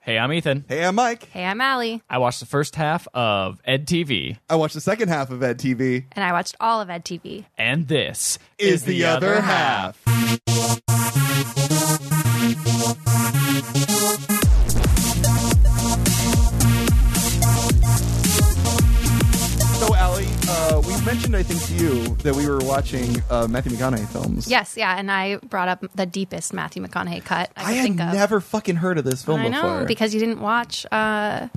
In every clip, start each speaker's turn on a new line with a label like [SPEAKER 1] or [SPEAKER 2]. [SPEAKER 1] Hey, I'm Ethan.
[SPEAKER 2] Hey, I'm Mike.
[SPEAKER 3] Hey, I'm Allie,
[SPEAKER 1] I watched the first half of Ed TV,
[SPEAKER 2] I watched the second half of Ed TV.
[SPEAKER 3] and I watched all of Ed TV.
[SPEAKER 1] and this
[SPEAKER 2] Is the, other, half. So, Allie, uh, we mentioned, I think, to you that we were watching uh, Matthew McConaughey films.
[SPEAKER 3] Yes, yeah, and I brought up the deepest Matthew McConaughey cut I,
[SPEAKER 2] I
[SPEAKER 3] could
[SPEAKER 2] had
[SPEAKER 3] think of.
[SPEAKER 2] never fucking heard of this film
[SPEAKER 3] I know
[SPEAKER 2] before.
[SPEAKER 3] because you didn't watch uh,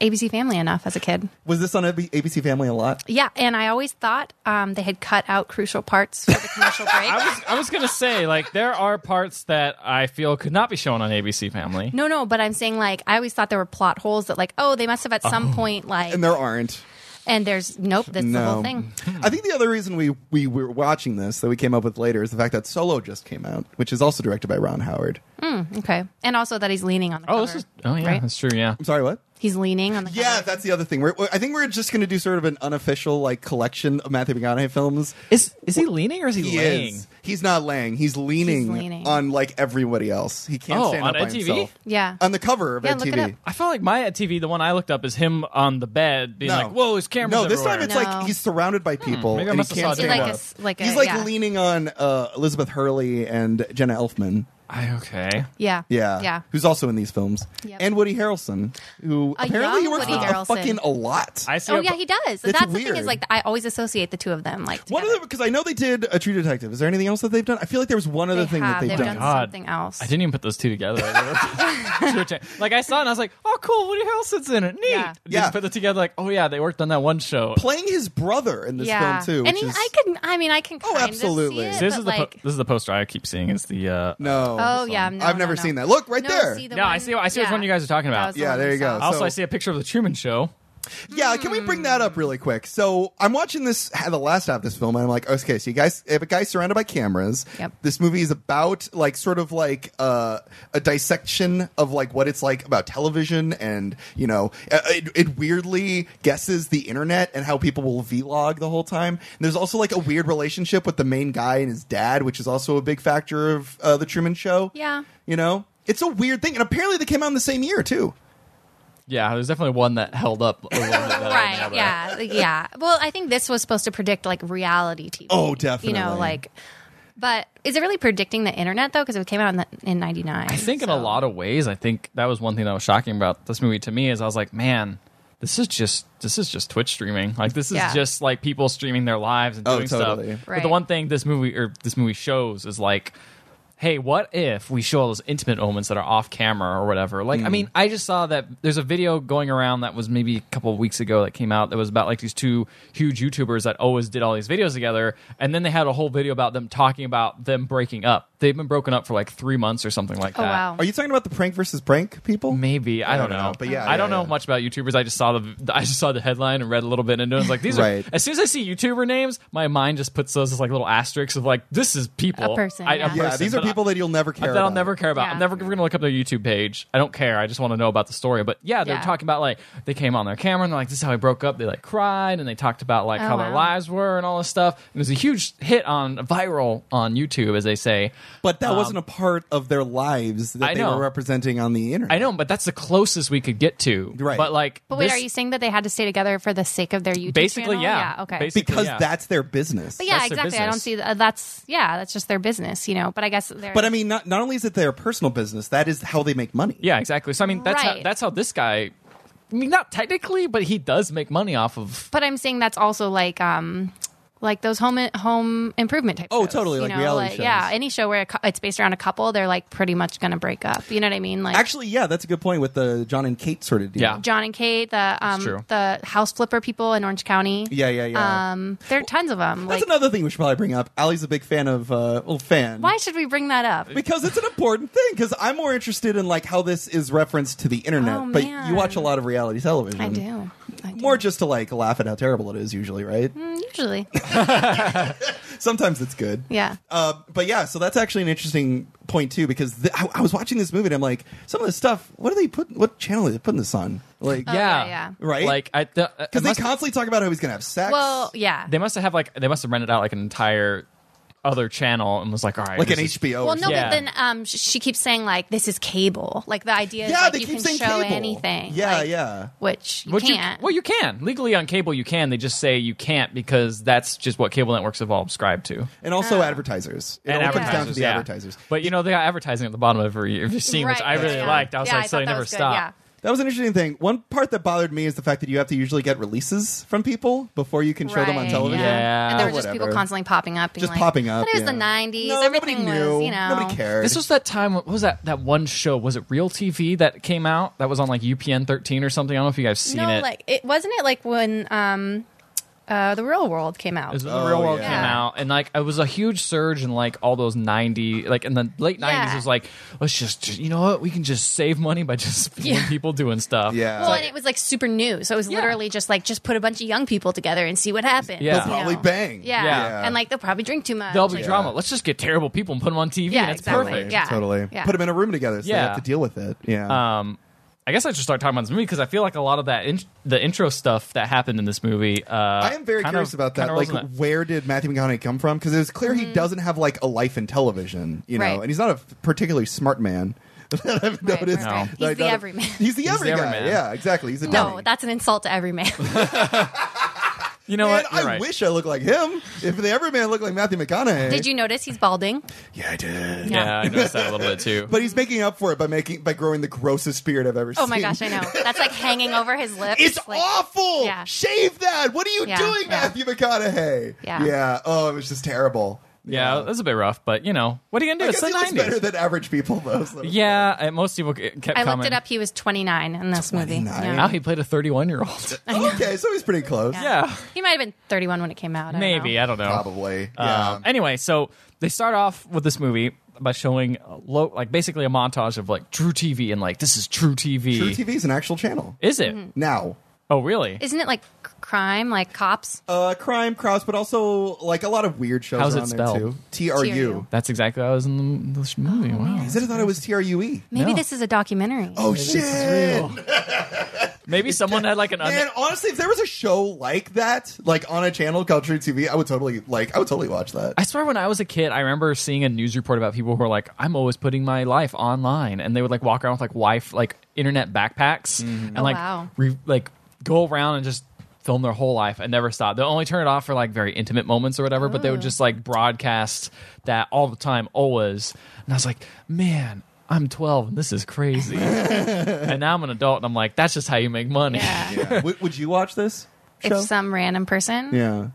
[SPEAKER 3] ABC Family enough as a kid.
[SPEAKER 2] Was this on AB- ABC Family a lot?
[SPEAKER 3] Yeah, and I always thought um, they had cut out crucial parts for the commercial break.
[SPEAKER 1] I was I was gonna say like there are parts that I feel could not be shown on ABC Family.
[SPEAKER 3] no, no, but I'm saying like I always thought there were plot holes that like oh they must have at some point like
[SPEAKER 2] And there aren't.
[SPEAKER 3] and there's nope that's the whole thing.
[SPEAKER 2] I think the other reason we, we were watching this that we came up with later is the fact that Solo just came out, which is also directed by Ron Howard.
[SPEAKER 3] Okay, and also that he's leaning on the
[SPEAKER 1] Oh,
[SPEAKER 3] cover.
[SPEAKER 1] this is oh yeah,
[SPEAKER 3] right?
[SPEAKER 1] that's true. Yeah,
[SPEAKER 2] I'm sorry, what?
[SPEAKER 3] he's leaning on the
[SPEAKER 2] Yeah,
[SPEAKER 3] cover.
[SPEAKER 2] that's the other thing. We're, I think we're just going to do sort of an unofficial like collection of Matthew McConaughey films.
[SPEAKER 1] is is he leaning or is he,
[SPEAKER 2] He
[SPEAKER 1] laying?
[SPEAKER 2] is. He's not laying. He's leaning,
[SPEAKER 3] leaning.
[SPEAKER 2] on like everybody else. He can't
[SPEAKER 1] Oh,
[SPEAKER 2] stand
[SPEAKER 1] on
[SPEAKER 2] up by
[SPEAKER 1] EdTV?
[SPEAKER 2] himself.
[SPEAKER 3] yeah
[SPEAKER 2] On the cover of
[SPEAKER 3] Yeah, look it
[SPEAKER 2] EdTV.
[SPEAKER 3] up.
[SPEAKER 1] I felt like my Ed TV, the one I looked up, is him on the bed being
[SPEAKER 2] No.
[SPEAKER 1] like, "Whoa, his camera's
[SPEAKER 2] No, this
[SPEAKER 1] everywhere." Hmm.
[SPEAKER 2] time it's
[SPEAKER 3] No.
[SPEAKER 2] like he's surrounded by people
[SPEAKER 1] maybe I
[SPEAKER 2] and he
[SPEAKER 1] must have
[SPEAKER 2] can't
[SPEAKER 1] saw it
[SPEAKER 2] stand
[SPEAKER 1] different.
[SPEAKER 2] up.
[SPEAKER 3] Like a- like a-
[SPEAKER 2] he's like
[SPEAKER 3] yeah.
[SPEAKER 2] leaning on uh, Elizabeth Hurley and Jenna Elfman.
[SPEAKER 1] I, okay.
[SPEAKER 3] yeah
[SPEAKER 2] Yeah.
[SPEAKER 3] yeah
[SPEAKER 2] Who's also in these films.
[SPEAKER 3] Yep.
[SPEAKER 2] And Woody Harrelson, who
[SPEAKER 3] A
[SPEAKER 2] apparently
[SPEAKER 3] young
[SPEAKER 2] he works
[SPEAKER 3] Woody
[SPEAKER 2] with a
[SPEAKER 3] Harrelson.
[SPEAKER 2] fucking a lot.
[SPEAKER 1] I see.
[SPEAKER 3] Oh
[SPEAKER 1] a-
[SPEAKER 3] yeah, he does.
[SPEAKER 2] It's
[SPEAKER 3] That's the thing
[SPEAKER 2] weird.
[SPEAKER 3] is like I always associate the two of them like
[SPEAKER 2] What
[SPEAKER 3] together.
[SPEAKER 2] other because I know they did a True Detective. Is there anything else that they've done? I feel like there was one other
[SPEAKER 3] They
[SPEAKER 2] thing
[SPEAKER 3] have.
[SPEAKER 2] that they've,
[SPEAKER 3] They've
[SPEAKER 2] done.
[SPEAKER 3] done
[SPEAKER 1] God.
[SPEAKER 3] something else.
[SPEAKER 1] I didn't even put those two together. like I saw it and I was like, "Oh, cool, Woody Harrelson's in it. Neat."
[SPEAKER 3] Yeah.
[SPEAKER 2] Yeah.
[SPEAKER 1] Didn't put it together. Like, oh yeah, they worked on that one show.
[SPEAKER 2] Playing his brother in this
[SPEAKER 3] yeah,
[SPEAKER 2] film too.
[SPEAKER 3] I
[SPEAKER 2] which
[SPEAKER 3] mean,
[SPEAKER 2] is- Oh,
[SPEAKER 3] I can. I mean, I can. Kind
[SPEAKER 2] absolutely.
[SPEAKER 3] Of see it,
[SPEAKER 1] See, this
[SPEAKER 3] but,
[SPEAKER 1] is the po-
[SPEAKER 3] like,
[SPEAKER 1] this is the poster I keep seeing. It's the uh,
[SPEAKER 2] no.
[SPEAKER 3] Oh
[SPEAKER 2] this
[SPEAKER 3] yeah,
[SPEAKER 2] one.
[SPEAKER 3] no,
[SPEAKER 2] I've
[SPEAKER 3] no,
[SPEAKER 2] never
[SPEAKER 3] no.
[SPEAKER 2] seen that. Look right
[SPEAKER 3] No,
[SPEAKER 2] there.
[SPEAKER 3] See the
[SPEAKER 1] No,
[SPEAKER 3] one,
[SPEAKER 1] I see- I see which
[SPEAKER 3] yeah.
[SPEAKER 1] one you guys are talking
[SPEAKER 3] That
[SPEAKER 1] about.
[SPEAKER 3] was the
[SPEAKER 2] Yeah,
[SPEAKER 3] one
[SPEAKER 2] there
[SPEAKER 3] we
[SPEAKER 2] you go.
[SPEAKER 3] saw.
[SPEAKER 1] also
[SPEAKER 2] So-
[SPEAKER 1] I see a picture of the Truman Show.
[SPEAKER 2] Yeah, can we bring that up really quick? So I'm watching this the last half of this film, and I'm like, okay, so you guys, if a guy's surrounded by cameras,
[SPEAKER 3] Yep.
[SPEAKER 2] this movie is about like sort of like uh, a dissection of like what it's like about television, and you know, uh, it, it weirdly guesses the internet and how people will vlog the whole time. And there's also like a weird relationship with the main guy and his dad, which is also a big factor of uh, the Truman Show.
[SPEAKER 3] Yeah.
[SPEAKER 2] you know, it's a weird thing, and apparently they came out in the same year too.
[SPEAKER 1] Yeah, there's definitely one that held up. A little bit better than the
[SPEAKER 3] Right.
[SPEAKER 1] other.
[SPEAKER 3] Yeah. Yeah. Well, I think this was supposed to predict like reality TV.
[SPEAKER 2] Oh,
[SPEAKER 3] You know,
[SPEAKER 2] definitely.
[SPEAKER 3] like. But is it really predicting the internet though? Because it came out in, the, in '99.
[SPEAKER 1] I think in a lot of ways, I think that was one thing that was shocking about this movie to me is I was like, man, this is just this is just Twitch streaming. Like this is
[SPEAKER 3] Yeah.
[SPEAKER 1] just like people streaming their lives and
[SPEAKER 2] Oh,
[SPEAKER 1] doing
[SPEAKER 2] totally.
[SPEAKER 1] stuff. But
[SPEAKER 3] Right.
[SPEAKER 1] the one thing this movie or this movie shows is like. Hey, what if we show all those intimate moments that are off camera or whatever? Like, I mean, I just saw that there's a video going around that was maybe a couple of weeks ago that came out that was about like these two huge YouTubers that always did all these videos together, and then they had a whole video about them talking about them breaking up. They've been broken up for like three months or something like
[SPEAKER 3] Oh
[SPEAKER 1] that.
[SPEAKER 3] wow.
[SPEAKER 2] Are you talking about the prank versus prank people?
[SPEAKER 1] Maybe I, don't know.
[SPEAKER 2] but yeah,
[SPEAKER 1] I don't
[SPEAKER 2] yeah,
[SPEAKER 1] know
[SPEAKER 2] yeah.
[SPEAKER 1] much about YouTubers. I just saw the I just saw the headline and read a little bit into it. I was like, these
[SPEAKER 2] Right.
[SPEAKER 1] are. As soon as I see YouTuber names, my mind just puts those as like little asterisks of like, this is people,
[SPEAKER 3] A person,
[SPEAKER 1] I,
[SPEAKER 3] yeah.
[SPEAKER 1] a
[SPEAKER 2] Yeah,
[SPEAKER 1] person,
[SPEAKER 2] these are
[SPEAKER 1] but
[SPEAKER 2] people that you'll never
[SPEAKER 1] I,
[SPEAKER 2] care.
[SPEAKER 1] that I'll
[SPEAKER 2] about.
[SPEAKER 1] never care about. I'm
[SPEAKER 3] Yeah.
[SPEAKER 1] never going to look up their YouTube page. I don't care. I just want to know about the story. But yeah, they're
[SPEAKER 3] Yeah.
[SPEAKER 1] talking about like they came on their camera and they're like, this is how I broke up. They like cried and they talked about like
[SPEAKER 3] Oh,
[SPEAKER 1] how their
[SPEAKER 3] wow.
[SPEAKER 1] lives were and all this stuff. It was a huge hit on viral on YouTube, as they say.
[SPEAKER 2] But that wasn't a part of their lives that
[SPEAKER 1] Um, I
[SPEAKER 2] they
[SPEAKER 1] know.
[SPEAKER 2] were representing on the internet.
[SPEAKER 1] I know, but that's the closest we could get to.
[SPEAKER 2] Right.
[SPEAKER 1] But like,
[SPEAKER 3] But wait,
[SPEAKER 1] this-
[SPEAKER 3] are you saying that they had to stay together for the sake of their YouTube
[SPEAKER 1] Basically,
[SPEAKER 3] channel?
[SPEAKER 1] yeah.
[SPEAKER 3] Okay.
[SPEAKER 1] Basically.
[SPEAKER 2] because
[SPEAKER 1] Yeah.
[SPEAKER 2] that's their business.
[SPEAKER 3] but yeah,
[SPEAKER 1] That's their
[SPEAKER 3] exactly. I don't
[SPEAKER 1] business.
[SPEAKER 3] see th- uh, that's yeah, that's just their business, you know. But I guess they're
[SPEAKER 2] But I mean, not not only is it their personal business, that is how they make money.
[SPEAKER 1] Yeah, exactly. So I mean, that's how,
[SPEAKER 3] Right.
[SPEAKER 1] that's how this guy. I mean, not technically, but he does make money off of.
[SPEAKER 3] But I'm saying that's also like um like those home home improvement type.
[SPEAKER 2] Oh,
[SPEAKER 3] shows,
[SPEAKER 2] totally,
[SPEAKER 3] you
[SPEAKER 2] like
[SPEAKER 3] know,
[SPEAKER 2] reality
[SPEAKER 3] like, Yeah,
[SPEAKER 2] shows.
[SPEAKER 3] any show where a cou- it's based around a couple, they're like pretty much gonna break up. You know what I mean? Like
[SPEAKER 2] Actually, yeah, that's a good point with the John and Kate sort of deal.
[SPEAKER 1] Yeah.
[SPEAKER 3] John and Kate, the
[SPEAKER 1] true.
[SPEAKER 3] um the house flipper people in Orange County.
[SPEAKER 2] Yeah, yeah, yeah.
[SPEAKER 3] Um, there are tons of them.
[SPEAKER 2] that's
[SPEAKER 3] Like,
[SPEAKER 2] another thing we should probably bring up. Ali's a big fan of uh, well, fan.
[SPEAKER 3] why should we bring that up?
[SPEAKER 2] Because it's an important thing. Because I'm more interested in like how this is referenced to the internet.
[SPEAKER 3] Oh,
[SPEAKER 2] but
[SPEAKER 3] man.
[SPEAKER 2] you watch a lot of reality television.
[SPEAKER 3] I do. I do.
[SPEAKER 2] More just to like laugh at how terrible it is usually, right?
[SPEAKER 3] Mm. usually.
[SPEAKER 2] Sometimes it's good.
[SPEAKER 3] Yeah.
[SPEAKER 2] Uh, but yeah, so that's actually an interesting point too because th- I, I was watching this movie and I'm like, some of this stuff. What are they putting? What channel are they putting this on? Like,
[SPEAKER 3] Oh, yeah, yeah.
[SPEAKER 2] Right?
[SPEAKER 1] Like I uh, because
[SPEAKER 2] because they constantly talk about how he's gonna have sex.
[SPEAKER 3] Well, yeah.
[SPEAKER 1] they must have like they must have rented out like an entire other channel and was like, all right,
[SPEAKER 2] like an
[SPEAKER 1] this is-
[SPEAKER 2] HBO.
[SPEAKER 3] well,
[SPEAKER 2] or
[SPEAKER 3] no,
[SPEAKER 2] something.
[SPEAKER 1] Yeah.
[SPEAKER 3] but then um, sh- she keeps saying like this is cable. Like the idea is
[SPEAKER 2] yeah,
[SPEAKER 3] like
[SPEAKER 2] they
[SPEAKER 3] you
[SPEAKER 2] keep
[SPEAKER 3] can
[SPEAKER 2] saying
[SPEAKER 3] show
[SPEAKER 2] cable.
[SPEAKER 3] anything.
[SPEAKER 2] Yeah,
[SPEAKER 3] like,
[SPEAKER 2] yeah.
[SPEAKER 3] Which you
[SPEAKER 1] What you-
[SPEAKER 3] can't.
[SPEAKER 1] well, you can legally on cable. You can. They just say you can't because that's just what cable networks have all subscribed to.
[SPEAKER 2] And also
[SPEAKER 3] uh.
[SPEAKER 2] advertisers. It
[SPEAKER 1] and
[SPEAKER 2] all
[SPEAKER 1] advertisers,
[SPEAKER 2] comes down to the
[SPEAKER 1] yeah.
[SPEAKER 2] advertisers.
[SPEAKER 1] But you know they got advertising at the bottom of every every scene, which
[SPEAKER 3] Right,
[SPEAKER 1] I
[SPEAKER 3] yeah,
[SPEAKER 1] really
[SPEAKER 3] yeah.
[SPEAKER 1] liked. I was
[SPEAKER 3] Yeah,
[SPEAKER 1] like, so
[SPEAKER 3] thought
[SPEAKER 1] they
[SPEAKER 3] that
[SPEAKER 1] never
[SPEAKER 3] was good,
[SPEAKER 1] stop.
[SPEAKER 2] That was an interesting thing. One part that bothered me is the fact that you have to usually get releases from people before you can show them on
[SPEAKER 3] Right,
[SPEAKER 2] television.
[SPEAKER 1] Yeah.
[SPEAKER 3] And there were just
[SPEAKER 2] Whatever.
[SPEAKER 3] people constantly popping up. Being
[SPEAKER 2] Just
[SPEAKER 3] like,
[SPEAKER 2] popping up,
[SPEAKER 3] But it was
[SPEAKER 2] yeah.
[SPEAKER 3] the 90s.
[SPEAKER 2] No, nobody
[SPEAKER 3] Everything
[SPEAKER 2] knew.
[SPEAKER 3] was, you know.
[SPEAKER 2] Nobody cared.
[SPEAKER 1] This was that time. What was that? That one show was it Real TV that came out? That was on like UPN thirteen or something. I don't know if you guys seen
[SPEAKER 3] no,
[SPEAKER 1] it.
[SPEAKER 3] like it wasn't it like when um, uh, the real world came out.
[SPEAKER 1] Is when
[SPEAKER 2] Oh,
[SPEAKER 1] the real world
[SPEAKER 2] yeah.
[SPEAKER 1] came out, and like it was a huge surge in like all those ninety, like in the late
[SPEAKER 3] Yeah.
[SPEAKER 1] nineties, it was like let's just, you know what, we can just save money by just filming
[SPEAKER 3] Yeah.
[SPEAKER 1] people doing stuff.
[SPEAKER 2] Yeah.
[SPEAKER 3] well, and it was like super new, so it was
[SPEAKER 1] Yeah.
[SPEAKER 3] literally just like just put a bunch of young people together and see what happens.
[SPEAKER 1] They'll
[SPEAKER 3] you
[SPEAKER 2] probably
[SPEAKER 3] know?
[SPEAKER 2] bang.
[SPEAKER 3] Yeah.
[SPEAKER 1] Yeah.
[SPEAKER 3] and like they'll probably drink too much.
[SPEAKER 1] there'll be
[SPEAKER 3] Like,
[SPEAKER 1] drama. Let's just get terrible people and put them on TV.
[SPEAKER 3] Yeah,
[SPEAKER 1] and it's
[SPEAKER 3] exactly.
[SPEAKER 1] perfect.
[SPEAKER 3] Yeah.
[SPEAKER 2] Totally.
[SPEAKER 3] Yeah.
[SPEAKER 2] Put them in a room together so they
[SPEAKER 1] Yeah.
[SPEAKER 2] have to deal with it. Yeah.
[SPEAKER 1] Um, I guess I should start talking about this movie because I feel like a lot of that in- the intro stuff that happened in this movie. Uh,
[SPEAKER 2] I am very
[SPEAKER 1] kind
[SPEAKER 2] curious
[SPEAKER 1] of-
[SPEAKER 2] about that.
[SPEAKER 1] kind of
[SPEAKER 2] Like,
[SPEAKER 1] wasn't it?
[SPEAKER 2] where did Matthew McConaughey come from? Because it's clear he doesn't have like a life in television, you know,
[SPEAKER 3] Mm-hmm. Right.
[SPEAKER 2] and he's not a f- particularly smart man. that I've
[SPEAKER 3] Right,
[SPEAKER 2] noticed.
[SPEAKER 3] right,
[SPEAKER 2] That
[SPEAKER 3] right. He's
[SPEAKER 2] I
[SPEAKER 3] the
[SPEAKER 2] don't-
[SPEAKER 3] everyman.
[SPEAKER 2] He's the
[SPEAKER 1] the
[SPEAKER 2] every guy.
[SPEAKER 1] everyman.
[SPEAKER 2] Yeah, exactly. He's a
[SPEAKER 3] No,
[SPEAKER 2] dummy.
[SPEAKER 3] that's an insult to every man.
[SPEAKER 1] you know
[SPEAKER 2] Man,
[SPEAKER 1] what?
[SPEAKER 2] I
[SPEAKER 1] You're right.
[SPEAKER 2] wish I looked like him. If the everyman looked like Matthew McConaughey,
[SPEAKER 3] Did you notice he's balding?
[SPEAKER 2] Yeah, I did.
[SPEAKER 1] Yeah, I noticed that a little bit too.
[SPEAKER 2] But he's making up for it by making by growing the grossest beard I've ever seen.
[SPEAKER 3] Oh my gosh, I know. That's like hanging over his lips.
[SPEAKER 2] It's
[SPEAKER 3] like,
[SPEAKER 2] awful.
[SPEAKER 3] Yeah.
[SPEAKER 2] Shave that. What are you
[SPEAKER 3] Yeah,
[SPEAKER 2] doing,
[SPEAKER 3] yeah.
[SPEAKER 2] Matthew McConaughey?
[SPEAKER 3] Yeah.
[SPEAKER 2] Yeah. Oh, it was just terrible.
[SPEAKER 1] yeah, that's a bit rough, but you know, what are you gonna do?
[SPEAKER 2] I
[SPEAKER 1] it's
[SPEAKER 2] guess
[SPEAKER 1] the
[SPEAKER 2] he looks better
[SPEAKER 1] nineties.
[SPEAKER 2] than average people though. so-
[SPEAKER 1] Yeah, and most people c- kept
[SPEAKER 3] I looked
[SPEAKER 1] commenting.
[SPEAKER 3] it up. He was 29 in this movie.
[SPEAKER 2] 29?
[SPEAKER 1] Now
[SPEAKER 3] Yeah.
[SPEAKER 1] he played a 31 year old.
[SPEAKER 2] Okay, so he's pretty close.
[SPEAKER 1] yeah,
[SPEAKER 3] He might have been 31 when it came out. I don't
[SPEAKER 1] maybe
[SPEAKER 3] know.
[SPEAKER 1] I don't know.
[SPEAKER 2] Probably. Yeah.
[SPEAKER 1] Um, anyway, so they start off with this movie by showing a low, like basically a montage of like True TV and like this is True TV.
[SPEAKER 2] True TV is an actual channel.
[SPEAKER 1] Is it?
[SPEAKER 3] Mm-hmm.
[SPEAKER 2] Now.
[SPEAKER 1] Oh, really?
[SPEAKER 3] Isn't it like c- crime, like cops?
[SPEAKER 1] Oh,
[SPEAKER 2] Uh, crime, cross, but also like a lot of weird shows
[SPEAKER 1] How's
[SPEAKER 2] are
[SPEAKER 1] it
[SPEAKER 2] on
[SPEAKER 1] spelled?
[SPEAKER 2] there too. T R U.
[SPEAKER 3] TRU.
[SPEAKER 1] That's exactly what I was in the, this
[SPEAKER 3] Oh,
[SPEAKER 1] movie. wow.
[SPEAKER 2] I said I thought it was T R U E.
[SPEAKER 3] Maybe
[SPEAKER 1] No.
[SPEAKER 3] this is a documentary.
[SPEAKER 2] Oh shit!
[SPEAKER 1] Maybe someone had like an. un-
[SPEAKER 2] Man, honestly, if there was a show like that, like on a channel called True TV, I would totally like. I would totally watch that.
[SPEAKER 1] I swear, when I was a kid, I remember seeing a news report about people who were like, "I'm always putting my life online," and they would like walk around with like wife like internet backpacks and like
[SPEAKER 3] Oh, wow.
[SPEAKER 1] re- like go around and just film their whole life and never stop. They'll only turn it off for like very intimate moments or whatever, but they would just like broadcast that all the time, always. And I was like, man. I'm 12 and this is crazy. and now I'm an adult and I'm like, that's just how you make money.
[SPEAKER 3] Yeah.
[SPEAKER 2] would, would you watch this?
[SPEAKER 3] If some random person,
[SPEAKER 2] yeah,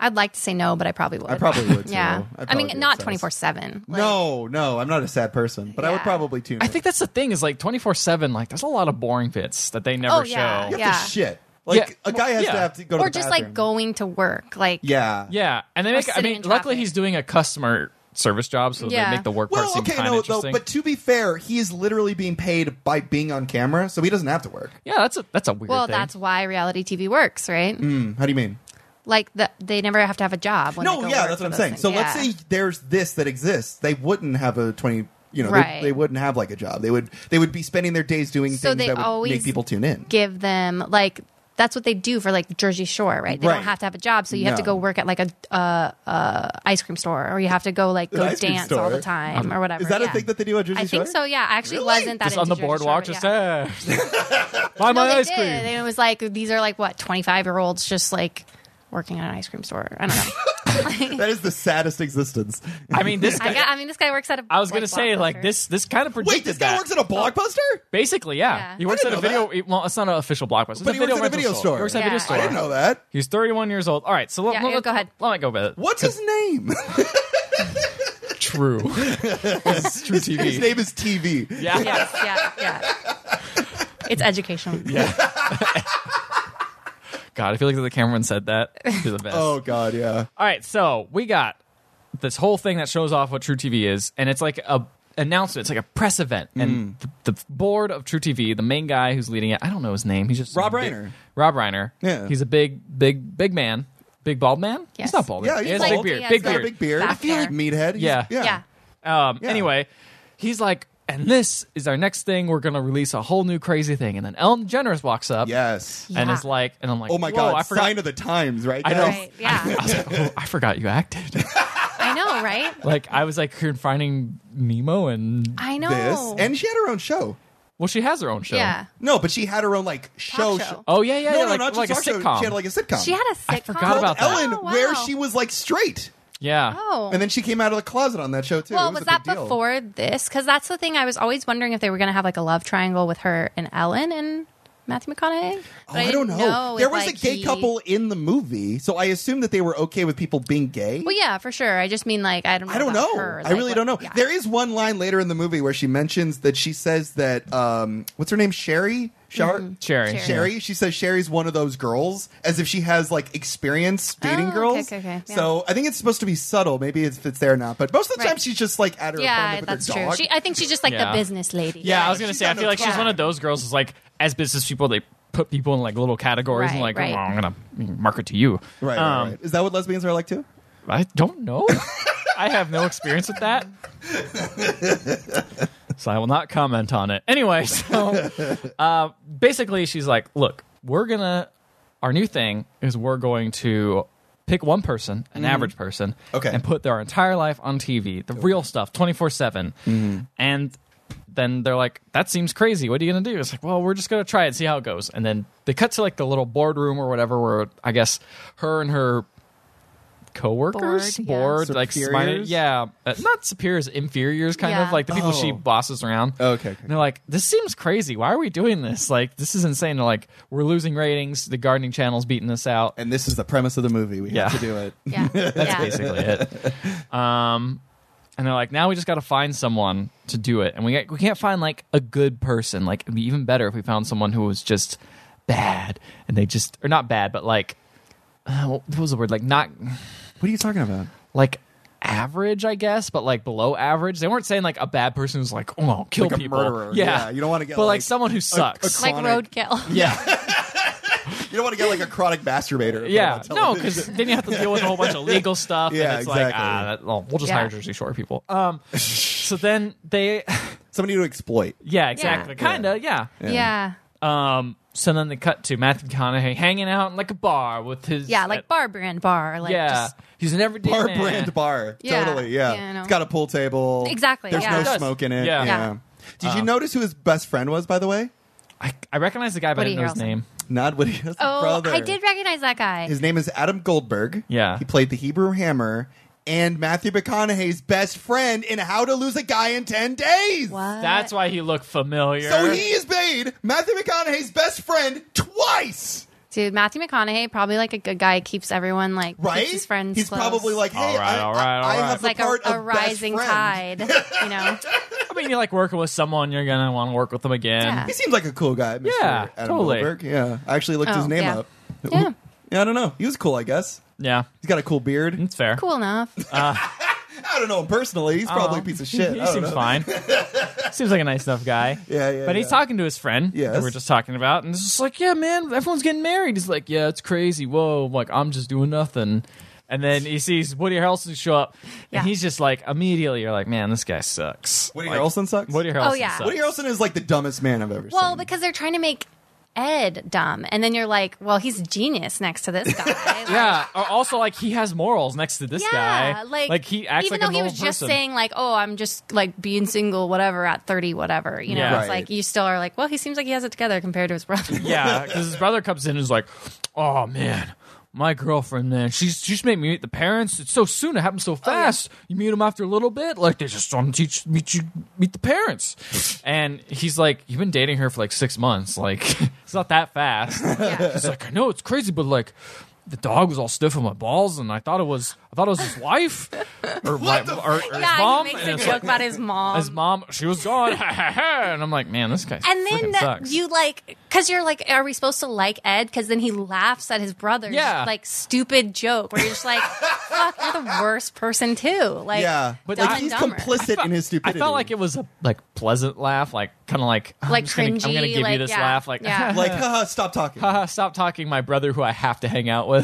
[SPEAKER 3] I'd like to say no, but I probably would.
[SPEAKER 2] I probably would. Too.
[SPEAKER 3] yeah.
[SPEAKER 2] I'd
[SPEAKER 3] I
[SPEAKER 2] probably
[SPEAKER 3] mean,
[SPEAKER 2] be
[SPEAKER 3] not
[SPEAKER 2] obsessed.
[SPEAKER 3] 24 7.
[SPEAKER 2] no, no, I'm not a sad person, but I would
[SPEAKER 3] Yeah.
[SPEAKER 2] probably tune.
[SPEAKER 1] I
[SPEAKER 2] in.
[SPEAKER 1] think that's the thing is like 24 7, like there's a lot of boring bits that they never
[SPEAKER 3] Oh, yeah.
[SPEAKER 1] show.
[SPEAKER 2] you have
[SPEAKER 3] yeah.
[SPEAKER 2] to shit. Like
[SPEAKER 1] Yeah.
[SPEAKER 2] a guy has
[SPEAKER 1] Yeah.
[SPEAKER 2] to have to go to the
[SPEAKER 3] Or just
[SPEAKER 2] bathroom.
[SPEAKER 3] like going to work. Like,
[SPEAKER 2] Yeah,
[SPEAKER 1] Yeah, and they
[SPEAKER 3] Or
[SPEAKER 1] make. I
[SPEAKER 3] sitting
[SPEAKER 1] mean,
[SPEAKER 3] in
[SPEAKER 1] luckily
[SPEAKER 3] traffic.
[SPEAKER 1] he's doing a customer service job, so
[SPEAKER 3] Yeah.
[SPEAKER 1] they make the work part
[SPEAKER 2] Well,
[SPEAKER 1] seem
[SPEAKER 2] okay,
[SPEAKER 1] kind of
[SPEAKER 2] no, though,
[SPEAKER 1] interesting.
[SPEAKER 2] but to be fair, he is literally being paid by being on camera, so he doesn't have to work.
[SPEAKER 1] yeah, that's a that's a weird.
[SPEAKER 3] well,
[SPEAKER 1] thing.
[SPEAKER 3] that's why reality TV works, right?
[SPEAKER 2] Hmm, How do you mean?
[SPEAKER 3] Like, the, they never have to have a job. When
[SPEAKER 2] no,
[SPEAKER 3] they go
[SPEAKER 2] yeah,
[SPEAKER 3] work
[SPEAKER 2] that's what
[SPEAKER 3] for
[SPEAKER 2] I'm
[SPEAKER 3] those
[SPEAKER 2] saying.
[SPEAKER 3] things.
[SPEAKER 2] So let's
[SPEAKER 3] Yeah.
[SPEAKER 2] say there's this that exists. They wouldn't have a twenty. You know, they-
[SPEAKER 3] Right.
[SPEAKER 2] they, wouldn't have like a job. They would they would be spending their days doing
[SPEAKER 3] So
[SPEAKER 2] things
[SPEAKER 3] they
[SPEAKER 2] that would make
[SPEAKER 3] always
[SPEAKER 2] people tune in.
[SPEAKER 3] give them like that's what they do for like Jersey Shore, right? They
[SPEAKER 2] Right.
[SPEAKER 3] don't have to have a job, so you have to
[SPEAKER 2] No.
[SPEAKER 3] go work at like a uh, uh, ice cream store, or you have to go like
[SPEAKER 2] An
[SPEAKER 3] go
[SPEAKER 2] ice cream
[SPEAKER 3] dance
[SPEAKER 2] store?
[SPEAKER 3] all the time or whatever.
[SPEAKER 2] Is that
[SPEAKER 3] yeah.
[SPEAKER 2] a thing that they do at Jersey
[SPEAKER 3] I think
[SPEAKER 2] Shore?
[SPEAKER 3] so. Yeah, I actually
[SPEAKER 2] Really?
[SPEAKER 3] wasn't that
[SPEAKER 1] Um, just on the
[SPEAKER 3] into Jersey
[SPEAKER 1] boardwalk.
[SPEAKER 3] Shore,
[SPEAKER 1] Just
[SPEAKER 3] but yeah.
[SPEAKER 1] there. buy
[SPEAKER 3] no,
[SPEAKER 1] my
[SPEAKER 3] they
[SPEAKER 1] ice
[SPEAKER 3] did.
[SPEAKER 1] cream.
[SPEAKER 3] And it was like these are like what twenty five year olds just like working at an ice cream store. I don't know.
[SPEAKER 2] That is the saddest existence.
[SPEAKER 1] I mean, this.
[SPEAKER 3] I,
[SPEAKER 1] Guy,
[SPEAKER 3] got, I mean, this guy works at a.
[SPEAKER 1] I was gonna say like
[SPEAKER 3] Blockbuster.
[SPEAKER 1] this. This kind of predicted
[SPEAKER 2] Wait, this
[SPEAKER 1] that. Oh.
[SPEAKER 2] guy works at a blockbuster?
[SPEAKER 1] Basically, yeah.
[SPEAKER 3] Yeah.
[SPEAKER 1] he works
[SPEAKER 2] I
[SPEAKER 1] at a
[SPEAKER 2] didn't know
[SPEAKER 1] video. Well, it's not an official blockbuster. It's
[SPEAKER 2] But
[SPEAKER 1] a
[SPEAKER 2] he
[SPEAKER 1] video
[SPEAKER 2] works at a
[SPEAKER 1] rental
[SPEAKER 2] video
[SPEAKER 1] store.
[SPEAKER 2] store.
[SPEAKER 1] He works at a
[SPEAKER 3] Yeah.
[SPEAKER 1] video
[SPEAKER 3] I
[SPEAKER 1] store.
[SPEAKER 2] I didn't know that.
[SPEAKER 1] He's 31 years old. All right, so let,
[SPEAKER 3] Yeah,
[SPEAKER 1] let,
[SPEAKER 3] yeah, go ahead.
[SPEAKER 1] Let me go with it.
[SPEAKER 2] What's his name?
[SPEAKER 1] True. it's true TV.
[SPEAKER 2] his name is TV.
[SPEAKER 1] yeah.
[SPEAKER 3] Yes, yeah, yeah. It's educational.
[SPEAKER 1] God, I feel like if the cameraman said that. You're the best.
[SPEAKER 2] Oh god, yeah.
[SPEAKER 1] All right, so we got this whole thing that shows off what True TV is, and it's like a announcement. It's like a press event,
[SPEAKER 2] Mm.
[SPEAKER 1] and the, the board of True TV, the main guy who's leading it, I don't know his name. He's just
[SPEAKER 2] Rob
[SPEAKER 1] some big-
[SPEAKER 2] Reiner.
[SPEAKER 1] Rob Reiner.
[SPEAKER 2] Yeah.
[SPEAKER 1] he's a big, big, big man, big bald man.
[SPEAKER 3] Yes.
[SPEAKER 1] He's not bald.
[SPEAKER 2] Yeah,
[SPEAKER 1] he
[SPEAKER 2] he's
[SPEAKER 1] has
[SPEAKER 2] bald.
[SPEAKER 1] a big beard.
[SPEAKER 3] He has
[SPEAKER 1] big
[SPEAKER 2] Got a
[SPEAKER 1] beard.
[SPEAKER 2] big beard.
[SPEAKER 3] Back
[SPEAKER 2] I feel like
[SPEAKER 3] hair.
[SPEAKER 2] meathead. He's-
[SPEAKER 1] Yeah.
[SPEAKER 2] yeah.
[SPEAKER 3] yeah.
[SPEAKER 1] Um,
[SPEAKER 2] Yeah.
[SPEAKER 1] Anyway, he's like, and this is our next thing. We're gonna release a whole new crazy thing, and then Elton Generous walks up.
[SPEAKER 2] Yes.
[SPEAKER 1] And
[SPEAKER 3] Yeah.
[SPEAKER 1] is like, and I'm like,
[SPEAKER 2] Oh my
[SPEAKER 1] whoa,
[SPEAKER 2] god,
[SPEAKER 1] I forgot.
[SPEAKER 2] sign of the times, right?
[SPEAKER 1] I know.
[SPEAKER 2] guys?
[SPEAKER 3] Right. Yeah.
[SPEAKER 1] I was like, oh, I forgot you acted.
[SPEAKER 3] I know. right?
[SPEAKER 1] Like I was like confining Nemo and
[SPEAKER 3] I know.
[SPEAKER 2] this, and she had her own show.
[SPEAKER 1] well, she has her own show.
[SPEAKER 3] yeah,
[SPEAKER 2] No, but she had her own like show.
[SPEAKER 3] show.
[SPEAKER 2] show.
[SPEAKER 1] Oh yeah, yeah,
[SPEAKER 2] no,
[SPEAKER 1] yeah
[SPEAKER 2] no,
[SPEAKER 1] like,
[SPEAKER 2] not just
[SPEAKER 1] like a sitcom.
[SPEAKER 2] talk show. She had like a sitcom.
[SPEAKER 3] she had a sitcom.
[SPEAKER 1] I forgot about that.
[SPEAKER 2] Ellen,
[SPEAKER 3] Oh, wow.
[SPEAKER 2] where she was like straight,
[SPEAKER 1] yeah.
[SPEAKER 3] Oh,
[SPEAKER 2] and then she came out of the closet on that show too.
[SPEAKER 3] Well,
[SPEAKER 2] It
[SPEAKER 3] was,
[SPEAKER 2] a
[SPEAKER 3] that
[SPEAKER 2] big deal.
[SPEAKER 3] before this? Because that's the thing. I was always wondering if they were going to have like a love triangle with her and Ellen and Matthew McConaughey.
[SPEAKER 2] Oh,
[SPEAKER 3] But
[SPEAKER 2] I, don't
[SPEAKER 3] didn't
[SPEAKER 2] know.
[SPEAKER 3] if,
[SPEAKER 2] There was
[SPEAKER 3] like,
[SPEAKER 2] a gay
[SPEAKER 3] he-
[SPEAKER 2] couple in the movie, so I assume that they were okay with people being gay.
[SPEAKER 3] Well, yeah, for sure. I just mean like I don't. Know
[SPEAKER 2] I don't
[SPEAKER 3] about
[SPEAKER 2] know.
[SPEAKER 3] her,
[SPEAKER 2] I
[SPEAKER 3] like,
[SPEAKER 2] really
[SPEAKER 3] what-
[SPEAKER 2] don't know.
[SPEAKER 3] yeah.
[SPEAKER 2] There is one line later in the movie where she mentions that she says that um, what's her name, Sherry, Shar-
[SPEAKER 3] Mm-hmm.
[SPEAKER 1] Sherry.
[SPEAKER 3] Sherry.
[SPEAKER 2] Sherry. She says Sherry's one of those girls, as if she has like experience dating
[SPEAKER 3] Oh, okay,
[SPEAKER 2] girls.
[SPEAKER 3] okay, okay. Yeah.
[SPEAKER 2] So I think it's supposed to be subtle. Maybe it's, it's there or not, but most of the
[SPEAKER 3] Right.
[SPEAKER 2] time she's just like at her
[SPEAKER 3] Yeah,
[SPEAKER 2] apartment
[SPEAKER 3] that's
[SPEAKER 2] with her
[SPEAKER 3] true.
[SPEAKER 2] dog.
[SPEAKER 3] She, I think she's just like
[SPEAKER 1] Yeah.
[SPEAKER 3] the business lady.
[SPEAKER 1] Yeah, I was gonna
[SPEAKER 2] she's
[SPEAKER 1] say. I
[SPEAKER 2] got no
[SPEAKER 1] feel like she's
[SPEAKER 2] pride.
[SPEAKER 1] one of those girls who's like, as business people, they put people in like little categories and
[SPEAKER 3] Right,
[SPEAKER 1] like,
[SPEAKER 3] right.
[SPEAKER 1] "Oh, I'm gonna market to you.
[SPEAKER 2] right, right,
[SPEAKER 1] Um,
[SPEAKER 2] right. Is that what lesbians are like too?
[SPEAKER 1] I don't know. I have no experience with that. So I will not comment on it. Anyway, so uh, basically, she's like, look, we're going to, our new thing is we're going to pick one person, an average person,
[SPEAKER 2] Okay.
[SPEAKER 1] and put their entire life on TV, the real stuff, 24 7. And then they're like, that seems crazy. What are you going to do? It's like, well, we're just going to try it, see how it goes. And then they cut to like the little boardroom or whatever, where I guess her and her coworkers,
[SPEAKER 3] Board,
[SPEAKER 1] board,
[SPEAKER 3] yeah.
[SPEAKER 1] like minor,
[SPEAKER 2] Superiors?
[SPEAKER 1] yeah, uh, not superiors, inferiors, kind
[SPEAKER 3] Yeah.
[SPEAKER 1] of like the people she
[SPEAKER 2] Oh.
[SPEAKER 1] bosses around.
[SPEAKER 2] Okay, okay.
[SPEAKER 1] And they're like, this seems crazy. Why are we doing this? Like, this is insane. They're like, we're losing ratings. The gardening channel's beating us out.
[SPEAKER 2] And this is the premise of the movie. We
[SPEAKER 1] Yeah.
[SPEAKER 2] have to do it.
[SPEAKER 3] Yeah, that's yeah.
[SPEAKER 1] basically it. Um, and they're like, now we just got to find someone to do it, and we we can't find like a good person. Like, it'd be even better if we found someone who was just bad, and they just or not bad, but like, uh, what was the word? Like not
[SPEAKER 2] What are you talking about?
[SPEAKER 1] like average, I guess, but like below average. They weren't saying like a bad person who's like, oh, I'll kill
[SPEAKER 2] Like a
[SPEAKER 1] people.
[SPEAKER 2] murderer. Yeah, you don't wanna get,
[SPEAKER 1] but like,
[SPEAKER 2] like,
[SPEAKER 1] someone who sucks.
[SPEAKER 3] like
[SPEAKER 2] Chronic.
[SPEAKER 3] roadkill.
[SPEAKER 1] yeah,
[SPEAKER 2] You don't want to get like a chronic masturbator.
[SPEAKER 1] yeah,
[SPEAKER 2] Put on
[SPEAKER 1] no,
[SPEAKER 2] television.
[SPEAKER 1] because then you have to deal with a whole bunch of legal stuff.
[SPEAKER 2] Yeah,
[SPEAKER 1] and it's like,
[SPEAKER 2] exactly.
[SPEAKER 1] ah, that, well, we'll just
[SPEAKER 3] Yeah.
[SPEAKER 1] hire Jersey Shore people. Um, so then they,
[SPEAKER 2] somebody to exploit.
[SPEAKER 1] yeah, exactly, kinda, yeah.
[SPEAKER 3] Yeah. yeah.
[SPEAKER 1] Um, so then they cut to Matthew McConaughey hanging out in like a bar with his,
[SPEAKER 3] like bar brand bar. Like
[SPEAKER 1] yeah,
[SPEAKER 3] just
[SPEAKER 1] he's an everyday
[SPEAKER 2] Bar
[SPEAKER 1] man.
[SPEAKER 2] brand bar.
[SPEAKER 3] Yeah.
[SPEAKER 2] Totally. Yeah.
[SPEAKER 3] Yeah, I know.
[SPEAKER 2] It's got a pool table.
[SPEAKER 3] Exactly,
[SPEAKER 2] There's
[SPEAKER 3] yeah.
[SPEAKER 2] no
[SPEAKER 3] It
[SPEAKER 1] does.
[SPEAKER 2] smoke in it.
[SPEAKER 1] Yeah. Um,
[SPEAKER 3] Yeah.
[SPEAKER 2] Did you notice who his best friend was, by the way?
[SPEAKER 1] I, I recognize the guy, but I
[SPEAKER 3] Woody
[SPEAKER 1] didn't know his
[SPEAKER 3] Harrelson.
[SPEAKER 1] name.
[SPEAKER 2] Not Woody Harrelson's
[SPEAKER 3] Oh,
[SPEAKER 2] brother.
[SPEAKER 3] I did recognize that guy.
[SPEAKER 2] His name is Adam Goldberg.
[SPEAKER 1] Yeah.
[SPEAKER 2] He played the Hebrew Hammer and Matthew McConaughey's best friend in How to Lose a Guy in 10 Days.
[SPEAKER 3] What?
[SPEAKER 1] That's why he looked familiar.
[SPEAKER 2] So he is made Matthew McConaughey's best friend twice.
[SPEAKER 3] Dude, Matthew McConaughey probably like a good guy keeps everyone like keeps
[SPEAKER 2] Right?
[SPEAKER 3] his friends.
[SPEAKER 2] He's
[SPEAKER 3] close.
[SPEAKER 2] probably like, hey,
[SPEAKER 1] All right,
[SPEAKER 2] I,
[SPEAKER 1] all right, all
[SPEAKER 2] I
[SPEAKER 1] right.
[SPEAKER 2] have
[SPEAKER 3] It's
[SPEAKER 2] the
[SPEAKER 3] like a,
[SPEAKER 2] part
[SPEAKER 3] a
[SPEAKER 2] of best
[SPEAKER 3] rising
[SPEAKER 2] friend.
[SPEAKER 3] tide, you know?
[SPEAKER 1] I mean, you like working with someone, you're gonna want to work with them again.
[SPEAKER 3] Yeah.
[SPEAKER 2] He seems like a cool guy. Mr.
[SPEAKER 1] Yeah,
[SPEAKER 2] Adam
[SPEAKER 1] totally.
[SPEAKER 2] Goldberg. Yeah, I actually looked
[SPEAKER 3] Oh,
[SPEAKER 2] his name
[SPEAKER 3] yeah.
[SPEAKER 2] up.
[SPEAKER 3] Yeah.
[SPEAKER 2] Yeah, I don't know. He was cool, I guess.
[SPEAKER 1] Yeah,
[SPEAKER 2] He's got a cool beard.
[SPEAKER 1] it's fair.
[SPEAKER 3] Cool enough.
[SPEAKER 2] I don't know him personally. He's probably a piece of shit. I
[SPEAKER 1] he
[SPEAKER 2] don't
[SPEAKER 1] seems
[SPEAKER 2] know.
[SPEAKER 1] fine. seems like a nice enough guy.
[SPEAKER 2] Yeah, yeah,
[SPEAKER 1] But he's
[SPEAKER 2] yeah.
[SPEAKER 1] talking to his friend that we
[SPEAKER 2] Yes.
[SPEAKER 1] are just talking about, and it's just like, yeah, man, everyone's getting married. He's like, yeah, it's crazy. Whoa, like I'm just doing nothing. And then he sees Woody Harrelson show up, and
[SPEAKER 3] Yeah.
[SPEAKER 1] he's just like, immediately, you're like, man, this guy sucks.
[SPEAKER 2] Woody
[SPEAKER 1] like,
[SPEAKER 2] Harrelson sucks.
[SPEAKER 1] Woody Harrelson.
[SPEAKER 3] Oh, yeah.
[SPEAKER 1] sucks.
[SPEAKER 2] Woody Harrelson is like the dumbest man I've ever
[SPEAKER 3] well,
[SPEAKER 2] seen.
[SPEAKER 3] because they're trying to make Ed dumb. And then you're like, well, he's a genius next to this guy. Like,
[SPEAKER 1] Yeah. Or also, like he has morals next to this guy.
[SPEAKER 3] Yeah, like,
[SPEAKER 1] he acts
[SPEAKER 3] even
[SPEAKER 1] like a
[SPEAKER 3] though he
[SPEAKER 1] normal
[SPEAKER 3] was just
[SPEAKER 1] person.
[SPEAKER 3] saying like, "Oh, I'm just like being single, whatever." At 30, whatever, you know,
[SPEAKER 1] Yeah.
[SPEAKER 3] it's
[SPEAKER 2] Right.
[SPEAKER 3] like you still are like, "Well, he seems like he has it together compared to his brother."
[SPEAKER 1] Yeah, because his brother comes in and is like, "Oh man, my girlfriend, man, she's she's made me meet the parents. It's so soon. It happens so fast. You meet them after a little bit, like they just want to teach meet you meet the parents." And he's like, "You've been dating her for like six months. Like it's not that fast."
[SPEAKER 3] Yeah.
[SPEAKER 1] He's like, "I know it's crazy, but like." The dog was all stiff on my balls, and I thought it was I thought it was his wife or, my, or, or his
[SPEAKER 3] Yeah,
[SPEAKER 1] mom.
[SPEAKER 3] he makes
[SPEAKER 1] and
[SPEAKER 3] a
[SPEAKER 1] it's
[SPEAKER 3] joke
[SPEAKER 1] like,
[SPEAKER 3] about his mom.
[SPEAKER 1] his mom, she was gone, and I'm like, man, this guy.
[SPEAKER 3] and then
[SPEAKER 1] freaking sucks.
[SPEAKER 3] you like, because you're like, are we supposed to like Ed? Because then he laughs at his brother's
[SPEAKER 1] Yeah.
[SPEAKER 3] like stupid joke where you're just like, fuck, you're the worst person too. Like,
[SPEAKER 2] yeah,
[SPEAKER 3] but
[SPEAKER 2] like he's complicit in his
[SPEAKER 1] I
[SPEAKER 2] stupidity.
[SPEAKER 1] felt like it was a like pleasant laugh, like kind of like I'm
[SPEAKER 3] Like
[SPEAKER 1] just gonna, I'm
[SPEAKER 3] cringy,
[SPEAKER 1] gonna give
[SPEAKER 3] like,
[SPEAKER 1] you this
[SPEAKER 3] yeah,
[SPEAKER 1] laugh, like uh,
[SPEAKER 3] yeah.
[SPEAKER 2] like, haha, stop talking.
[SPEAKER 1] stop talking, my brother who I have to hang out with.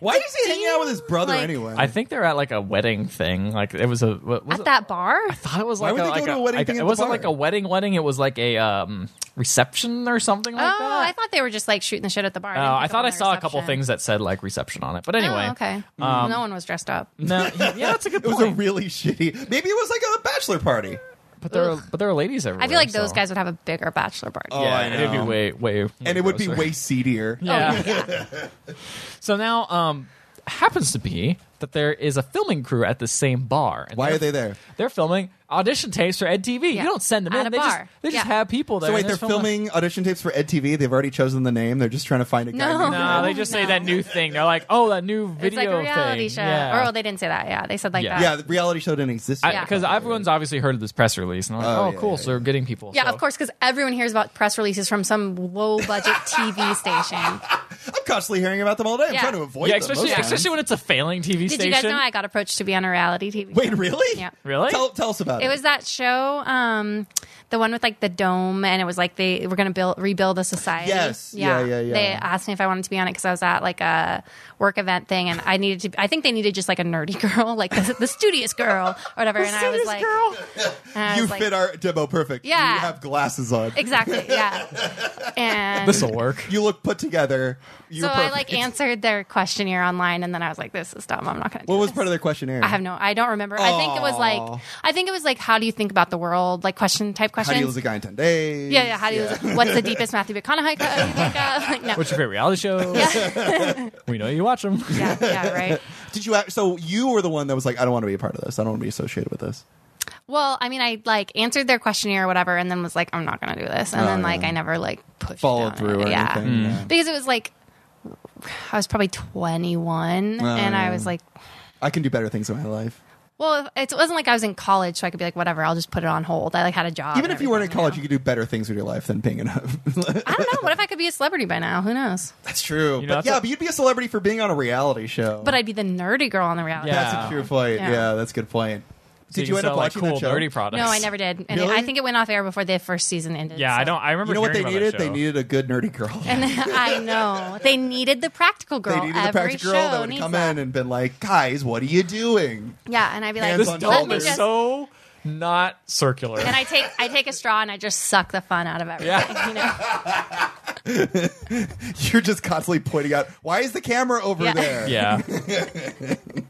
[SPEAKER 2] Why is he
[SPEAKER 3] Do
[SPEAKER 2] hanging out with
[SPEAKER 3] you,
[SPEAKER 2] his brother
[SPEAKER 3] like,
[SPEAKER 2] anyway?
[SPEAKER 1] I think they're at like a wedding thing. Like it was a what, was
[SPEAKER 3] At
[SPEAKER 1] it?
[SPEAKER 3] that bar?
[SPEAKER 1] I thought it was
[SPEAKER 2] Why
[SPEAKER 1] like
[SPEAKER 2] would
[SPEAKER 1] a, like
[SPEAKER 2] they go to a
[SPEAKER 1] a-
[SPEAKER 2] wedding
[SPEAKER 1] like
[SPEAKER 2] thing at
[SPEAKER 1] it
[SPEAKER 2] the
[SPEAKER 1] wasn't
[SPEAKER 2] bar?
[SPEAKER 1] like a wedding wedding. It was like a um, reception or something like
[SPEAKER 3] oh,
[SPEAKER 1] that.
[SPEAKER 3] I thought they were just like shooting the shit at the bar.
[SPEAKER 1] Oh,
[SPEAKER 3] didn't
[SPEAKER 1] I
[SPEAKER 3] pick up
[SPEAKER 1] thought
[SPEAKER 3] on
[SPEAKER 1] I
[SPEAKER 3] the
[SPEAKER 1] saw a couple
[SPEAKER 3] reception.
[SPEAKER 1] things that said like reception on it, but
[SPEAKER 3] Oh,
[SPEAKER 1] anyway, Um,
[SPEAKER 3] okay. no one was dressed up.
[SPEAKER 1] no, yeah, that's a good
[SPEAKER 2] it was
[SPEAKER 1] point.
[SPEAKER 2] a really shitty. Maybe it was like a bachelor party.
[SPEAKER 1] but there, are, but there are ladies everywhere.
[SPEAKER 3] I feel like those
[SPEAKER 1] so-
[SPEAKER 3] guys would have a bigger bachelor party.
[SPEAKER 2] Oh,
[SPEAKER 1] Yeah,
[SPEAKER 2] I
[SPEAKER 1] and it'd be
[SPEAKER 2] know.
[SPEAKER 1] way, way, way
[SPEAKER 2] and it would be
[SPEAKER 1] grosser.
[SPEAKER 2] way seedier.
[SPEAKER 1] Yeah. so now, um, happens to be that there is a filming crew at the same bar. And
[SPEAKER 2] Why
[SPEAKER 1] they're-
[SPEAKER 2] are they there?
[SPEAKER 1] They're filming audition tapes for EdTV.
[SPEAKER 3] Yeah.
[SPEAKER 1] You don't send them
[SPEAKER 3] At
[SPEAKER 1] in.
[SPEAKER 3] a
[SPEAKER 1] they
[SPEAKER 3] bar.
[SPEAKER 1] just they just
[SPEAKER 3] Yeah.
[SPEAKER 1] have people there.
[SPEAKER 2] So wait,
[SPEAKER 1] and
[SPEAKER 2] they're
[SPEAKER 1] they're
[SPEAKER 2] filming audition tapes for EdTV. They've already chosen the name. They're just trying to find a guy.
[SPEAKER 3] No.
[SPEAKER 2] named
[SPEAKER 1] No,
[SPEAKER 2] Ed.
[SPEAKER 1] they just say
[SPEAKER 3] No.
[SPEAKER 1] that new thing. They're like, oh, that new
[SPEAKER 3] it's
[SPEAKER 1] video
[SPEAKER 3] like a reality
[SPEAKER 1] thing.
[SPEAKER 3] show. Or
[SPEAKER 1] Yeah.
[SPEAKER 3] well, they didn't say that. Yeah, they said like
[SPEAKER 1] Yeah.
[SPEAKER 3] that.
[SPEAKER 2] Yeah, the reality show didn't exist.
[SPEAKER 3] yeah.
[SPEAKER 1] because everyone's obviously heard of this press release, and I'm like,
[SPEAKER 2] Oh,
[SPEAKER 1] oh,
[SPEAKER 2] yeah,
[SPEAKER 1] cool.
[SPEAKER 2] yeah,
[SPEAKER 1] so they're getting people.
[SPEAKER 3] Yeah,
[SPEAKER 1] So-
[SPEAKER 3] of course, because everyone hears about press releases from some low budget TV station.
[SPEAKER 2] I'm constantly hearing about them all day. I'm
[SPEAKER 3] Yeah.
[SPEAKER 2] trying to avoid
[SPEAKER 1] Yeah,
[SPEAKER 2] them.
[SPEAKER 1] especially
[SPEAKER 2] most times.
[SPEAKER 1] especially when it's a failing TV
[SPEAKER 3] Did
[SPEAKER 1] station.
[SPEAKER 3] you guys know I got approached to be on a reality TV? show?
[SPEAKER 2] Wait, really?
[SPEAKER 3] Yeah.
[SPEAKER 1] Really?
[SPEAKER 2] Tell, tell us about it.
[SPEAKER 3] It was that show, um, the one with like the dome, and it was like they were going to build rebuild a society.
[SPEAKER 2] Yes. Yeah, yeah, yeah.
[SPEAKER 3] They asked me if I wanted to be on it because I was at like a work event thing, and I needed to. I think they needed just like a nerdy girl, like the, the studious girl or whatever. and I was like, and I
[SPEAKER 2] you
[SPEAKER 3] was like-
[SPEAKER 2] fit our demo perfect.
[SPEAKER 3] Yeah.
[SPEAKER 2] You have glasses on.
[SPEAKER 3] exactly, yeah. And
[SPEAKER 1] This will work.
[SPEAKER 2] You look put together. You're
[SPEAKER 3] so I
[SPEAKER 2] perfect.
[SPEAKER 3] like answered their questionnaire online, and then I was like, this is dumb. I'm not going to.
[SPEAKER 2] What was part of their questionnaire?
[SPEAKER 3] I have no. I don't remember. I think it was
[SPEAKER 2] Aw.
[SPEAKER 3] like. I think it was like, how do you think about the world? Like question type
[SPEAKER 2] How
[SPEAKER 3] questions.
[SPEAKER 2] do you lose a guy in ten days?
[SPEAKER 3] Yeah, yeah. How do you? What's the deepest Matthew McConaughey cut you think of? Like, no.
[SPEAKER 1] What's your favorite reality show? we know you watch them.
[SPEAKER 3] yeah, yeah, right.
[SPEAKER 2] Did you? act- So you were the one that was like, I don't want to be a part of this. I don't want to be associated with this.
[SPEAKER 3] Well, I mean, I like answered their questionnaire or whatever, and then was like, I'm not gonna do this, and
[SPEAKER 2] Oh,
[SPEAKER 3] then like
[SPEAKER 2] yeah.
[SPEAKER 3] I never like pushed
[SPEAKER 2] Followed
[SPEAKER 3] down
[SPEAKER 2] through
[SPEAKER 3] it.
[SPEAKER 2] or
[SPEAKER 3] yeah,
[SPEAKER 1] Hmm.
[SPEAKER 2] anything, yeah.
[SPEAKER 3] because it was like I was probably 21,
[SPEAKER 2] Oh,
[SPEAKER 3] and
[SPEAKER 2] yeah.
[SPEAKER 3] I was like,
[SPEAKER 2] I can do better things in my life.
[SPEAKER 3] well, if- it wasn't like I was in college, so I could be like, whatever, I'll just put it on hold. I like had a job.
[SPEAKER 2] Even
[SPEAKER 3] and
[SPEAKER 2] if you weren't in
[SPEAKER 3] everything,
[SPEAKER 2] college, you could do better things with your life than being enough.
[SPEAKER 3] know? I don't know. What if I could be a celebrity by now? Who knows?
[SPEAKER 2] That's true.
[SPEAKER 1] You know,
[SPEAKER 2] but
[SPEAKER 1] that's
[SPEAKER 2] yeah,
[SPEAKER 1] a-
[SPEAKER 2] but you'd be a celebrity for being on a reality show.
[SPEAKER 3] But I'd be the nerdy girl on the reality.
[SPEAKER 1] Yeah.
[SPEAKER 3] show.
[SPEAKER 2] that's a true point. Yeah.
[SPEAKER 3] Yeah.
[SPEAKER 2] that's a good point.
[SPEAKER 1] So
[SPEAKER 2] Did you,
[SPEAKER 1] can
[SPEAKER 2] end up
[SPEAKER 1] sell, like,
[SPEAKER 2] watching
[SPEAKER 1] cool
[SPEAKER 2] that show?
[SPEAKER 1] dirty products?
[SPEAKER 3] No, I never did, and
[SPEAKER 2] Really?
[SPEAKER 3] I think it went off air before the first season ended.
[SPEAKER 1] Yeah, I
[SPEAKER 3] so-
[SPEAKER 1] don't. I remember.
[SPEAKER 2] You know what they
[SPEAKER 1] hearing about
[SPEAKER 2] needed?
[SPEAKER 1] that
[SPEAKER 2] They
[SPEAKER 1] show.
[SPEAKER 2] needed a good nerdy girl.
[SPEAKER 3] And I know they needed the practical girl.
[SPEAKER 2] They needed
[SPEAKER 3] Every
[SPEAKER 2] a practical
[SPEAKER 3] show
[SPEAKER 2] girl that would
[SPEAKER 3] needs
[SPEAKER 2] come
[SPEAKER 3] that.
[SPEAKER 2] in and been like, guys, what are you doing?
[SPEAKER 3] yeah, and I'd be like,
[SPEAKER 2] Hands
[SPEAKER 1] This
[SPEAKER 2] on
[SPEAKER 3] let
[SPEAKER 1] dome
[SPEAKER 3] me
[SPEAKER 1] is
[SPEAKER 3] just.
[SPEAKER 1] so not circular.
[SPEAKER 3] and I take I take a straw and I just suck the fun out of everything.
[SPEAKER 1] Yeah.
[SPEAKER 3] You know,
[SPEAKER 2] You're just constantly pointing out, why is the camera over
[SPEAKER 3] Yeah.
[SPEAKER 2] there?
[SPEAKER 1] yeah.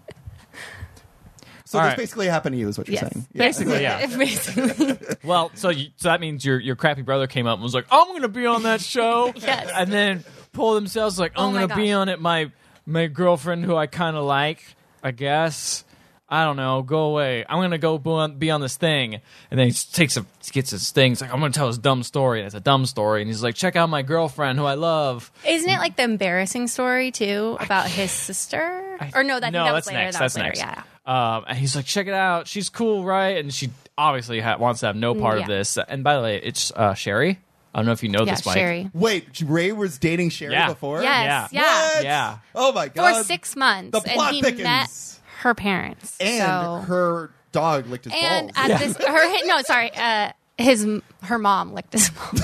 [SPEAKER 2] So
[SPEAKER 1] All
[SPEAKER 2] this
[SPEAKER 1] right.
[SPEAKER 2] basically happened to you, is what you're
[SPEAKER 3] Yes.
[SPEAKER 2] saying. Yeah.
[SPEAKER 1] Basically, yeah.
[SPEAKER 3] basically.
[SPEAKER 1] Well, so you, so that means your your crappy brother came up and was like, "I'm going to be on that show,"
[SPEAKER 3] Yes.
[SPEAKER 1] and then pull themselves like, "I'm
[SPEAKER 3] Oh my
[SPEAKER 1] going to be
[SPEAKER 3] gosh.
[SPEAKER 1] on it." My my girlfriend, who I kind of like, I guess. I don't know. Go away. I'm gonna go bo- on- be on this thing, and then he s- takes a gets his thing. He's like, I'm gonna tell his dumb story, and it's a dumb story. And he's like, check out my girlfriend who I love.
[SPEAKER 3] Isn't it like the embarrassing story too about his sister? or no, that, that was later.
[SPEAKER 1] Next.
[SPEAKER 3] That was
[SPEAKER 1] that's
[SPEAKER 3] later.
[SPEAKER 1] next.
[SPEAKER 3] Yeah.
[SPEAKER 1] Um, and he's like, check it out. She's cool, right? And she obviously ha- wants to have no part of
[SPEAKER 3] Yeah.
[SPEAKER 1] this. And by the way, it's uh, Sherry. I don't know if you know
[SPEAKER 3] Yeah,
[SPEAKER 1] this, Mike.
[SPEAKER 3] Sherry.
[SPEAKER 2] Wait, Ray was dating Sherry
[SPEAKER 1] Yeah.
[SPEAKER 2] before?
[SPEAKER 3] Yes,
[SPEAKER 1] Yeah.
[SPEAKER 3] yeah.
[SPEAKER 2] What?
[SPEAKER 1] Yeah.
[SPEAKER 2] Oh my
[SPEAKER 3] For
[SPEAKER 2] god.
[SPEAKER 3] six months,
[SPEAKER 2] The plot
[SPEAKER 3] and he
[SPEAKER 2] thickens.
[SPEAKER 3] met her parents.
[SPEAKER 2] And
[SPEAKER 3] so.
[SPEAKER 2] her dog licked his
[SPEAKER 3] and
[SPEAKER 2] balls.
[SPEAKER 3] at this, her no, sorry, uh, his her mom licked his mom.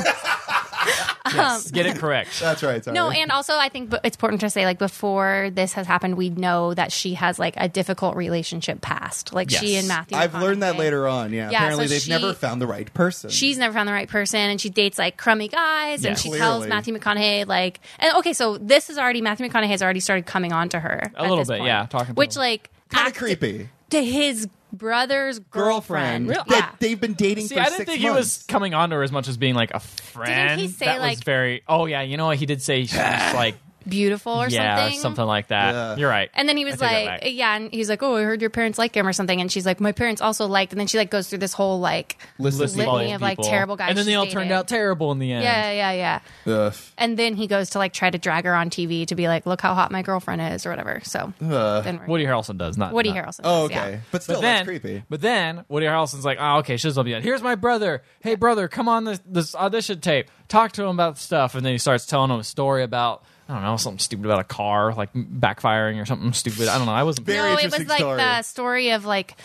[SPEAKER 1] Yes, get it correct.
[SPEAKER 2] That's right. Sorry.
[SPEAKER 3] um, No, and also I think b- it's important to say like before this has happened, we know that she has like a difficult relationship past, like she
[SPEAKER 1] Yes.
[SPEAKER 3] and Matthew.
[SPEAKER 2] I've learned that
[SPEAKER 3] McConaughey.
[SPEAKER 2] later on. Yeah.
[SPEAKER 3] Yeah,
[SPEAKER 2] Apparently,
[SPEAKER 3] so
[SPEAKER 2] they've
[SPEAKER 3] she-
[SPEAKER 2] never found the right person.
[SPEAKER 3] She's never found the right person, and she dates like crummy guys,
[SPEAKER 1] Yeah.
[SPEAKER 3] and she
[SPEAKER 2] Clearly.
[SPEAKER 3] tells Matthew McConaughey like, and okay, so this is already Matthew McConaughey has already started coming on to her
[SPEAKER 1] A
[SPEAKER 3] at
[SPEAKER 1] little
[SPEAKER 3] this
[SPEAKER 1] bit,
[SPEAKER 3] point,
[SPEAKER 1] yeah, talking to
[SPEAKER 3] which
[SPEAKER 1] her.
[SPEAKER 3] like
[SPEAKER 2] kind of
[SPEAKER 3] act-
[SPEAKER 2] creepy.
[SPEAKER 3] to his brother's girlfriend.
[SPEAKER 2] That
[SPEAKER 3] Yeah.
[SPEAKER 2] they've been dating
[SPEAKER 1] See,
[SPEAKER 2] for
[SPEAKER 1] I
[SPEAKER 2] six
[SPEAKER 1] didn't think he was
[SPEAKER 2] months.
[SPEAKER 1] coming on to her as much as being like a friend.
[SPEAKER 3] say,
[SPEAKER 1] that was
[SPEAKER 3] like-
[SPEAKER 1] very. Oh yeah, you know what? He did say she was like,
[SPEAKER 3] beautiful or
[SPEAKER 1] yeah, something, like that.
[SPEAKER 2] Yeah.
[SPEAKER 1] You're right.
[SPEAKER 3] And then he was
[SPEAKER 1] I take that
[SPEAKER 3] like,
[SPEAKER 1] back.
[SPEAKER 3] yeah, and he's like, oh, I heard your parents like him or something. And she's like, my parents also liked. And then she like goes through this whole like,
[SPEAKER 2] List of
[SPEAKER 3] litany
[SPEAKER 2] people.
[SPEAKER 3] of, like,
[SPEAKER 1] People.
[SPEAKER 3] terrible guys
[SPEAKER 1] and then they
[SPEAKER 3] she
[SPEAKER 1] all
[SPEAKER 3] dated.
[SPEAKER 1] turned out terrible in the end.
[SPEAKER 3] yeah, yeah, yeah.
[SPEAKER 2] Ugh.
[SPEAKER 3] And then he goes to like try to drag her on TV to be like, look how hot my girlfriend is or whatever. So then we're-
[SPEAKER 1] Woody Harrelson does not.
[SPEAKER 3] Woody
[SPEAKER 1] not-
[SPEAKER 3] Harrelson.
[SPEAKER 2] Oh,
[SPEAKER 3] is,
[SPEAKER 2] okay.
[SPEAKER 3] yeah.
[SPEAKER 2] But still,
[SPEAKER 1] But then,
[SPEAKER 2] that's creepy.
[SPEAKER 1] but then Woody Harrelson's like, oh, okay, she's gonna be on. Here's my brother. Hey, brother, come on this this audition tape. Talk to him about stuff, and then he starts telling him a story about I don't know something stupid about a car like backfiring or something stupid. I don't know. I wasn't.
[SPEAKER 2] Very
[SPEAKER 3] no, it
[SPEAKER 2] interesting
[SPEAKER 3] was like
[SPEAKER 2] story.
[SPEAKER 3] the story of like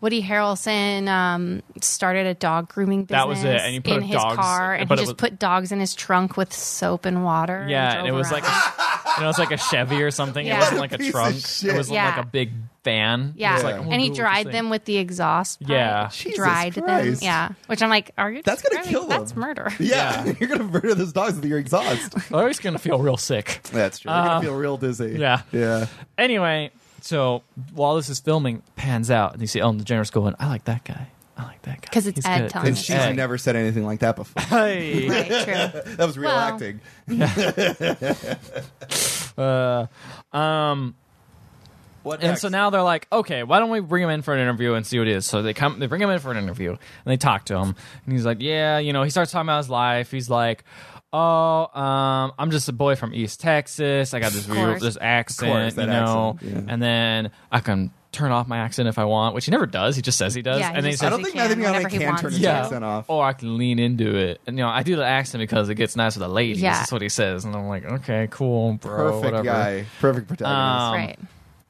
[SPEAKER 3] Woody Harrelson um, started a dog grooming business.
[SPEAKER 1] That was it, and he put
[SPEAKER 3] in his
[SPEAKER 1] dogs-
[SPEAKER 3] car and
[SPEAKER 1] but
[SPEAKER 3] he
[SPEAKER 1] it
[SPEAKER 3] just
[SPEAKER 1] was-
[SPEAKER 3] put dogs in his trunk with soap and water.
[SPEAKER 1] yeah, and it
[SPEAKER 3] drove
[SPEAKER 1] was like
[SPEAKER 3] around.
[SPEAKER 1] You know, it's like a Chevy or something. It
[SPEAKER 3] Yeah.
[SPEAKER 1] wasn't like a
[SPEAKER 2] Piece of
[SPEAKER 1] trunk. It
[SPEAKER 2] shit.
[SPEAKER 1] was
[SPEAKER 3] Yeah.
[SPEAKER 1] like a big van.
[SPEAKER 3] Yeah,
[SPEAKER 1] It's like, oh,
[SPEAKER 3] and he
[SPEAKER 1] dude,
[SPEAKER 3] dried
[SPEAKER 1] this thing-
[SPEAKER 3] them with the exhaust. Pipe.
[SPEAKER 1] Yeah.
[SPEAKER 2] Jesus
[SPEAKER 3] dried them.
[SPEAKER 2] Christ.
[SPEAKER 3] Yeah, which I'm like, are you?
[SPEAKER 2] That's gonna
[SPEAKER 3] describing-
[SPEAKER 2] kill them.
[SPEAKER 3] That's murder.
[SPEAKER 2] Yeah, you're gonna murder those dogs with your exhaust.
[SPEAKER 1] They're always Oh, gonna feel real sick.
[SPEAKER 2] That's true. You're gonna feel real dizzy.
[SPEAKER 1] Uh, yeah.
[SPEAKER 2] yeah.
[SPEAKER 1] Anyway, so while this is filming, pans out and you see Ellen DeGeneres going, "I like that guy. I like that guy."
[SPEAKER 3] 'Cause it's
[SPEAKER 1] He's
[SPEAKER 3] Ed
[SPEAKER 1] good.
[SPEAKER 3] Thomas.
[SPEAKER 2] And
[SPEAKER 1] It's
[SPEAKER 2] she's
[SPEAKER 1] Ed."
[SPEAKER 2] never said anything like that before.
[SPEAKER 1] Hey.
[SPEAKER 3] Right, true.
[SPEAKER 2] That was real
[SPEAKER 3] Well-
[SPEAKER 2] acting. What?
[SPEAKER 1] Uh, um, And
[SPEAKER 2] next?
[SPEAKER 1] so now they're like, okay, why don't we bring him in for an interview and see what it is? So they come, they bring him in for an interview, and they talk to him, and he's like, yeah, you know, he starts talking about his life. He's like, oh, um, I'm just a boy from East Texas. I got this real,
[SPEAKER 3] course.
[SPEAKER 1] this accent,
[SPEAKER 2] Of course, that
[SPEAKER 1] you know,
[SPEAKER 2] accent, yeah.
[SPEAKER 1] and then I can turn off my accent if I want, which he never does. He just says he does,
[SPEAKER 3] Yeah, he
[SPEAKER 1] and then he
[SPEAKER 3] just
[SPEAKER 2] I
[SPEAKER 1] says,
[SPEAKER 2] don't
[SPEAKER 3] He
[SPEAKER 2] think
[SPEAKER 3] can,
[SPEAKER 2] Matthew McConaughey
[SPEAKER 3] whenever he
[SPEAKER 2] can turn
[SPEAKER 3] wants
[SPEAKER 2] his
[SPEAKER 3] to.
[SPEAKER 2] accent off.
[SPEAKER 1] Or I can lean into it. And, you know, I do the accent because it gets nice with the ladies.
[SPEAKER 3] Yeah.
[SPEAKER 1] That's what he says. And I'm like, okay, cool, bro.
[SPEAKER 2] Perfect
[SPEAKER 1] whatever.
[SPEAKER 2] guy. Perfect protagonist.
[SPEAKER 1] Um,
[SPEAKER 3] right.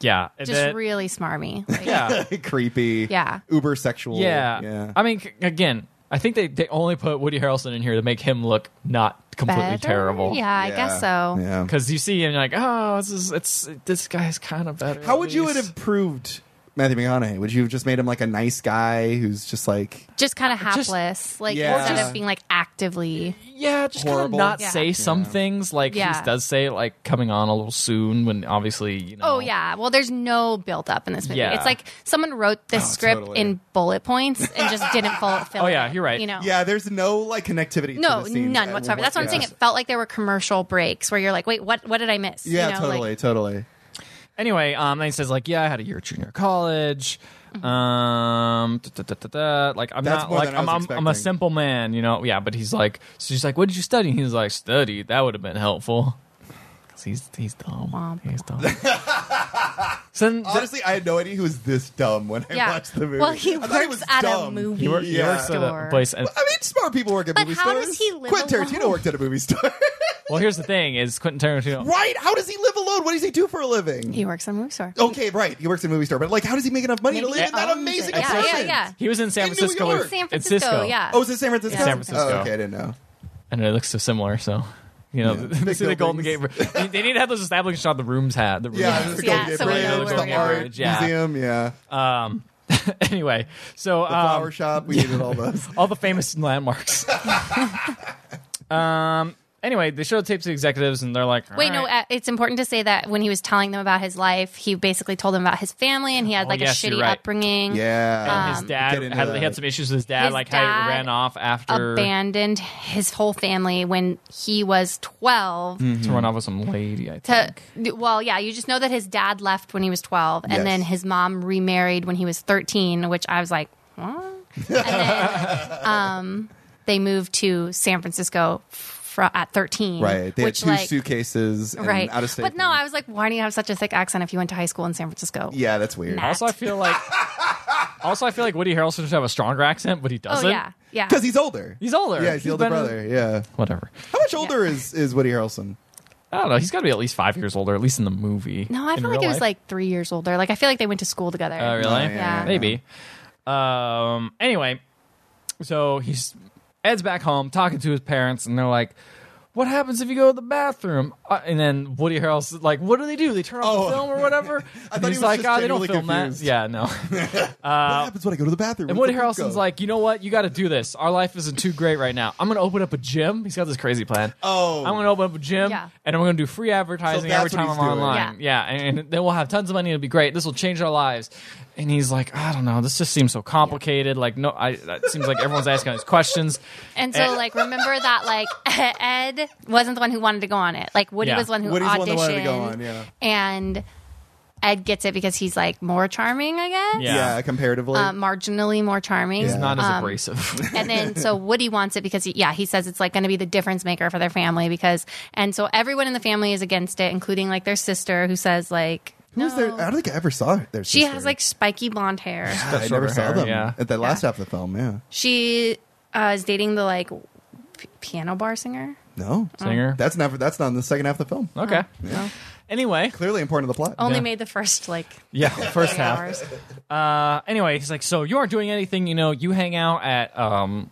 [SPEAKER 1] Yeah. and
[SPEAKER 3] Just
[SPEAKER 1] then-
[SPEAKER 3] really smarmy. Like,
[SPEAKER 1] yeah.
[SPEAKER 2] Creepy.
[SPEAKER 3] Yeah. Uh,
[SPEAKER 2] Uber sexual.
[SPEAKER 1] Yeah.
[SPEAKER 2] Yeah.
[SPEAKER 1] I mean, c- again, I think they, they only put Woody Harrelson in here to make him look not completely
[SPEAKER 3] better?
[SPEAKER 1] terrible.
[SPEAKER 3] Yeah, I
[SPEAKER 2] Yeah.
[SPEAKER 3] guess so.
[SPEAKER 2] Yeah.
[SPEAKER 1] Because you see him, you're like, oh, this is it's this guy's kind of better.
[SPEAKER 2] How
[SPEAKER 1] at
[SPEAKER 2] would you have
[SPEAKER 1] least."
[SPEAKER 2] improved Matthew McConaughey? Would you have just made him like a nice guy who's just like
[SPEAKER 3] Just kind of hapless, like
[SPEAKER 2] Yeah.
[SPEAKER 3] instead
[SPEAKER 1] Just-
[SPEAKER 3] of being like actively.
[SPEAKER 1] Yeah, just kind of
[SPEAKER 2] Horrible.
[SPEAKER 1] not
[SPEAKER 3] Yeah.
[SPEAKER 1] say some things like
[SPEAKER 3] Yeah.
[SPEAKER 1] he does say, like coming on a little soon when obviously you know.
[SPEAKER 3] Oh yeah. Well, there's no build up in this movie.
[SPEAKER 1] Yeah.
[SPEAKER 3] It's like someone wrote this
[SPEAKER 2] Oh,
[SPEAKER 3] script
[SPEAKER 2] totally.
[SPEAKER 3] in bullet points and just didn't fill. fill
[SPEAKER 1] Oh, yeah,
[SPEAKER 3] it,
[SPEAKER 1] you're right.
[SPEAKER 3] You know.
[SPEAKER 2] yeah. There's no like connectivity.
[SPEAKER 3] No,
[SPEAKER 2] to the scenes
[SPEAKER 3] none
[SPEAKER 2] at
[SPEAKER 3] whatsoever. That's what I'm saying.
[SPEAKER 2] yeah.
[SPEAKER 3] It felt like there were commercial breaks where you're like, wait, what? What did I miss?
[SPEAKER 2] Yeah,
[SPEAKER 3] you know,
[SPEAKER 2] totally,
[SPEAKER 3] Like,
[SPEAKER 2] totally.
[SPEAKER 1] Anyway, um, then he says like, yeah, I had a year at junior college.
[SPEAKER 3] Mm-hmm.
[SPEAKER 1] Um, da, da, da, da, da. like I'm
[SPEAKER 2] That's
[SPEAKER 1] not
[SPEAKER 2] more
[SPEAKER 1] like
[SPEAKER 2] than I
[SPEAKER 1] I'm,
[SPEAKER 2] was
[SPEAKER 1] I'm, I'm a
[SPEAKER 2] expecting.
[SPEAKER 1] simple man, you know. Yeah, but he's like, so she's like, what did you study? He's like, study. That would have been helpful. Cause he's he's dumb.
[SPEAKER 3] Womp.
[SPEAKER 1] He's dumb. so then,
[SPEAKER 2] Honestly, I had no idea he was this dumb when I
[SPEAKER 3] Yeah.
[SPEAKER 2] watched the movie.
[SPEAKER 3] Well, he
[SPEAKER 2] I thought
[SPEAKER 3] works
[SPEAKER 2] was
[SPEAKER 3] at a
[SPEAKER 2] dumb.
[SPEAKER 3] movie
[SPEAKER 1] he, wor- he
[SPEAKER 2] Yeah.
[SPEAKER 1] works at a
[SPEAKER 3] Store.
[SPEAKER 1] place, and
[SPEAKER 2] I mean, smart people work at
[SPEAKER 3] But
[SPEAKER 2] movie
[SPEAKER 3] how
[SPEAKER 2] stores.
[SPEAKER 3] does he live
[SPEAKER 2] Quentin Tarantino
[SPEAKER 3] alone?
[SPEAKER 2] worked at a movie store.
[SPEAKER 1] well, here's the thing: is Quentin Tarantino.
[SPEAKER 2] right? How does he live alone? What does he do for a living?
[SPEAKER 3] he works on a movie store.
[SPEAKER 2] okay, right. He works at a movie store, but like, how does he make enough money to
[SPEAKER 3] Maybe
[SPEAKER 2] live
[SPEAKER 3] he
[SPEAKER 2] in that
[SPEAKER 3] owns
[SPEAKER 2] amazing
[SPEAKER 3] it. Yeah, yeah,
[SPEAKER 2] apartment?
[SPEAKER 3] yeah.
[SPEAKER 1] He was in San
[SPEAKER 2] In New
[SPEAKER 1] Francisco.
[SPEAKER 2] York.
[SPEAKER 1] with-
[SPEAKER 3] San
[SPEAKER 1] it's
[SPEAKER 3] Francisco,
[SPEAKER 1] Cisco.
[SPEAKER 3] yeah.
[SPEAKER 2] Oh, is it San Francisco?
[SPEAKER 1] San Francisco.
[SPEAKER 2] Oh, okay, I didn't know.
[SPEAKER 1] and it looks so similar. So, you know,
[SPEAKER 2] Yeah.
[SPEAKER 1] they
[SPEAKER 2] Big
[SPEAKER 1] see the Golden Gate.
[SPEAKER 2] buildings.
[SPEAKER 1] Bri- they need to have those established shot the rooms had. The rooms
[SPEAKER 2] Yeah,
[SPEAKER 1] had.
[SPEAKER 2] the
[SPEAKER 3] Yeah,
[SPEAKER 2] Golden Gate
[SPEAKER 3] so we know
[SPEAKER 2] Bridge,
[SPEAKER 3] where we
[SPEAKER 2] the
[SPEAKER 3] are.
[SPEAKER 2] art
[SPEAKER 1] Yeah.
[SPEAKER 2] museum, yeah,
[SPEAKER 1] anyway, so
[SPEAKER 2] the
[SPEAKER 1] um,
[SPEAKER 2] flower shop. We needed all those.
[SPEAKER 1] all the famous landmarks. um. Anyway, they show the tapes to executives, and they're like,
[SPEAKER 3] Wait, no,
[SPEAKER 1] "Alright."
[SPEAKER 3] uh, it's important to say that when he was telling them about his life, he basically told them about his family and he had
[SPEAKER 1] Oh,
[SPEAKER 3] like
[SPEAKER 1] yes,
[SPEAKER 3] a
[SPEAKER 1] you're
[SPEAKER 3] shitty
[SPEAKER 1] right.
[SPEAKER 3] upbringing.
[SPEAKER 2] Yeah,
[SPEAKER 3] Um,
[SPEAKER 1] his
[SPEAKER 2] Get
[SPEAKER 1] dad
[SPEAKER 2] into
[SPEAKER 1] had, he had
[SPEAKER 2] that.
[SPEAKER 1] some issues with his dad,
[SPEAKER 3] His
[SPEAKER 1] like how
[SPEAKER 3] dad
[SPEAKER 1] he ran off after
[SPEAKER 3] Abandoned his whole family when he was 12.
[SPEAKER 2] Hmm.
[SPEAKER 1] to run off with some lady. I think.
[SPEAKER 3] To, well, yeah, you just know that his dad left when he was 12, and
[SPEAKER 2] Yes.
[SPEAKER 3] then his mom remarried when he was 13, which I was like, what? And then um, they moved to San Francisco fr- at 13.
[SPEAKER 2] Right, they had
[SPEAKER 3] which,
[SPEAKER 2] two
[SPEAKER 3] like,
[SPEAKER 2] suitcases, and
[SPEAKER 3] Right.
[SPEAKER 2] Out of state.
[SPEAKER 3] But no, I was like, why do you have such a thick accent if you went to high school in San Francisco?
[SPEAKER 2] yeah, that's weird.
[SPEAKER 3] Nah.
[SPEAKER 1] Also, I feel like. Also, I feel like Woody Harrelson should have a stronger accent, but he
[SPEAKER 3] Oh,
[SPEAKER 1] doesn't.
[SPEAKER 3] yeah. Yeah.
[SPEAKER 2] Because he's older.
[SPEAKER 1] He's older.
[SPEAKER 2] Yeah, he's the
[SPEAKER 1] He's
[SPEAKER 2] older
[SPEAKER 1] been-
[SPEAKER 2] brother. Yeah.
[SPEAKER 1] Whatever.
[SPEAKER 2] How much older is, is Woody Harrelson?
[SPEAKER 1] I don't know. He's got to be at least five years older, at least in the movie.
[SPEAKER 3] No, I
[SPEAKER 1] In
[SPEAKER 3] feel like
[SPEAKER 1] real
[SPEAKER 3] it was
[SPEAKER 1] life.
[SPEAKER 3] like three years older. Like I feel like they went to school together.
[SPEAKER 1] Oh, really?
[SPEAKER 2] Oh, yeah,
[SPEAKER 3] Yeah. yeah,
[SPEAKER 1] Maybe. Um. Anyway, so he's Ed's back home talking to his parents, and they're like, "What happens if you go to the bathroom?" Uh, and then Woody Harrelson's like, "What do they do? They turn off
[SPEAKER 2] Oh.
[SPEAKER 1] the film or whatever?"
[SPEAKER 2] I
[SPEAKER 1] And
[SPEAKER 2] thought he
[SPEAKER 1] he's
[SPEAKER 2] was
[SPEAKER 1] like,
[SPEAKER 2] just
[SPEAKER 1] "Ah, they don't
[SPEAKER 2] genuinely
[SPEAKER 1] film
[SPEAKER 2] confused.
[SPEAKER 1] that." Yeah, no.
[SPEAKER 2] what happens when I go to the bathroom?
[SPEAKER 1] Uh, And
[SPEAKER 2] Where's
[SPEAKER 1] Woody
[SPEAKER 2] the poop
[SPEAKER 1] Harrelson's
[SPEAKER 2] go?
[SPEAKER 1] like, "You know what? You got to do this. Our life isn't too great right now. I'm gonna open up a gym." He's got this crazy plan.
[SPEAKER 2] oh,
[SPEAKER 1] I'm going to open up a gym
[SPEAKER 3] Yeah.
[SPEAKER 1] and I'm going to do free advertising
[SPEAKER 2] So
[SPEAKER 1] every
[SPEAKER 2] that's
[SPEAKER 1] time
[SPEAKER 2] what
[SPEAKER 1] I'm
[SPEAKER 2] he's doing.
[SPEAKER 1] online. Yeah. And, and then we'll have tons of money. It'll be great. This will change our lives. And he's like, I don't know. This just seems so complicated. Like, no, I, that seems like everyone's asking us questions.
[SPEAKER 3] And
[SPEAKER 2] Eh.
[SPEAKER 3] so, like, remember that like Ed wasn't the one who wanted to go on it. Like Woody
[SPEAKER 1] Yeah.
[SPEAKER 3] was the one who
[SPEAKER 2] Woody's the one that
[SPEAKER 3] auditioned.
[SPEAKER 2] wanted to go on, yeah.
[SPEAKER 3] And Ed gets it because he's like more charming, I guess.
[SPEAKER 1] Yeah.
[SPEAKER 2] yeah, comparatively.
[SPEAKER 3] Uh, marginally more charming.
[SPEAKER 2] He's
[SPEAKER 1] Not as
[SPEAKER 3] Um,
[SPEAKER 1] abrasive.
[SPEAKER 3] and then so Woody wants it because he, yeah, he says it's like going to be the difference maker for their family because and so everyone in the family is against it, including like their sister who says like
[SPEAKER 2] Who's
[SPEAKER 3] no.
[SPEAKER 2] their? I don't think I ever saw their.
[SPEAKER 3] She
[SPEAKER 2] sister.
[SPEAKER 3] has like spiky blonde hair.
[SPEAKER 2] God, I
[SPEAKER 1] shorter
[SPEAKER 2] never saw
[SPEAKER 1] hair,
[SPEAKER 2] them.
[SPEAKER 1] yeah.
[SPEAKER 2] at the last half of the film. Yeah,
[SPEAKER 3] She uh, is dating the like p- piano bar singer.
[SPEAKER 2] no,
[SPEAKER 1] Singer.
[SPEAKER 2] that's never. That's not in the second half of the film.
[SPEAKER 1] okay.
[SPEAKER 3] No.
[SPEAKER 1] Anyway.
[SPEAKER 2] Clearly important to the plot.
[SPEAKER 3] Only
[SPEAKER 1] Yeah.
[SPEAKER 3] made the first like
[SPEAKER 1] Yeah. First
[SPEAKER 3] three
[SPEAKER 1] half.
[SPEAKER 3] hours.
[SPEAKER 1] Uh, anyway, he's like, so you aren't doing anything, you know, you hang out at um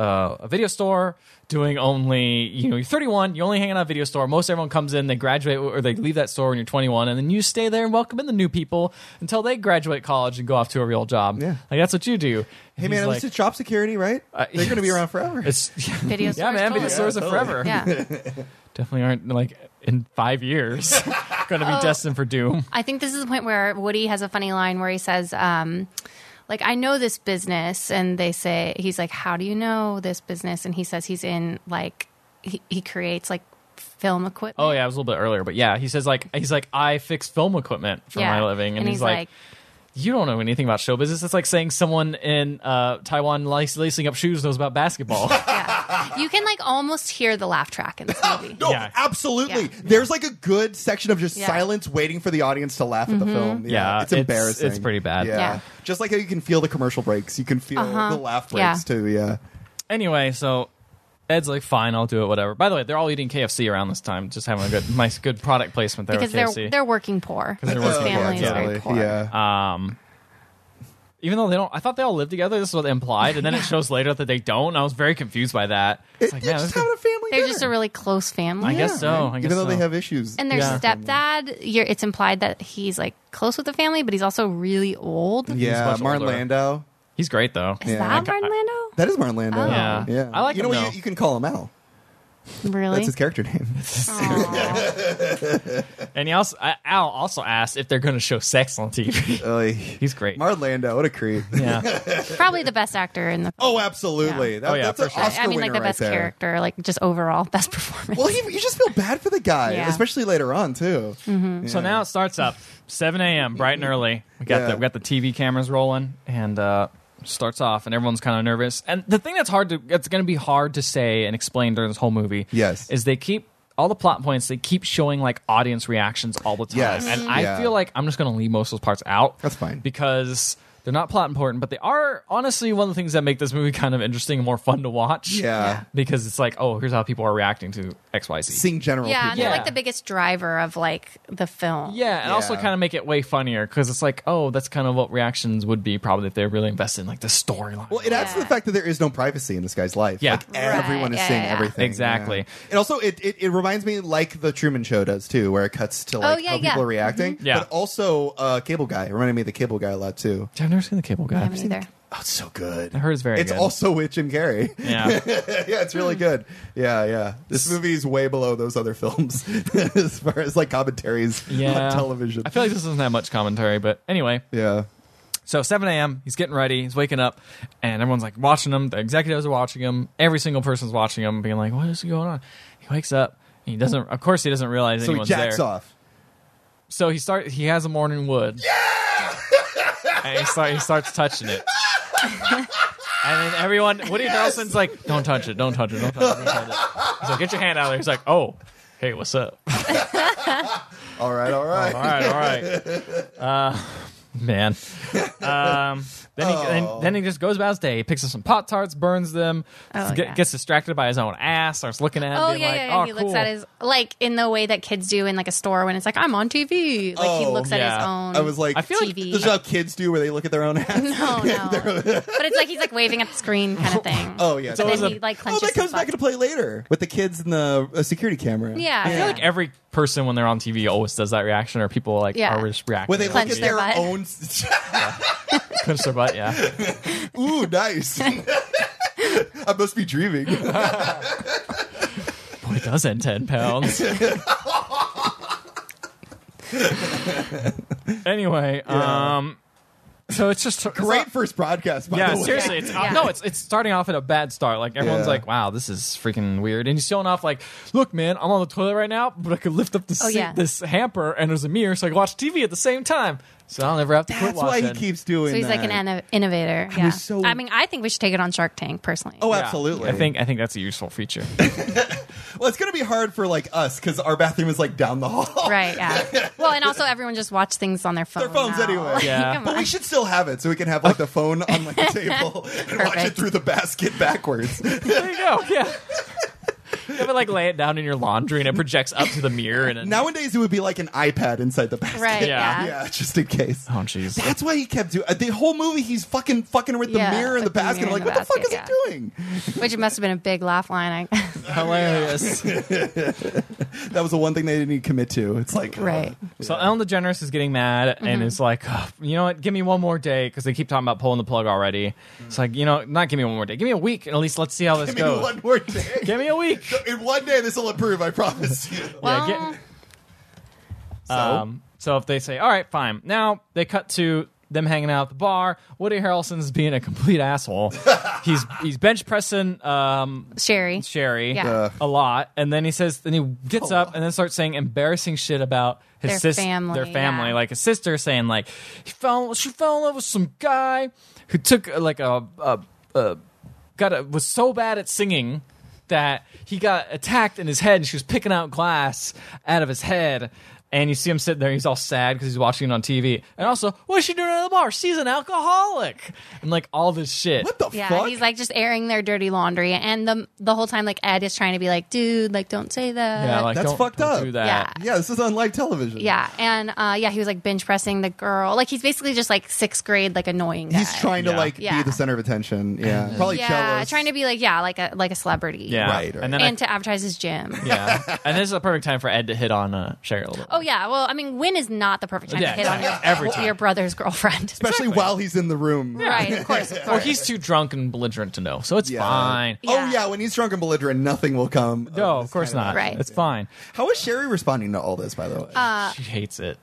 [SPEAKER 1] uh, a video store doing only you know you're 31 you're only hanging out at a video store most everyone comes in they graduate or they leave that store when you're 21 and then you stay there and welcome in the new people until they graduate college and go off to a real job
[SPEAKER 2] Yeah.
[SPEAKER 1] like that's what you do
[SPEAKER 2] Hey man, at least it's job security, right?
[SPEAKER 1] Uh,
[SPEAKER 2] They're going to be around forever.
[SPEAKER 3] Video
[SPEAKER 1] yeah
[SPEAKER 3] stores
[SPEAKER 1] man video
[SPEAKER 3] totally.
[SPEAKER 1] stores are
[SPEAKER 2] totally.
[SPEAKER 1] forever
[SPEAKER 3] Yeah.
[SPEAKER 1] definitely aren't like in five years gonna be destined for doom
[SPEAKER 3] I think this is the point where Woody has a funny line where he says, um, like, I know this business. And they say, he's like, how do you know this business? And he says he's in, like, he, he creates, like, film equipment.
[SPEAKER 1] Oh yeah, it was a little bit earlier, but yeah, he says like he's like I fix film equipment for my living, and, he's, like, you don't know anything about show business. It's like saying someone in uh, Taiwan lace- lacing up shoes knows about basketball.
[SPEAKER 3] yeah. you can, like, almost hear the laugh track in this movie.
[SPEAKER 2] No,
[SPEAKER 1] Yeah.
[SPEAKER 2] absolutely.
[SPEAKER 3] Yeah.
[SPEAKER 2] There's like a good section of just
[SPEAKER 3] Yeah. Mm-hmm.
[SPEAKER 2] silence waiting for the audience to laugh at the film. Yeah,
[SPEAKER 1] Yeah,
[SPEAKER 2] it's
[SPEAKER 1] it's-
[SPEAKER 2] embarrassing.
[SPEAKER 1] it's pretty bad.
[SPEAKER 2] Yeah.
[SPEAKER 3] Yeah.
[SPEAKER 2] Just like how you can feel the commercial breaks, you can feel
[SPEAKER 3] Uh-huh.
[SPEAKER 2] the laugh
[SPEAKER 3] Yeah.
[SPEAKER 2] breaks too. Yeah.
[SPEAKER 1] anyway, so Ed's like, fine, I'll do it, whatever. By the way, they're all eating KFC around this time, just having a good, my good product placement there.
[SPEAKER 3] because
[SPEAKER 1] with
[SPEAKER 3] they're
[SPEAKER 1] KFC.
[SPEAKER 3] they're working poor.
[SPEAKER 1] they're
[SPEAKER 3] His
[SPEAKER 1] working poor,
[SPEAKER 3] family is
[SPEAKER 1] totally.
[SPEAKER 3] very poor.
[SPEAKER 2] Yeah.
[SPEAKER 1] um. Even though they don't, I thought they all lived together. This is what they implied, and then it shows later that they don't. And I was very confused by that. It's like,
[SPEAKER 2] they're
[SPEAKER 1] man,
[SPEAKER 2] just
[SPEAKER 1] this is-
[SPEAKER 2] having a family.
[SPEAKER 3] They're
[SPEAKER 2] dinner.
[SPEAKER 3] just a really close family.
[SPEAKER 1] I guess so. I guess
[SPEAKER 2] Even though they
[SPEAKER 1] so.
[SPEAKER 2] have issues.
[SPEAKER 3] And their
[SPEAKER 1] Yeah.
[SPEAKER 3] stepdad, you're, it's implied that he's like close with the family, but he's also really old.
[SPEAKER 2] yeah,
[SPEAKER 1] much
[SPEAKER 2] Martin
[SPEAKER 1] older.
[SPEAKER 2] Landau.
[SPEAKER 1] he's great though.
[SPEAKER 3] Is
[SPEAKER 2] Yeah.
[SPEAKER 3] that
[SPEAKER 1] Like, I-
[SPEAKER 3] Martin Landau?
[SPEAKER 2] That is Martin Landau.
[SPEAKER 3] Oh.
[SPEAKER 1] Yeah. I like
[SPEAKER 2] you know
[SPEAKER 1] him,
[SPEAKER 2] what?
[SPEAKER 1] though.
[SPEAKER 2] You, you can call him Al.
[SPEAKER 3] Really?
[SPEAKER 2] That's his character name.
[SPEAKER 3] Aw.
[SPEAKER 1] And he also I- Al also asked if they're going to show sex on TV.
[SPEAKER 2] Oy.
[SPEAKER 1] He's great.
[SPEAKER 2] Martin Landau. uh, What a creep.
[SPEAKER 1] yeah,
[SPEAKER 3] Probably the best actor in the.
[SPEAKER 2] Oh, absolutely.
[SPEAKER 3] Yeah.
[SPEAKER 2] That,
[SPEAKER 1] Oh, yeah,
[SPEAKER 2] that's
[SPEAKER 1] for
[SPEAKER 2] an
[SPEAKER 1] sure.
[SPEAKER 2] Oscar
[SPEAKER 3] I mean, like
[SPEAKER 2] winner
[SPEAKER 3] the
[SPEAKER 2] right
[SPEAKER 3] best
[SPEAKER 2] there.
[SPEAKER 3] character, like just overall best performance.
[SPEAKER 2] Well, you, you just feel bad for the guy,
[SPEAKER 3] Yeah. Mm-hmm.
[SPEAKER 2] especially later on too.
[SPEAKER 1] So now it starts up 7 a.m. bright and early. We got
[SPEAKER 2] Yeah.
[SPEAKER 1] the we got the TV cameras rolling and uh, starts off, and everyone's kind of nervous. And the thing that's hard to that's going to be hard to say and explain during this whole movie,
[SPEAKER 2] Yes.
[SPEAKER 1] is they keep all the plot points. They keep showing like audience reactions all the time,
[SPEAKER 2] Yes.
[SPEAKER 1] and
[SPEAKER 2] Yeah.
[SPEAKER 1] I feel like I'm just going to leave most of those parts out.
[SPEAKER 2] That's fine.
[SPEAKER 1] because. They're not plot important, but they are honestly one of the things that make this movie kind of interesting and more fun to watch.
[SPEAKER 2] Yeah.
[SPEAKER 1] Because it's like, oh, here's how people are reacting to XYZ.
[SPEAKER 2] Seeing general
[SPEAKER 3] yeah, and
[SPEAKER 2] people.
[SPEAKER 3] they're
[SPEAKER 1] Yeah.
[SPEAKER 3] like the biggest driver of like the film.
[SPEAKER 1] Yeah, and also
[SPEAKER 2] Yeah.
[SPEAKER 1] kind of make it way funnier because it's like, oh, that's kind of what reactions would be probably if they're really invested in like the storyline.
[SPEAKER 2] Well, it adds to the
[SPEAKER 3] Yeah.
[SPEAKER 2] fact that there is no privacy in this guy's life.
[SPEAKER 1] Yeah.
[SPEAKER 2] Like, everyone is
[SPEAKER 3] Right,
[SPEAKER 2] seeing
[SPEAKER 3] yeah, yeah.
[SPEAKER 2] everything.
[SPEAKER 1] Exactly.
[SPEAKER 2] Yeah. And also, it, it, it reminds me like the Truman Show does too, where it cuts to like
[SPEAKER 3] Oh, yeah,
[SPEAKER 2] how
[SPEAKER 3] yeah.
[SPEAKER 2] people are reacting.
[SPEAKER 1] Mm-hmm. Yeah.
[SPEAKER 2] But also, uh, Cable Guy it reminded me of the Cable Guy a lot too.
[SPEAKER 1] I've never seen the Cable
[SPEAKER 3] I
[SPEAKER 1] Guy.
[SPEAKER 3] haven't either.
[SPEAKER 2] Oh, it's so good.
[SPEAKER 1] I heard it's very
[SPEAKER 2] It's
[SPEAKER 1] good.
[SPEAKER 2] also with Jim Carrey.
[SPEAKER 1] Yeah,
[SPEAKER 2] yeah, it's really good. Yeah, yeah. This movie is way below those other films as far as like commentaries
[SPEAKER 1] yeah.
[SPEAKER 2] on television.
[SPEAKER 1] I feel like this doesn't have much commentary, but anyway.
[SPEAKER 2] yeah.
[SPEAKER 1] So 7 a.m. He's getting ready. He's waking up, and everyone's like watching him. The executives are watching him. Every single person's watching him, being like, "What is going on?" He wakes up. and He doesn't. Of course, he doesn't realize
[SPEAKER 2] So he
[SPEAKER 1] anyone's
[SPEAKER 2] jacks
[SPEAKER 1] there.
[SPEAKER 2] off.
[SPEAKER 1] So he start. He has a morning wood. and he start. He starts touching it. and then everyone, Woody Harrelson's like, "Don't touch it! Don't touch it! Don't touch it!" Don't touch it. He's like, "Get your hand out of there." He's like, "Oh, hey, what's up? All
[SPEAKER 2] All right, all right.
[SPEAKER 1] right, all right." Uh, man. Um, then, he, then, then he just goes about his day. He picks up some pop tarts, burns them,
[SPEAKER 3] Oh,
[SPEAKER 1] get-
[SPEAKER 3] yeah.
[SPEAKER 1] gets distracted by his own ass, starts looking at. It,
[SPEAKER 3] Oh
[SPEAKER 1] being
[SPEAKER 3] yeah,
[SPEAKER 1] like,
[SPEAKER 3] yeah, yeah.
[SPEAKER 1] "Oh,
[SPEAKER 3] he
[SPEAKER 1] cool."
[SPEAKER 3] looks at his like in the way that kids do in like a store when it's like I'm on TV. Like he
[SPEAKER 2] Oh,
[SPEAKER 3] looks at his
[SPEAKER 1] yeah.
[SPEAKER 3] own.
[SPEAKER 2] I was like,
[SPEAKER 1] I feel like
[SPEAKER 3] TV.
[SPEAKER 2] This is how kids do where they look at their own ass.
[SPEAKER 3] no, no. but it's like he's like waving at the screen kind of thing.
[SPEAKER 2] Oh yeah.
[SPEAKER 3] But
[SPEAKER 1] always
[SPEAKER 3] then
[SPEAKER 1] a-
[SPEAKER 3] he like
[SPEAKER 2] oh,
[SPEAKER 3] clenches.
[SPEAKER 2] that comes
[SPEAKER 3] his
[SPEAKER 2] back
[SPEAKER 3] butt.
[SPEAKER 2] into play later with the kids and the uh, security camera.
[SPEAKER 3] Yeah,
[SPEAKER 1] I feel like every person when they're on TV always does that reaction, or people like
[SPEAKER 3] Yeah.
[SPEAKER 1] are just reacting.
[SPEAKER 2] When they look
[SPEAKER 3] Clench
[SPEAKER 2] at
[SPEAKER 3] their
[SPEAKER 2] their
[SPEAKER 3] butt.
[SPEAKER 2] own.
[SPEAKER 1] Clench their butt, yeah.
[SPEAKER 2] Ooh, nice. I must be dreaming.
[SPEAKER 1] Boy, does end 10 pounds. anyway,
[SPEAKER 2] Yeah.
[SPEAKER 1] um, so it's just
[SPEAKER 2] Great first broadcast, by
[SPEAKER 1] yeah,
[SPEAKER 2] the way.
[SPEAKER 1] seriously, it's uh,
[SPEAKER 3] Yeah.
[SPEAKER 1] no, it's it's starting off at a bad start. Like everyone's
[SPEAKER 2] Yeah.
[SPEAKER 1] like, "Wow, this is freaking weird," and he's showing off like, "Look, man, I'm on the toilet right now, but I could lift up this
[SPEAKER 3] Oh, yeah.
[SPEAKER 1] this hamper, and there's a mirror, so I can watch TV at the same time. So I'll never have to quit
[SPEAKER 2] That's why
[SPEAKER 1] watching."
[SPEAKER 2] he keeps doing
[SPEAKER 3] So he's
[SPEAKER 2] that.
[SPEAKER 3] like an inno- innovator. yeah.
[SPEAKER 2] was so-
[SPEAKER 3] I mean, I think we should take it on Shark Tank personally.
[SPEAKER 2] Oh,
[SPEAKER 1] Yeah.
[SPEAKER 2] absolutely.
[SPEAKER 1] I think I think that's a useful feature.
[SPEAKER 2] Well, it's going to be hard for like us because our bathroom is like down the hall.
[SPEAKER 3] Right, yeah. Well, and also everyone just watch things on their phone.
[SPEAKER 2] Their phones
[SPEAKER 3] now.
[SPEAKER 2] anyway.
[SPEAKER 1] Yeah.
[SPEAKER 3] Come
[SPEAKER 2] But
[SPEAKER 3] on.
[SPEAKER 2] we should still have it so we can have like the phone on like a table and watch it
[SPEAKER 3] Perfect.
[SPEAKER 2] through the basket backwards.
[SPEAKER 1] there you go. Yeah. You ever like lay it down in your laundry and it projects up to the mirror and it,
[SPEAKER 2] Nowadays, it would be like an iPad inside the basket.
[SPEAKER 3] Right.
[SPEAKER 1] Yeah.
[SPEAKER 3] Yeah.
[SPEAKER 2] Yeah, just in case.
[SPEAKER 1] Oh jeez.
[SPEAKER 2] That's why he kept doing the whole movie. He's fucking fucking with the
[SPEAKER 3] Yeah,
[SPEAKER 2] mirror and the
[SPEAKER 3] with the
[SPEAKER 2] basket.
[SPEAKER 3] mirror
[SPEAKER 2] like, what
[SPEAKER 3] and the
[SPEAKER 2] the fuck is
[SPEAKER 3] basket,
[SPEAKER 2] he doing?
[SPEAKER 3] Which it must have been a big laugh line. I,
[SPEAKER 1] Hilarious.
[SPEAKER 2] That was the one thing they didn't even commit to. It's like, uh,
[SPEAKER 3] right.
[SPEAKER 1] So Ellen DeGeneres is getting mad
[SPEAKER 2] Mm-hmm.
[SPEAKER 1] and is like, "Ugh, you know what? Give me one more day because they keep talking about pulling the plug already. It's like, you know, not give me one more day. Give me a week and at least let's see how this
[SPEAKER 2] Mm. give me
[SPEAKER 1] goes.
[SPEAKER 2] one more day.
[SPEAKER 1] Give me a week.
[SPEAKER 2] In one day, this will improve. I promise you.
[SPEAKER 1] Yeah,
[SPEAKER 3] Well,
[SPEAKER 1] get-
[SPEAKER 2] So,
[SPEAKER 1] Um, so if they say, all right, fine. Now they cut to them hanging out at the bar. Woody Harrelson's being a complete asshole. he's he's bench pressing um,
[SPEAKER 3] Sherry.
[SPEAKER 1] Sherry
[SPEAKER 3] Yeah.
[SPEAKER 2] Uh,
[SPEAKER 1] a lot, and then he says, then he gets
[SPEAKER 2] Oh.
[SPEAKER 1] up and then starts saying embarrassing shit about his
[SPEAKER 3] Their
[SPEAKER 1] sister,
[SPEAKER 3] family,
[SPEAKER 1] their family,
[SPEAKER 3] yeah.
[SPEAKER 1] like his sister saying like he fell, she fell in love with some guy who took uh, like a, a, a got a, was so bad at singing that he got attacked in his head and she was picking out glass out of his head and you see him sitting there he's all sad because he's watching it on tv and also what is she doing at the bar she's an alcoholic and like all this shit
[SPEAKER 2] what the
[SPEAKER 3] Yeah,
[SPEAKER 2] fuck?
[SPEAKER 3] he's like just airing their dirty laundry, and the the whole time, like Ed is trying to be like, dude, like don't say that.
[SPEAKER 1] yeah like
[SPEAKER 2] That's
[SPEAKER 1] don't,
[SPEAKER 2] fucked
[SPEAKER 1] don't
[SPEAKER 2] up.
[SPEAKER 1] do that
[SPEAKER 3] Yeah.
[SPEAKER 2] yeah, this is on live television.
[SPEAKER 3] Yeah, and uh, yeah, he was like bench pressing the girl. Like he's basically just like sixth grade, like annoying. Guy.
[SPEAKER 2] He's trying to
[SPEAKER 1] Yeah.
[SPEAKER 2] like
[SPEAKER 3] Yeah.
[SPEAKER 2] be the center of attention. Yeah, probably
[SPEAKER 3] yeah,
[SPEAKER 2] Cellos.
[SPEAKER 3] trying to be like yeah, like a like a celebrity.
[SPEAKER 1] yeah
[SPEAKER 2] Right, right.
[SPEAKER 1] and then
[SPEAKER 3] and,
[SPEAKER 1] I
[SPEAKER 3] to advertise his gym.
[SPEAKER 1] yeah, and this is a perfect time for Ed to hit on uh, Sherry a little.
[SPEAKER 3] Oh yeah, well, I mean, when is not the perfect time
[SPEAKER 1] Yeah,
[SPEAKER 3] to hit on your
[SPEAKER 1] every time.
[SPEAKER 3] your brother's girlfriend?
[SPEAKER 2] especially while he's in the room.
[SPEAKER 3] right, of course, of
[SPEAKER 1] Or
[SPEAKER 3] course.
[SPEAKER 1] he's too drunk and belligerent to know, so it's
[SPEAKER 2] Yeah.
[SPEAKER 1] fine.
[SPEAKER 2] Oh
[SPEAKER 3] Yeah.
[SPEAKER 2] yeah, when he's drunk and belligerent, nothing will come.
[SPEAKER 1] No,
[SPEAKER 2] this
[SPEAKER 1] of course
[SPEAKER 2] kind
[SPEAKER 1] not.
[SPEAKER 3] Right.
[SPEAKER 1] It's fine.
[SPEAKER 2] How is Sherry responding to all this? By the way,
[SPEAKER 3] Uh,
[SPEAKER 1] she hates it,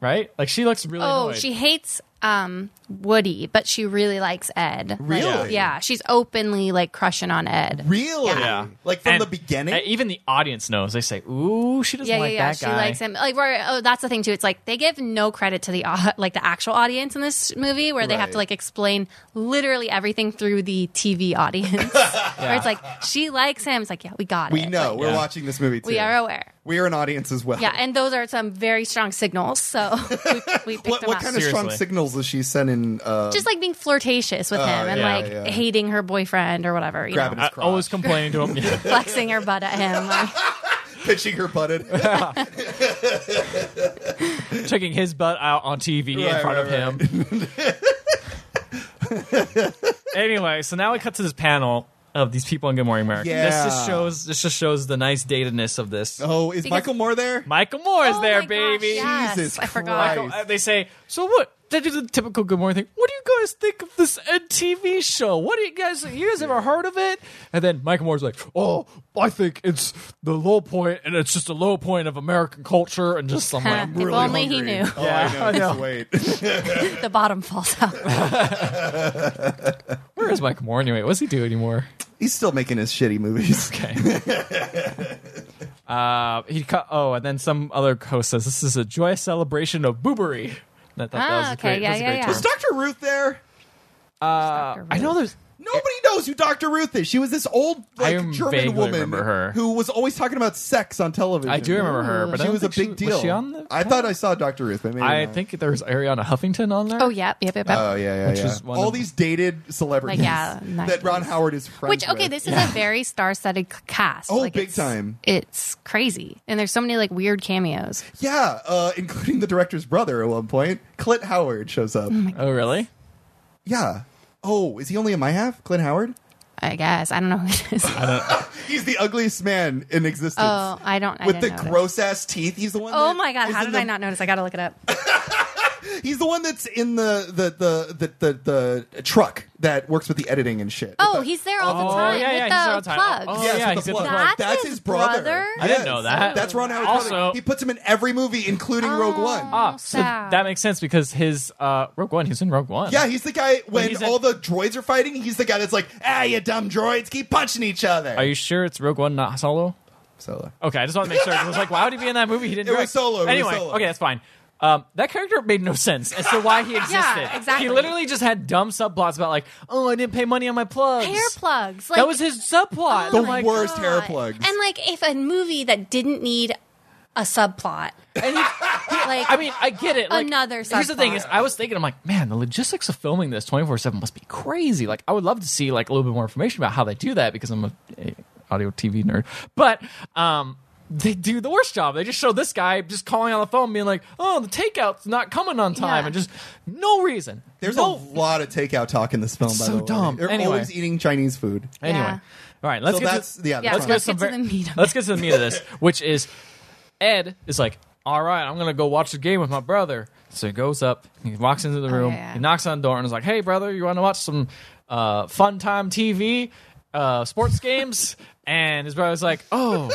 [SPEAKER 1] right? Like she looks really.
[SPEAKER 3] oh,
[SPEAKER 1] annoyed.
[SPEAKER 3] she hates um Woody, but she really likes Ed. Like,
[SPEAKER 2] Really?
[SPEAKER 3] yeah, she's openly like crushing on Ed.
[SPEAKER 2] really?
[SPEAKER 1] Yeah.
[SPEAKER 2] Like from
[SPEAKER 1] And-
[SPEAKER 2] the beginning.
[SPEAKER 1] and even the audience knows. They say, "Ooh, she doesn't
[SPEAKER 3] yeah,
[SPEAKER 1] like
[SPEAKER 3] yeah, yeah.
[SPEAKER 1] that
[SPEAKER 3] She
[SPEAKER 1] guy."
[SPEAKER 3] likes him. Like, where, oh, that's the thing too. It's like they give no credit to the au- like the actual audience in this movie, where they have
[SPEAKER 2] Right.
[SPEAKER 3] to like explain literally everything through the TV audience. Where it's like she likes him. It's like yeah, we got
[SPEAKER 2] we
[SPEAKER 3] it.
[SPEAKER 2] know
[SPEAKER 3] Like,
[SPEAKER 2] we're
[SPEAKER 1] Yeah.
[SPEAKER 2] watching this movie. Too.
[SPEAKER 3] we are aware.
[SPEAKER 2] We are an audience as well.
[SPEAKER 3] Yeah, and those are some very strong signals. So we, we picked
[SPEAKER 2] what
[SPEAKER 3] them
[SPEAKER 2] what
[SPEAKER 3] up.
[SPEAKER 2] kind of
[SPEAKER 1] Seriously.
[SPEAKER 2] strong signals is she sending? Uh,
[SPEAKER 3] just like being flirtatious with him and
[SPEAKER 1] yeah,
[SPEAKER 3] like
[SPEAKER 2] Oh, yeah.
[SPEAKER 3] hating her boyfriend or whatever, you
[SPEAKER 2] Grabbing
[SPEAKER 3] know,
[SPEAKER 1] I-
[SPEAKER 2] His crotch.
[SPEAKER 1] always complaining to him. Yeah.
[SPEAKER 3] flexing her butt at him. Like,
[SPEAKER 2] pitching her butt at
[SPEAKER 1] checking his butt out on TV in
[SPEAKER 2] Right,
[SPEAKER 1] front
[SPEAKER 2] right,
[SPEAKER 1] of him. anyway, so now we cut to this panel of these people in Good Morning America. This
[SPEAKER 2] Yeah.
[SPEAKER 1] just shows this just shows the nice datedness of this.
[SPEAKER 2] Oh, is
[SPEAKER 3] Because-
[SPEAKER 2] Michael Moore there?
[SPEAKER 1] Michael Moore is
[SPEAKER 3] Oh
[SPEAKER 1] there,
[SPEAKER 3] my gosh,
[SPEAKER 1] baby.
[SPEAKER 3] yes,
[SPEAKER 2] Jesus
[SPEAKER 3] I forgot.
[SPEAKER 2] Christ.
[SPEAKER 1] Uh, They say, so what? They do the typical Good Morning thing. What do you guys think of this Ed TV show? What do you guys? You guys ever heard of it? And then Michael Moore's like, "Oh, I think it's the low point, and it's just a low point of American culture." And just I'm like,
[SPEAKER 3] Huh. If only he knew.
[SPEAKER 2] Oh,
[SPEAKER 1] Yeah,
[SPEAKER 2] I know.
[SPEAKER 1] I
[SPEAKER 2] Just wait.
[SPEAKER 1] uh,
[SPEAKER 3] the bottom falls out.
[SPEAKER 1] "Where is Michael Moore anyway? What's he do anymore?"
[SPEAKER 2] He's still making his shitty movies.
[SPEAKER 1] Okay. uh, he cut. Oh, and then some other host says, "This is a joyous celebration of boobery." And I thought that
[SPEAKER 3] Ah,
[SPEAKER 1] was a
[SPEAKER 3] okay,
[SPEAKER 1] great, that was a
[SPEAKER 3] yeah,
[SPEAKER 1] great
[SPEAKER 3] yeah,
[SPEAKER 1] term. Uh,
[SPEAKER 3] yeah.
[SPEAKER 2] Is Dr. Ruth there?
[SPEAKER 1] I know there's.
[SPEAKER 2] Nobody knows who Dr. Ruth is. She was this old
[SPEAKER 1] I
[SPEAKER 2] like,
[SPEAKER 1] vaguely
[SPEAKER 2] German woman
[SPEAKER 1] remember her.
[SPEAKER 2] who was always talking about sex on television.
[SPEAKER 1] I do remember her,
[SPEAKER 3] Ooh.
[SPEAKER 1] but I
[SPEAKER 2] She
[SPEAKER 1] don't
[SPEAKER 2] was a
[SPEAKER 1] think
[SPEAKER 2] big
[SPEAKER 1] she,
[SPEAKER 2] deal.
[SPEAKER 1] Was she on the
[SPEAKER 2] I thought I saw Dr. Ruth, but maybe
[SPEAKER 1] I
[SPEAKER 2] not.
[SPEAKER 1] think there was Ariana Huffington on there.
[SPEAKER 3] Oh, yep, yep, yep. yep.
[SPEAKER 2] Oh yeah, yeah,
[SPEAKER 1] Which
[SPEAKER 2] yeah.
[SPEAKER 1] was one
[SPEAKER 2] all
[SPEAKER 1] of-
[SPEAKER 2] these dated celebrities
[SPEAKER 3] Like, yeah,
[SPEAKER 2] that Ron
[SPEAKER 3] 90s.
[SPEAKER 2] Howard is friends
[SPEAKER 3] Which okay,
[SPEAKER 2] with.
[SPEAKER 3] this is a very star-studded c- cast.
[SPEAKER 2] Oh, big
[SPEAKER 3] it's-
[SPEAKER 2] time.
[SPEAKER 3] It's crazy, and there's so many like weird cameos.
[SPEAKER 2] yeah, uh, including the director's brother at one point. Clint Howard shows up.
[SPEAKER 1] Oh, really?
[SPEAKER 2] Yeah. Oh, is he only in my half? Clint Howard?
[SPEAKER 3] I guess I don't know who it is. Oh,
[SPEAKER 2] He's the ugliest man in existence.
[SPEAKER 3] I don't. Oh, I
[SPEAKER 2] Oh, with the
[SPEAKER 3] didn't know
[SPEAKER 2] gross ass teeth, he's the one.
[SPEAKER 3] that. Oh
[SPEAKER 2] that
[SPEAKER 3] my god!
[SPEAKER 2] is
[SPEAKER 3] How
[SPEAKER 2] in
[SPEAKER 3] did
[SPEAKER 2] the-
[SPEAKER 3] I not notice? I gotta look it up.
[SPEAKER 2] He's the one that's in the the the the, the, the truck that works with the editing and shit.
[SPEAKER 3] Oh,
[SPEAKER 2] With the-
[SPEAKER 3] he's there all the
[SPEAKER 1] Oh, yeah,
[SPEAKER 3] time
[SPEAKER 1] yeah,
[SPEAKER 3] with
[SPEAKER 1] he's there all
[SPEAKER 3] the,
[SPEAKER 1] the time.
[SPEAKER 3] plugs.
[SPEAKER 1] Oh,
[SPEAKER 2] Yes,
[SPEAKER 1] yeah,
[SPEAKER 2] with
[SPEAKER 1] he's
[SPEAKER 2] the
[SPEAKER 1] in the
[SPEAKER 2] plug.
[SPEAKER 1] plug.
[SPEAKER 2] That's, his, brother.
[SPEAKER 1] I didn't know that.
[SPEAKER 2] That's Ron Howard's
[SPEAKER 1] Also-
[SPEAKER 2] brother. He puts him in every movie, including Rogue One.
[SPEAKER 1] Ah, so
[SPEAKER 3] Oh, sad.
[SPEAKER 1] that makes sense because his uh, Rogue One. He's in Rogue One.
[SPEAKER 2] Yeah, he's the guy when
[SPEAKER 1] he's in-
[SPEAKER 2] all the droids are fighting. He's the guy that's like, "Ah, you dumb droids, keep punching each other." uh,
[SPEAKER 1] Are you sure it's Rogue One, not Solo?
[SPEAKER 2] Solo?
[SPEAKER 1] Okay, I just want to make sure. 'cause I was like, why would he be in that movie? He didn't.
[SPEAKER 2] It was
[SPEAKER 1] direct.
[SPEAKER 2] Solo, it was
[SPEAKER 1] Anyway,
[SPEAKER 2] Solo.
[SPEAKER 1] okay, that's fine. Um, that character made no sense as to why he existed. He
[SPEAKER 3] exactly.
[SPEAKER 1] literally just had dumb subplots about like, oh, I didn't pay money on my plugs.
[SPEAKER 3] Hair plugs. Like, Oh
[SPEAKER 1] that was his subplot.
[SPEAKER 2] The
[SPEAKER 1] I'm like,
[SPEAKER 2] worst hair
[SPEAKER 3] God.
[SPEAKER 2] plugs.
[SPEAKER 3] And like, if a movie that didn't need a subplot,
[SPEAKER 1] and he-
[SPEAKER 3] like
[SPEAKER 1] I mean, I get it. Like,
[SPEAKER 3] Another
[SPEAKER 1] Here's the thing:
[SPEAKER 3] subplot.
[SPEAKER 1] is I was thinking, I'm like, man, the logistics of filming this 24 seven must be crazy. Like, I would love to see like a little bit more information about how they do that because I'm a, audio TV nerd. But um, they do the worst job. They just show this guy just calling on the phone, being like, "Oh, the takeout's not coming on time,"
[SPEAKER 3] Yeah.
[SPEAKER 1] and just no reason.
[SPEAKER 2] There's
[SPEAKER 1] no,
[SPEAKER 2] a lot of takeout talk in this film.
[SPEAKER 1] It's
[SPEAKER 2] by
[SPEAKER 1] so
[SPEAKER 2] the way.
[SPEAKER 1] dumb.
[SPEAKER 2] They're
[SPEAKER 1] Anyway.
[SPEAKER 2] always eating Chinese food.
[SPEAKER 1] anyway.
[SPEAKER 3] Yeah.
[SPEAKER 1] All right, let's
[SPEAKER 2] so
[SPEAKER 1] get
[SPEAKER 2] that's
[SPEAKER 1] to,
[SPEAKER 2] yeah.
[SPEAKER 3] Yeah,
[SPEAKER 2] That's
[SPEAKER 3] let's
[SPEAKER 2] right.
[SPEAKER 3] get to
[SPEAKER 1] ver-
[SPEAKER 3] the meat of
[SPEAKER 1] let's
[SPEAKER 3] it.
[SPEAKER 1] get to the meat of this, which is Ed is like, all right, I'm gonna go watch the game with my brother. So he goes up, he walks into the room,
[SPEAKER 3] Oh, yeah, yeah.
[SPEAKER 1] he knocks on the door and is like, hey brother, you want to watch some uh, fun time TV, uh, sports games? And his brother's like, oh.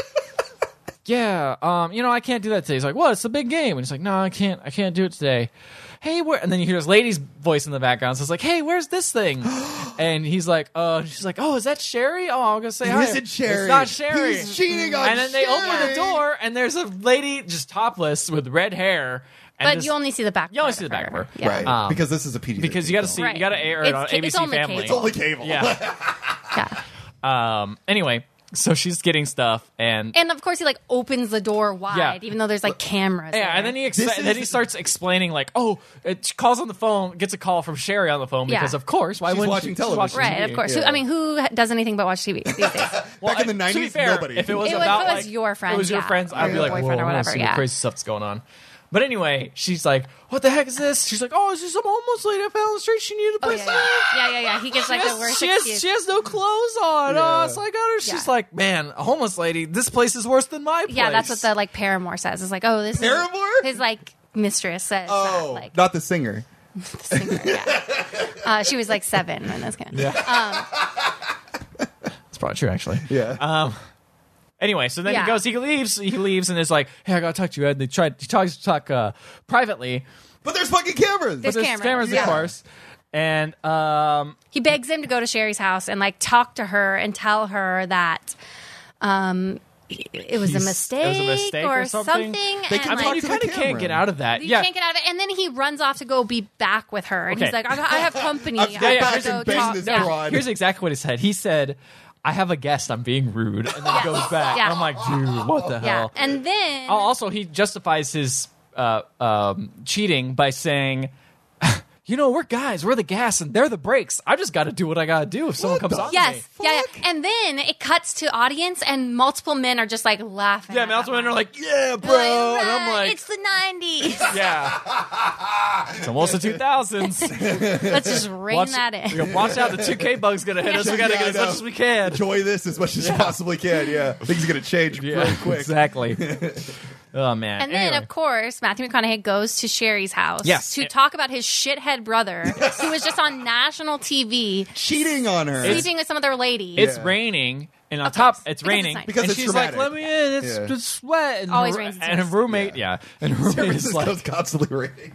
[SPEAKER 1] Yeah, um, you know I can't do that today. He's like, "What? It's the big game." And he's like, "No, I can't. I can't do it today." Hey, where? And then you hear this lady's voice in the background. So it's like, "Hey, where's this thing?" and he's like, "Uh," she's like, "Oh, is that Sherry? Oh, I'm gonna say hi."
[SPEAKER 2] Is it Sherry?
[SPEAKER 1] It's not Sherry.
[SPEAKER 2] He's cheating on
[SPEAKER 1] And then they open
[SPEAKER 2] Sherry.
[SPEAKER 1] the door, and there's a lady just topless with red hair. And
[SPEAKER 3] But
[SPEAKER 1] just-
[SPEAKER 3] you only see the back.
[SPEAKER 1] You only
[SPEAKER 3] part
[SPEAKER 1] see
[SPEAKER 3] of
[SPEAKER 1] the back
[SPEAKER 3] her.
[SPEAKER 1] part.
[SPEAKER 3] Yeah.
[SPEAKER 2] Right.
[SPEAKER 1] Um,
[SPEAKER 2] because this is a PG.
[SPEAKER 1] because you got to see,
[SPEAKER 3] Right.
[SPEAKER 1] you got to air it
[SPEAKER 3] It's
[SPEAKER 1] on
[SPEAKER 3] ca-
[SPEAKER 1] ABC
[SPEAKER 3] it's only
[SPEAKER 1] Family.
[SPEAKER 3] cable.
[SPEAKER 2] It's only cable.
[SPEAKER 1] Yeah.
[SPEAKER 3] Yeah.
[SPEAKER 1] um. Anyway, so she's getting stuff, and
[SPEAKER 3] And of course, he like opens the door wide,
[SPEAKER 1] Yeah.
[SPEAKER 3] even though there's like cameras.
[SPEAKER 1] Yeah, and then he
[SPEAKER 2] This
[SPEAKER 1] exci- then
[SPEAKER 2] is-
[SPEAKER 1] he starts explaining like, oh, it she calls on the phone, gets a call from Sherry on the phone
[SPEAKER 3] Yeah.
[SPEAKER 1] because of course, why
[SPEAKER 2] She's
[SPEAKER 1] wouldn't
[SPEAKER 2] watching
[SPEAKER 1] she? She's
[SPEAKER 2] television.
[SPEAKER 1] watching
[SPEAKER 3] Right,
[SPEAKER 1] TV.
[SPEAKER 3] of course. Who,
[SPEAKER 2] Yeah.
[SPEAKER 3] I mean, who ha- does anything but watch TV these days?
[SPEAKER 1] Well,
[SPEAKER 2] Back in the
[SPEAKER 1] I- to be
[SPEAKER 2] nineties,
[SPEAKER 1] fair,
[SPEAKER 2] nobody.
[SPEAKER 1] If it was
[SPEAKER 3] It was-
[SPEAKER 1] about
[SPEAKER 3] if it was
[SPEAKER 1] like,
[SPEAKER 3] your friends,
[SPEAKER 1] it was your
[SPEAKER 3] yeah,
[SPEAKER 1] friends,
[SPEAKER 3] or
[SPEAKER 1] I'd be
[SPEAKER 3] your
[SPEAKER 1] like,
[SPEAKER 3] boyfriend
[SPEAKER 1] whoa,
[SPEAKER 3] or
[SPEAKER 1] I wanna
[SPEAKER 3] whatever,
[SPEAKER 1] see what
[SPEAKER 3] yeah.
[SPEAKER 1] crazy stuff's going on. But anyway, she's like, what the heck is this? She's like, oh, it's just some homeless lady I found on the street. She needed a
[SPEAKER 3] Oh,
[SPEAKER 1] place
[SPEAKER 3] yeah,
[SPEAKER 1] to
[SPEAKER 3] yeah.
[SPEAKER 1] live."
[SPEAKER 3] yeah, yeah, yeah. He gives like
[SPEAKER 1] She
[SPEAKER 3] the
[SPEAKER 1] has-
[SPEAKER 3] worst
[SPEAKER 1] she has
[SPEAKER 3] excuse.
[SPEAKER 1] she has no clothes on.
[SPEAKER 2] Yeah.
[SPEAKER 1] Uh, so I got her. She's
[SPEAKER 3] Yeah.
[SPEAKER 1] like, man, a homeless lady. This place is worse than my place.
[SPEAKER 3] yeah, that's what the like paramour says. It's like, oh, this
[SPEAKER 2] Paramore?
[SPEAKER 3] is his like mistress says. that,
[SPEAKER 2] Oh,
[SPEAKER 3] like
[SPEAKER 2] not the singer.
[SPEAKER 3] the singer. Yeah. uh, she was like seven when this came.
[SPEAKER 1] That's probably true, actually.
[SPEAKER 2] Yeah.
[SPEAKER 1] Uh-huh. Anyway, so then
[SPEAKER 3] Yeah.
[SPEAKER 1] he goes, he leaves, he leaves, and is like, "Hey, I gotta talk to you." Ed. And they tried, he tries to talk uh, privately,
[SPEAKER 2] but there's fucking cameras.
[SPEAKER 1] but
[SPEAKER 3] There's
[SPEAKER 1] there's cameras,
[SPEAKER 3] cameras.
[SPEAKER 1] of
[SPEAKER 2] Yeah.
[SPEAKER 1] course. And um,
[SPEAKER 3] He begs him to go to Sherry's house and like talk to her and tell her that um, it was a
[SPEAKER 1] He's-
[SPEAKER 3] mistake,
[SPEAKER 1] it was a mistake or something.
[SPEAKER 2] They
[SPEAKER 3] and,
[SPEAKER 2] can
[SPEAKER 1] I mean,
[SPEAKER 2] talk
[SPEAKER 3] like,
[SPEAKER 1] you
[SPEAKER 2] to the
[SPEAKER 1] kind of can't
[SPEAKER 2] camera.
[SPEAKER 1] get out of that.
[SPEAKER 3] you
[SPEAKER 1] yeah,
[SPEAKER 3] can't get out of it. And then he runs off to go be back with her, and
[SPEAKER 1] Okay.
[SPEAKER 3] he's like, "I, I have company.
[SPEAKER 2] I've
[SPEAKER 3] I
[SPEAKER 2] got
[SPEAKER 1] yeah,
[SPEAKER 2] back
[SPEAKER 3] gotta
[SPEAKER 1] here's
[SPEAKER 2] and
[SPEAKER 3] go
[SPEAKER 2] bang
[SPEAKER 3] talk."
[SPEAKER 2] this
[SPEAKER 3] yeah.
[SPEAKER 2] broad.
[SPEAKER 1] Here's exactly what he said. He said, "I have a guest. I'm being rude," and then he goes back.
[SPEAKER 3] Yeah.
[SPEAKER 1] I'm like, dude, what the
[SPEAKER 3] Yeah.
[SPEAKER 1] hell?
[SPEAKER 3] and then
[SPEAKER 1] Al- also, he justifies his uh, um, cheating by saying. You know, we're guys. We're the gas, and they're the brakes. I just got to do what I got to do if someone
[SPEAKER 2] What
[SPEAKER 1] comes
[SPEAKER 2] the
[SPEAKER 1] on. to me.
[SPEAKER 3] Yes, yeah, yeah, and then it cuts to audience, and multiple men are just like laughing.
[SPEAKER 1] yeah.
[SPEAKER 3] at
[SPEAKER 1] And that's
[SPEAKER 3] that
[SPEAKER 1] when they're
[SPEAKER 3] line.
[SPEAKER 1] like, "Yeah, bro,"
[SPEAKER 3] Like,
[SPEAKER 1] and I'm
[SPEAKER 3] "Right,
[SPEAKER 1] like,
[SPEAKER 3] "It's the '90s.
[SPEAKER 1] Yeah. It's almost the 2000s.
[SPEAKER 3] Let's just rein
[SPEAKER 1] Watch,
[SPEAKER 3] that in."
[SPEAKER 1] yeah, watch out, the 2K bug's going to hit us. We got to
[SPEAKER 2] Yeah,
[SPEAKER 1] get
[SPEAKER 2] I
[SPEAKER 1] as
[SPEAKER 2] know.
[SPEAKER 1] much as we can.
[SPEAKER 2] Enjoy this as much as you possibly can. Yeah, things are gonna change real quick.
[SPEAKER 1] exactly. Oh, man.
[SPEAKER 3] And then,
[SPEAKER 1] Anyway.
[SPEAKER 3] of course, Matthew McConaughey goes to Sherry's house
[SPEAKER 1] Yes.
[SPEAKER 3] to talk about his shithead brother who was just on national TV
[SPEAKER 2] Cheating on her.
[SPEAKER 3] sleeping with some other lady.
[SPEAKER 1] it's
[SPEAKER 2] Yeah.
[SPEAKER 1] raining, and on top, it's
[SPEAKER 3] because it's
[SPEAKER 1] raining.
[SPEAKER 3] night.
[SPEAKER 2] Because
[SPEAKER 1] and
[SPEAKER 2] it's
[SPEAKER 1] she's like,
[SPEAKER 2] traumatic.
[SPEAKER 1] let me in. It's
[SPEAKER 2] Yeah.
[SPEAKER 1] just sweat. And
[SPEAKER 3] Always
[SPEAKER 1] her,
[SPEAKER 3] rains in
[SPEAKER 1] And her
[SPEAKER 3] Texas.
[SPEAKER 1] roommate, yeah. And her
[SPEAKER 2] San
[SPEAKER 1] roommate is
[SPEAKER 2] Francisco's
[SPEAKER 1] like,
[SPEAKER 2] constantly raining.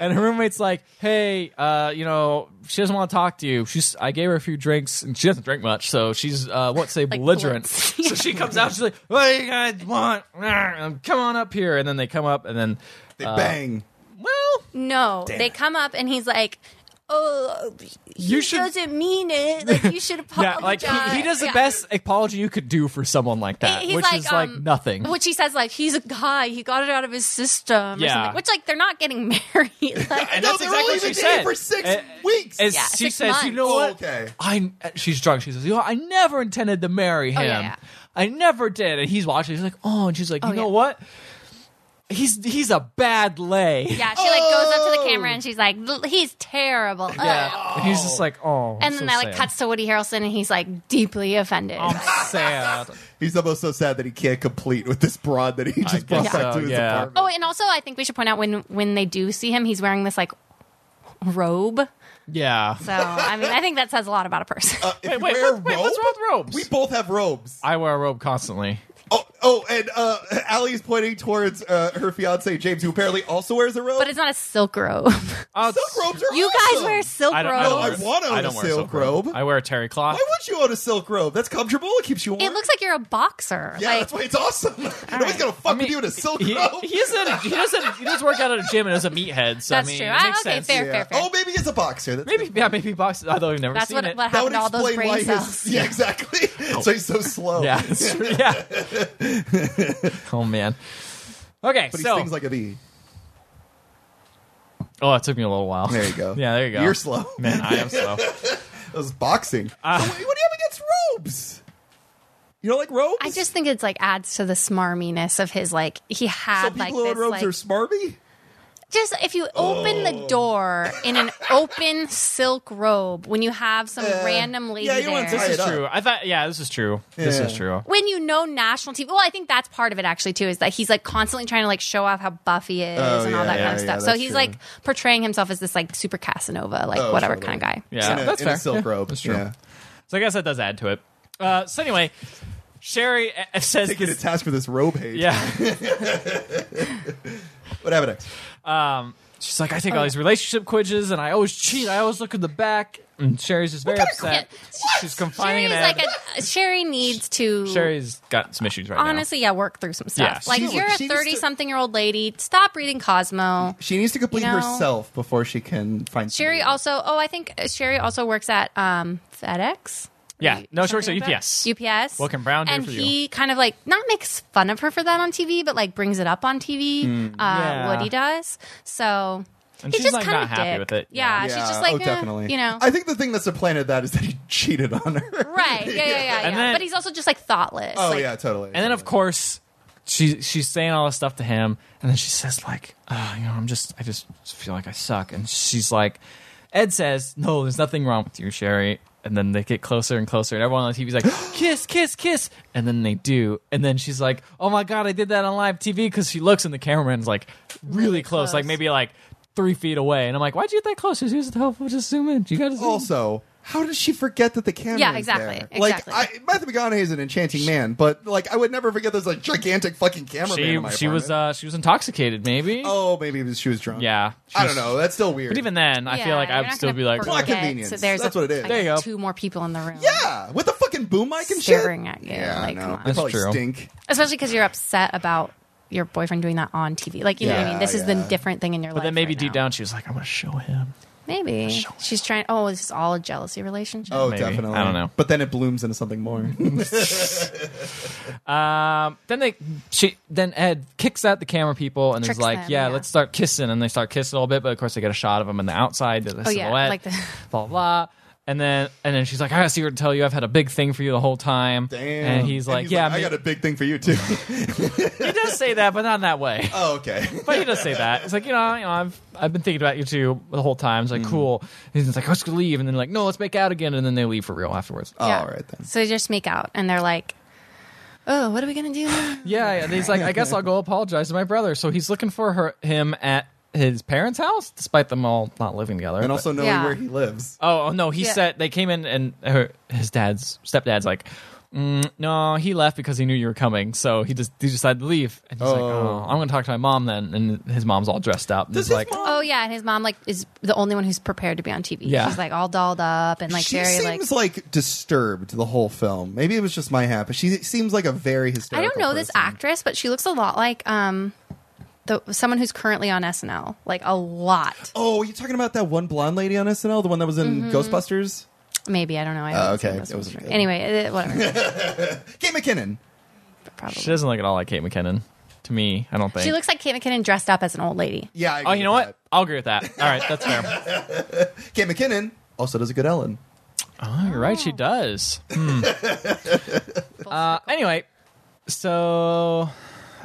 [SPEAKER 1] and her roommate's like, hey, uh, you know, she doesn't want to talk to you. She's, I gave her a few drinks, and she doesn't drink much, so she's, uh, what say, belligerent.
[SPEAKER 3] blitz.
[SPEAKER 1] so she comes out, she's like, what do you guys want? um, Come on up here. And then they come up, and then,
[SPEAKER 2] They
[SPEAKER 1] Uh,
[SPEAKER 2] bang.
[SPEAKER 1] well,
[SPEAKER 3] no,
[SPEAKER 2] Damn.
[SPEAKER 3] they come up and he's like, "Oh,
[SPEAKER 1] You
[SPEAKER 3] you
[SPEAKER 1] should-
[SPEAKER 3] doesn't mean it. Like you should
[SPEAKER 1] Yeah,
[SPEAKER 3] apologize."
[SPEAKER 1] like he, he does the
[SPEAKER 3] Yeah.
[SPEAKER 1] best apology you could do for someone like that,
[SPEAKER 3] He's
[SPEAKER 1] which is like
[SPEAKER 3] um,
[SPEAKER 1] nothing.
[SPEAKER 3] Which he says like he's a guy. He got it out of his system.
[SPEAKER 1] Yeah.
[SPEAKER 3] Or something. Which like they're not getting married. Like,
[SPEAKER 1] And that's
[SPEAKER 2] no, they're
[SPEAKER 1] exactly
[SPEAKER 2] only
[SPEAKER 1] what she
[SPEAKER 2] been
[SPEAKER 1] said.
[SPEAKER 2] dating for six
[SPEAKER 1] Uh,
[SPEAKER 2] weeks.
[SPEAKER 1] As
[SPEAKER 3] Yeah,
[SPEAKER 1] she
[SPEAKER 3] six
[SPEAKER 1] says, you
[SPEAKER 3] months.
[SPEAKER 1] know
[SPEAKER 2] Oh,
[SPEAKER 1] what?
[SPEAKER 2] okay.
[SPEAKER 1] I uh, she's drunk. She says, you know, I never intended to marry him.
[SPEAKER 3] Oh, yeah, yeah.
[SPEAKER 1] I never did. And he's watching. He's like, oh, and she's like, you
[SPEAKER 3] Oh,
[SPEAKER 1] know
[SPEAKER 3] yeah.
[SPEAKER 1] what? He's he's a bad lay.
[SPEAKER 3] yeah, she like goes up to
[SPEAKER 2] Oh.
[SPEAKER 3] the camera and she's like, "L- "He's terrible." Ugh.
[SPEAKER 1] Yeah. And he's just like, oh. I'm
[SPEAKER 3] And then
[SPEAKER 1] so
[SPEAKER 3] that like
[SPEAKER 1] sad. Oh
[SPEAKER 3] cuts to Woody Harrelson, and he's like deeply offended.
[SPEAKER 1] I'm sad.
[SPEAKER 2] He's almost so sad that he can't complete with this broad that he just brought
[SPEAKER 1] guess
[SPEAKER 2] back
[SPEAKER 1] so,
[SPEAKER 2] to his
[SPEAKER 1] yeah.
[SPEAKER 2] apartment.
[SPEAKER 3] oh, and also I think we should point out when when they do see him, he's wearing this like robe.
[SPEAKER 1] Yeah.
[SPEAKER 3] So I mean, I think that says a lot about a person.
[SPEAKER 2] If
[SPEAKER 1] Oh, Wait,
[SPEAKER 2] you
[SPEAKER 1] wait,
[SPEAKER 2] wear a
[SPEAKER 1] what- wait, what's
[SPEAKER 2] robe-
[SPEAKER 1] wrong with robes?
[SPEAKER 2] We both have robes.
[SPEAKER 1] I wear a robe constantly.
[SPEAKER 2] Oh, oh, and uh, Allie's pointing towards uh, her fiance James, who apparently also wears a robe.
[SPEAKER 3] but it's not a silk robe.
[SPEAKER 1] Oh,
[SPEAKER 2] silk robes are
[SPEAKER 3] you guys
[SPEAKER 2] awesome.
[SPEAKER 3] wear silk
[SPEAKER 1] I don't, I don't
[SPEAKER 2] I
[SPEAKER 3] robes.
[SPEAKER 1] wear-
[SPEAKER 2] wanna own
[SPEAKER 1] I don't
[SPEAKER 2] a
[SPEAKER 1] wear
[SPEAKER 2] silk robe.
[SPEAKER 1] I wear a terry cloth.
[SPEAKER 2] Why would you own a silk robe? That's comfortable. It keeps you warm.
[SPEAKER 3] It looks like you're a boxer.
[SPEAKER 2] yeah,
[SPEAKER 3] like,
[SPEAKER 2] that's why it's awesome. Nobody's gonna fuck with you in a silk
[SPEAKER 1] he,
[SPEAKER 2] robe.
[SPEAKER 1] he isn't. He doesn't. He does work out at a gym and is a meathead. So
[SPEAKER 3] That's
[SPEAKER 1] I mean,
[SPEAKER 3] true.
[SPEAKER 1] It
[SPEAKER 3] Ah,
[SPEAKER 1] makes
[SPEAKER 3] okay,
[SPEAKER 1] sense.
[SPEAKER 3] fair,
[SPEAKER 2] Yeah.
[SPEAKER 3] fair, fair.
[SPEAKER 2] Oh, maybe he's a boxer. That's
[SPEAKER 1] Maybe yeah, maybe box. Although I've never
[SPEAKER 3] that's
[SPEAKER 1] seen
[SPEAKER 3] what
[SPEAKER 1] it.
[SPEAKER 3] what
[SPEAKER 2] that would
[SPEAKER 3] happened to all those
[SPEAKER 2] explain why
[SPEAKER 3] brain
[SPEAKER 2] his
[SPEAKER 3] cells.
[SPEAKER 2] yeah exactly. so he's so slow.
[SPEAKER 1] Oh. yeah, it's true, yeah. oh man. Okay,
[SPEAKER 2] but he
[SPEAKER 1] so
[SPEAKER 2] stings like a bee.
[SPEAKER 1] oh, it took me a little while.
[SPEAKER 2] There you go.
[SPEAKER 1] yeah, there you go.
[SPEAKER 2] You're slow.
[SPEAKER 1] man. I am slow.
[SPEAKER 2] That was boxing.
[SPEAKER 1] Uh,
[SPEAKER 2] so what, what do you have against robes? You don't like robes?
[SPEAKER 3] I just think it's like adds to the smarminess of his like he
[SPEAKER 2] so
[SPEAKER 3] had
[SPEAKER 2] people
[SPEAKER 3] like
[SPEAKER 2] who
[SPEAKER 3] this
[SPEAKER 2] own robes
[SPEAKER 3] like
[SPEAKER 2] are smarmy.
[SPEAKER 3] just if you open
[SPEAKER 2] Oh.
[SPEAKER 3] the door in an open silk robe when you have some random lady
[SPEAKER 2] yeah, you don't wanna
[SPEAKER 3] there.
[SPEAKER 2] tie
[SPEAKER 1] This is
[SPEAKER 2] it up.
[SPEAKER 1] true. I thought, yeah, this is true. This
[SPEAKER 2] Yeah.
[SPEAKER 1] is true.
[SPEAKER 3] when you know national TV, well, I think that's part of it actually too, is that he's like constantly trying to like show off how buff he is
[SPEAKER 2] Oh,
[SPEAKER 3] and
[SPEAKER 2] yeah,
[SPEAKER 3] all that
[SPEAKER 2] yeah,
[SPEAKER 3] kind of
[SPEAKER 2] yeah,
[SPEAKER 3] stuff. so
[SPEAKER 2] that's
[SPEAKER 3] he's
[SPEAKER 2] true.
[SPEAKER 3] like portraying himself as this like super Casanova, like
[SPEAKER 2] Oh,
[SPEAKER 3] whatever
[SPEAKER 2] totally.
[SPEAKER 3] kind of guy.
[SPEAKER 1] Yeah,
[SPEAKER 2] in a,
[SPEAKER 1] that's
[SPEAKER 2] in
[SPEAKER 1] fair.
[SPEAKER 2] a silk
[SPEAKER 1] Yeah,
[SPEAKER 2] robe.
[SPEAKER 1] that's true.
[SPEAKER 2] Yeah.
[SPEAKER 1] So I guess that does add to it. Uh, so anyway, Sherry uh, says
[SPEAKER 2] Taking a
[SPEAKER 1] this.
[SPEAKER 2] task for this robe hate.
[SPEAKER 1] Yeah.
[SPEAKER 2] What happened next?
[SPEAKER 1] Um, she's like, I take all these relationship quizzes and I always cheat. I always look in the back. And Sherry's just very upset. She's confining
[SPEAKER 3] Sherry's
[SPEAKER 1] it.
[SPEAKER 3] like a, Sherry needs to
[SPEAKER 1] uh, Sherry's got some issues right
[SPEAKER 3] honestly, yeah, work through some
[SPEAKER 1] Yeah,
[SPEAKER 3] stuff. like
[SPEAKER 1] she's-
[SPEAKER 2] she
[SPEAKER 3] you're a
[SPEAKER 2] needs to-
[SPEAKER 3] thirty something year old lady, stop reading Cosmo.
[SPEAKER 2] She needs to complete
[SPEAKER 3] You know-
[SPEAKER 2] herself before she can find
[SPEAKER 3] Sherry
[SPEAKER 2] somebody else.
[SPEAKER 3] also oh I think uh, Sherry also works at um
[SPEAKER 1] now.
[SPEAKER 3] FedEx.
[SPEAKER 1] Yeah. No, E she works at
[SPEAKER 3] Something like
[SPEAKER 1] UPS.
[SPEAKER 3] that? UPS.
[SPEAKER 1] What can Brown do
[SPEAKER 3] and
[SPEAKER 1] for you?
[SPEAKER 3] he kind of like not makes fun of her for that on TV, but like brings it up on TV. uh,
[SPEAKER 1] Mm, yeah.
[SPEAKER 3] What he does. So
[SPEAKER 1] And
[SPEAKER 3] he's
[SPEAKER 1] she's,
[SPEAKER 3] just
[SPEAKER 1] like,
[SPEAKER 3] kind
[SPEAKER 1] not
[SPEAKER 3] of a
[SPEAKER 1] happy
[SPEAKER 3] dick.
[SPEAKER 1] with it.
[SPEAKER 3] Yeah,
[SPEAKER 1] Yeah.
[SPEAKER 3] she's
[SPEAKER 2] Yeah,
[SPEAKER 3] just like
[SPEAKER 2] oh,
[SPEAKER 3] eh,
[SPEAKER 2] definitely.
[SPEAKER 3] you know.
[SPEAKER 2] I think the thing that supplanted that is that he cheated on her.
[SPEAKER 3] Right, yeah, yeah, yeah. yeah.
[SPEAKER 1] And then-
[SPEAKER 3] but he's also just like thoughtless.
[SPEAKER 2] Oh
[SPEAKER 3] like,
[SPEAKER 2] yeah, totally.
[SPEAKER 1] And then of course she she's saying all this stuff to him, and then she says like, oh, you know, I'm just I just feel like I suck, and she's like, Ed says, no, there's nothing wrong with you, Sherry. And then they get closer and closer, and everyone on the TV's like, kiss, kiss, kiss. And then they do. And then she's like, oh my God, I did that on live TV because she looks, and the cameraman's like really,
[SPEAKER 3] Really
[SPEAKER 1] close,
[SPEAKER 3] close.
[SPEAKER 1] like maybe like three feet away. And I'm like, why'd you get that close? Just use the help. Just zoom in. You got to zoom in.
[SPEAKER 2] also, how does she forget that the camera?
[SPEAKER 3] Yeah,
[SPEAKER 2] is
[SPEAKER 3] exactly,
[SPEAKER 2] there? Like,
[SPEAKER 3] exactly.
[SPEAKER 2] I, Matthew McConaughey is an enchanting man, but like, I would never forget there's a gigantic fucking camera.
[SPEAKER 1] She,
[SPEAKER 2] in my
[SPEAKER 1] she was
[SPEAKER 2] apartment.
[SPEAKER 1] uh, she was intoxicated, maybe.
[SPEAKER 2] oh, maybe it was- she was drunk.
[SPEAKER 1] Yeah.
[SPEAKER 2] I don't know. That's still weird.
[SPEAKER 1] But even then, I
[SPEAKER 3] Yeah,
[SPEAKER 1] feel like
[SPEAKER 3] you're
[SPEAKER 1] I'd
[SPEAKER 3] not
[SPEAKER 1] still
[SPEAKER 3] gonna
[SPEAKER 1] be like,
[SPEAKER 3] forget.
[SPEAKER 2] Plot convenience.
[SPEAKER 3] So there's
[SPEAKER 2] That's what it is.
[SPEAKER 3] I
[SPEAKER 1] There you
[SPEAKER 3] guess,
[SPEAKER 1] go.
[SPEAKER 3] Two more people in the room.
[SPEAKER 2] yeah, with the fucking boom mic and
[SPEAKER 3] staring
[SPEAKER 2] shit.
[SPEAKER 3] at you.
[SPEAKER 2] Yeah,
[SPEAKER 3] like,
[SPEAKER 2] no,
[SPEAKER 3] come on.
[SPEAKER 2] they
[SPEAKER 1] That's
[SPEAKER 2] probably
[SPEAKER 1] true.
[SPEAKER 2] stink.
[SPEAKER 3] especially because you're upset about your boyfriend doing that on TV. Like, you know what I
[SPEAKER 2] Yeah,
[SPEAKER 3] mean? This is
[SPEAKER 2] yeah.
[SPEAKER 3] the different thing in your
[SPEAKER 1] But
[SPEAKER 3] life.
[SPEAKER 1] then maybe
[SPEAKER 3] right
[SPEAKER 1] deep
[SPEAKER 3] now.
[SPEAKER 1] down she was like, I'm gonna show him.
[SPEAKER 3] maybe she's trying. Oh, this is all a jealousy relationship.
[SPEAKER 2] Oh,
[SPEAKER 1] Maybe.
[SPEAKER 2] definitely.
[SPEAKER 1] I don't know.
[SPEAKER 2] But then it blooms into something more.
[SPEAKER 1] Um, then they she then Ed kicks out the camera people and is
[SPEAKER 3] Tricks
[SPEAKER 1] like,
[SPEAKER 3] them,
[SPEAKER 1] yeah,
[SPEAKER 3] yeah.
[SPEAKER 1] let's start kissing. And they start kissing a little bit, but of course they get a shot of him on the outside, the
[SPEAKER 3] Oh,
[SPEAKER 1] silhouette,
[SPEAKER 3] yeah, like the-
[SPEAKER 1] blah blah. And then and then she's like, I got a secret to tell you. I've had a big thing for you the whole time.
[SPEAKER 2] Damn.
[SPEAKER 1] And he's like, yeah,
[SPEAKER 2] I
[SPEAKER 1] may-
[SPEAKER 2] got a big thing for you too.
[SPEAKER 1] he does say that, but not in that way.
[SPEAKER 2] oh, okay.
[SPEAKER 1] But he does say that. It's like, you know, you know, I've I've been thinking about you two the whole time. It's like, cool. And he's like, let's go leave. And then like, no, let's make out again. And then they leave for real afterwards.
[SPEAKER 3] Yeah.
[SPEAKER 2] Oh, All right then.
[SPEAKER 3] So they just make out, and they're like, "Oh, what are we gonna do?" now?"
[SPEAKER 1] Yeah, and he's like, I guess I'll go apologize to my brother. So he's looking for her, him at his parents' house, despite them all not living together.
[SPEAKER 2] And also knowing
[SPEAKER 3] Yeah.
[SPEAKER 2] where he lilives.
[SPEAKER 1] oh oh, no, he
[SPEAKER 3] Yeah.
[SPEAKER 1] said they came in and her, his dad's stepdad's like, mm, no, he left because he knew you were coming, so he just he decided to leave. And he's like,
[SPEAKER 2] Oh.
[SPEAKER 1] oh, I'm going to talk to my mom then. And his mom's all dressed up. And
[SPEAKER 2] Does
[SPEAKER 1] he's
[SPEAKER 2] his
[SPEAKER 1] like,
[SPEAKER 2] mom-
[SPEAKER 3] oh yeah, and his mom like is the only one who's prepared to be on TV.
[SPEAKER 1] Yeah.
[SPEAKER 3] she's like all dolled up and like
[SPEAKER 2] she
[SPEAKER 3] very like.
[SPEAKER 2] seems like, disturbed the whole film. Maybe it was just my hat, but she seems like a very
[SPEAKER 3] I
[SPEAKER 2] hysterical.
[SPEAKER 3] don't know this
[SPEAKER 2] person.
[SPEAKER 3] actress, but she looks a lot like um, the someone who's currently on SNL, like a lot.
[SPEAKER 2] Oh, are you talking about that one blonde lady on SNL, the one that was in
[SPEAKER 3] Mm-hmm.
[SPEAKER 2] Ghostbusters?
[SPEAKER 3] Maybe I don't know. I
[SPEAKER 2] Oh,
[SPEAKER 3] haven't seen
[SPEAKER 2] okay.
[SPEAKER 3] this
[SPEAKER 2] It wasn't
[SPEAKER 3] one.
[SPEAKER 2] good.
[SPEAKER 3] Anyway, uh, whatever.
[SPEAKER 2] Kate McKinnon.
[SPEAKER 3] Probably.
[SPEAKER 1] she doesn't look at all like Kate McKinnon to me, I don't think.
[SPEAKER 3] She looks like Kate McKinnon dressed up as an old lady.
[SPEAKER 2] Yeah. I
[SPEAKER 1] oh,
[SPEAKER 2] agree
[SPEAKER 1] you know
[SPEAKER 2] with
[SPEAKER 1] what? I'll agree with that. All right, that's fair.
[SPEAKER 2] that. Kate McKinnon also does a good Ellen.
[SPEAKER 1] Oh, you're right, she does. Hmm.
[SPEAKER 3] Full
[SPEAKER 1] Uh, anyway, so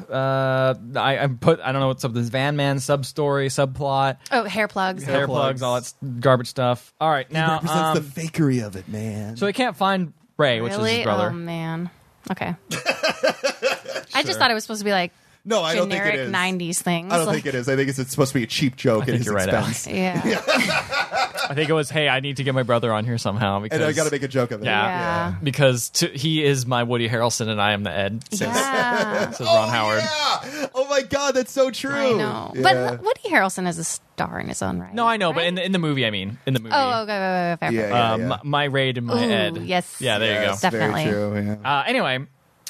[SPEAKER 1] uh, I, I put I don't know what's up with this Van Man sub story subplot,
[SPEAKER 3] circle. Oh, hair plugs.
[SPEAKER 1] hair plugs.
[SPEAKER 2] plugs.
[SPEAKER 1] all that s- garbage stuff. All right,
[SPEAKER 2] He
[SPEAKER 1] now
[SPEAKER 2] represents
[SPEAKER 1] um,
[SPEAKER 2] the fakery of it, man.
[SPEAKER 1] so they can't find Ray, which is
[SPEAKER 3] Really?
[SPEAKER 1] his
[SPEAKER 3] Oh
[SPEAKER 1] brother.
[SPEAKER 3] man. Okay. I just thought it was supposed to be like
[SPEAKER 2] no, Oh, I don't think it
[SPEAKER 3] generic
[SPEAKER 2] is.
[SPEAKER 3] '90s things.
[SPEAKER 2] I don't
[SPEAKER 3] like,
[SPEAKER 2] think it is. I think it's, it's supposed to be a cheap joke at
[SPEAKER 1] think
[SPEAKER 2] his
[SPEAKER 1] you're right,
[SPEAKER 2] expense.
[SPEAKER 3] Yeah. yeah.
[SPEAKER 1] I think it was, hey, I need to get my brother on here somehow because
[SPEAKER 2] and I got to make a joke of it.
[SPEAKER 1] Yeah. because to, he is my Woody Harrelson and I am the Ed. Says,
[SPEAKER 3] Yeah.
[SPEAKER 1] says Ron
[SPEAKER 2] Oh,
[SPEAKER 1] Howard.
[SPEAKER 2] yeah. Oh my god, that's so true.
[SPEAKER 3] I know.
[SPEAKER 2] Yeah.
[SPEAKER 3] But Woody Harrelson is a star in his own right.
[SPEAKER 1] No, I know, but
[SPEAKER 3] right?
[SPEAKER 1] in the, in the movie, I mean, in the movie,
[SPEAKER 3] oh, okay, fair, fair,
[SPEAKER 2] Yeah,
[SPEAKER 3] fair.
[SPEAKER 1] uh,
[SPEAKER 2] yeah.
[SPEAKER 1] My, my Raid and my
[SPEAKER 3] Ooh,
[SPEAKER 1] Ed.
[SPEAKER 3] yes.
[SPEAKER 1] Yeah, there you go.
[SPEAKER 2] Yes, very
[SPEAKER 3] Definitely.
[SPEAKER 2] true, yeah.
[SPEAKER 1] Uh, anyway,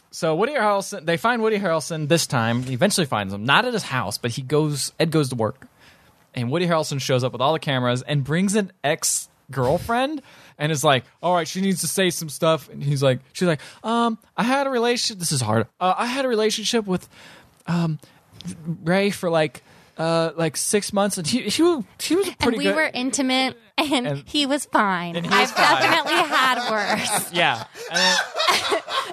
[SPEAKER 1] so Woody Harrelson, they find Woody Harrelson this time. He eventually finds him, not at his house, but he goes. Ed goes to work, and Woody Harrelson shows up with all the cameras and brings an ex girlfriend. And is like, all right, she needs to say some stuff. And he's like, she's like, um, I had a relationship. This is hard. Uh, I had a relationship with, um, Ray for like uh, like six months, and she she, was- she was
[SPEAKER 3] and
[SPEAKER 1] pretty
[SPEAKER 3] we
[SPEAKER 1] good.
[SPEAKER 3] were intimate, and,
[SPEAKER 1] And-
[SPEAKER 3] he was fine.
[SPEAKER 1] he
[SPEAKER 3] I've
[SPEAKER 1] was fine.
[SPEAKER 3] definitely had worse.
[SPEAKER 1] yeah, and then-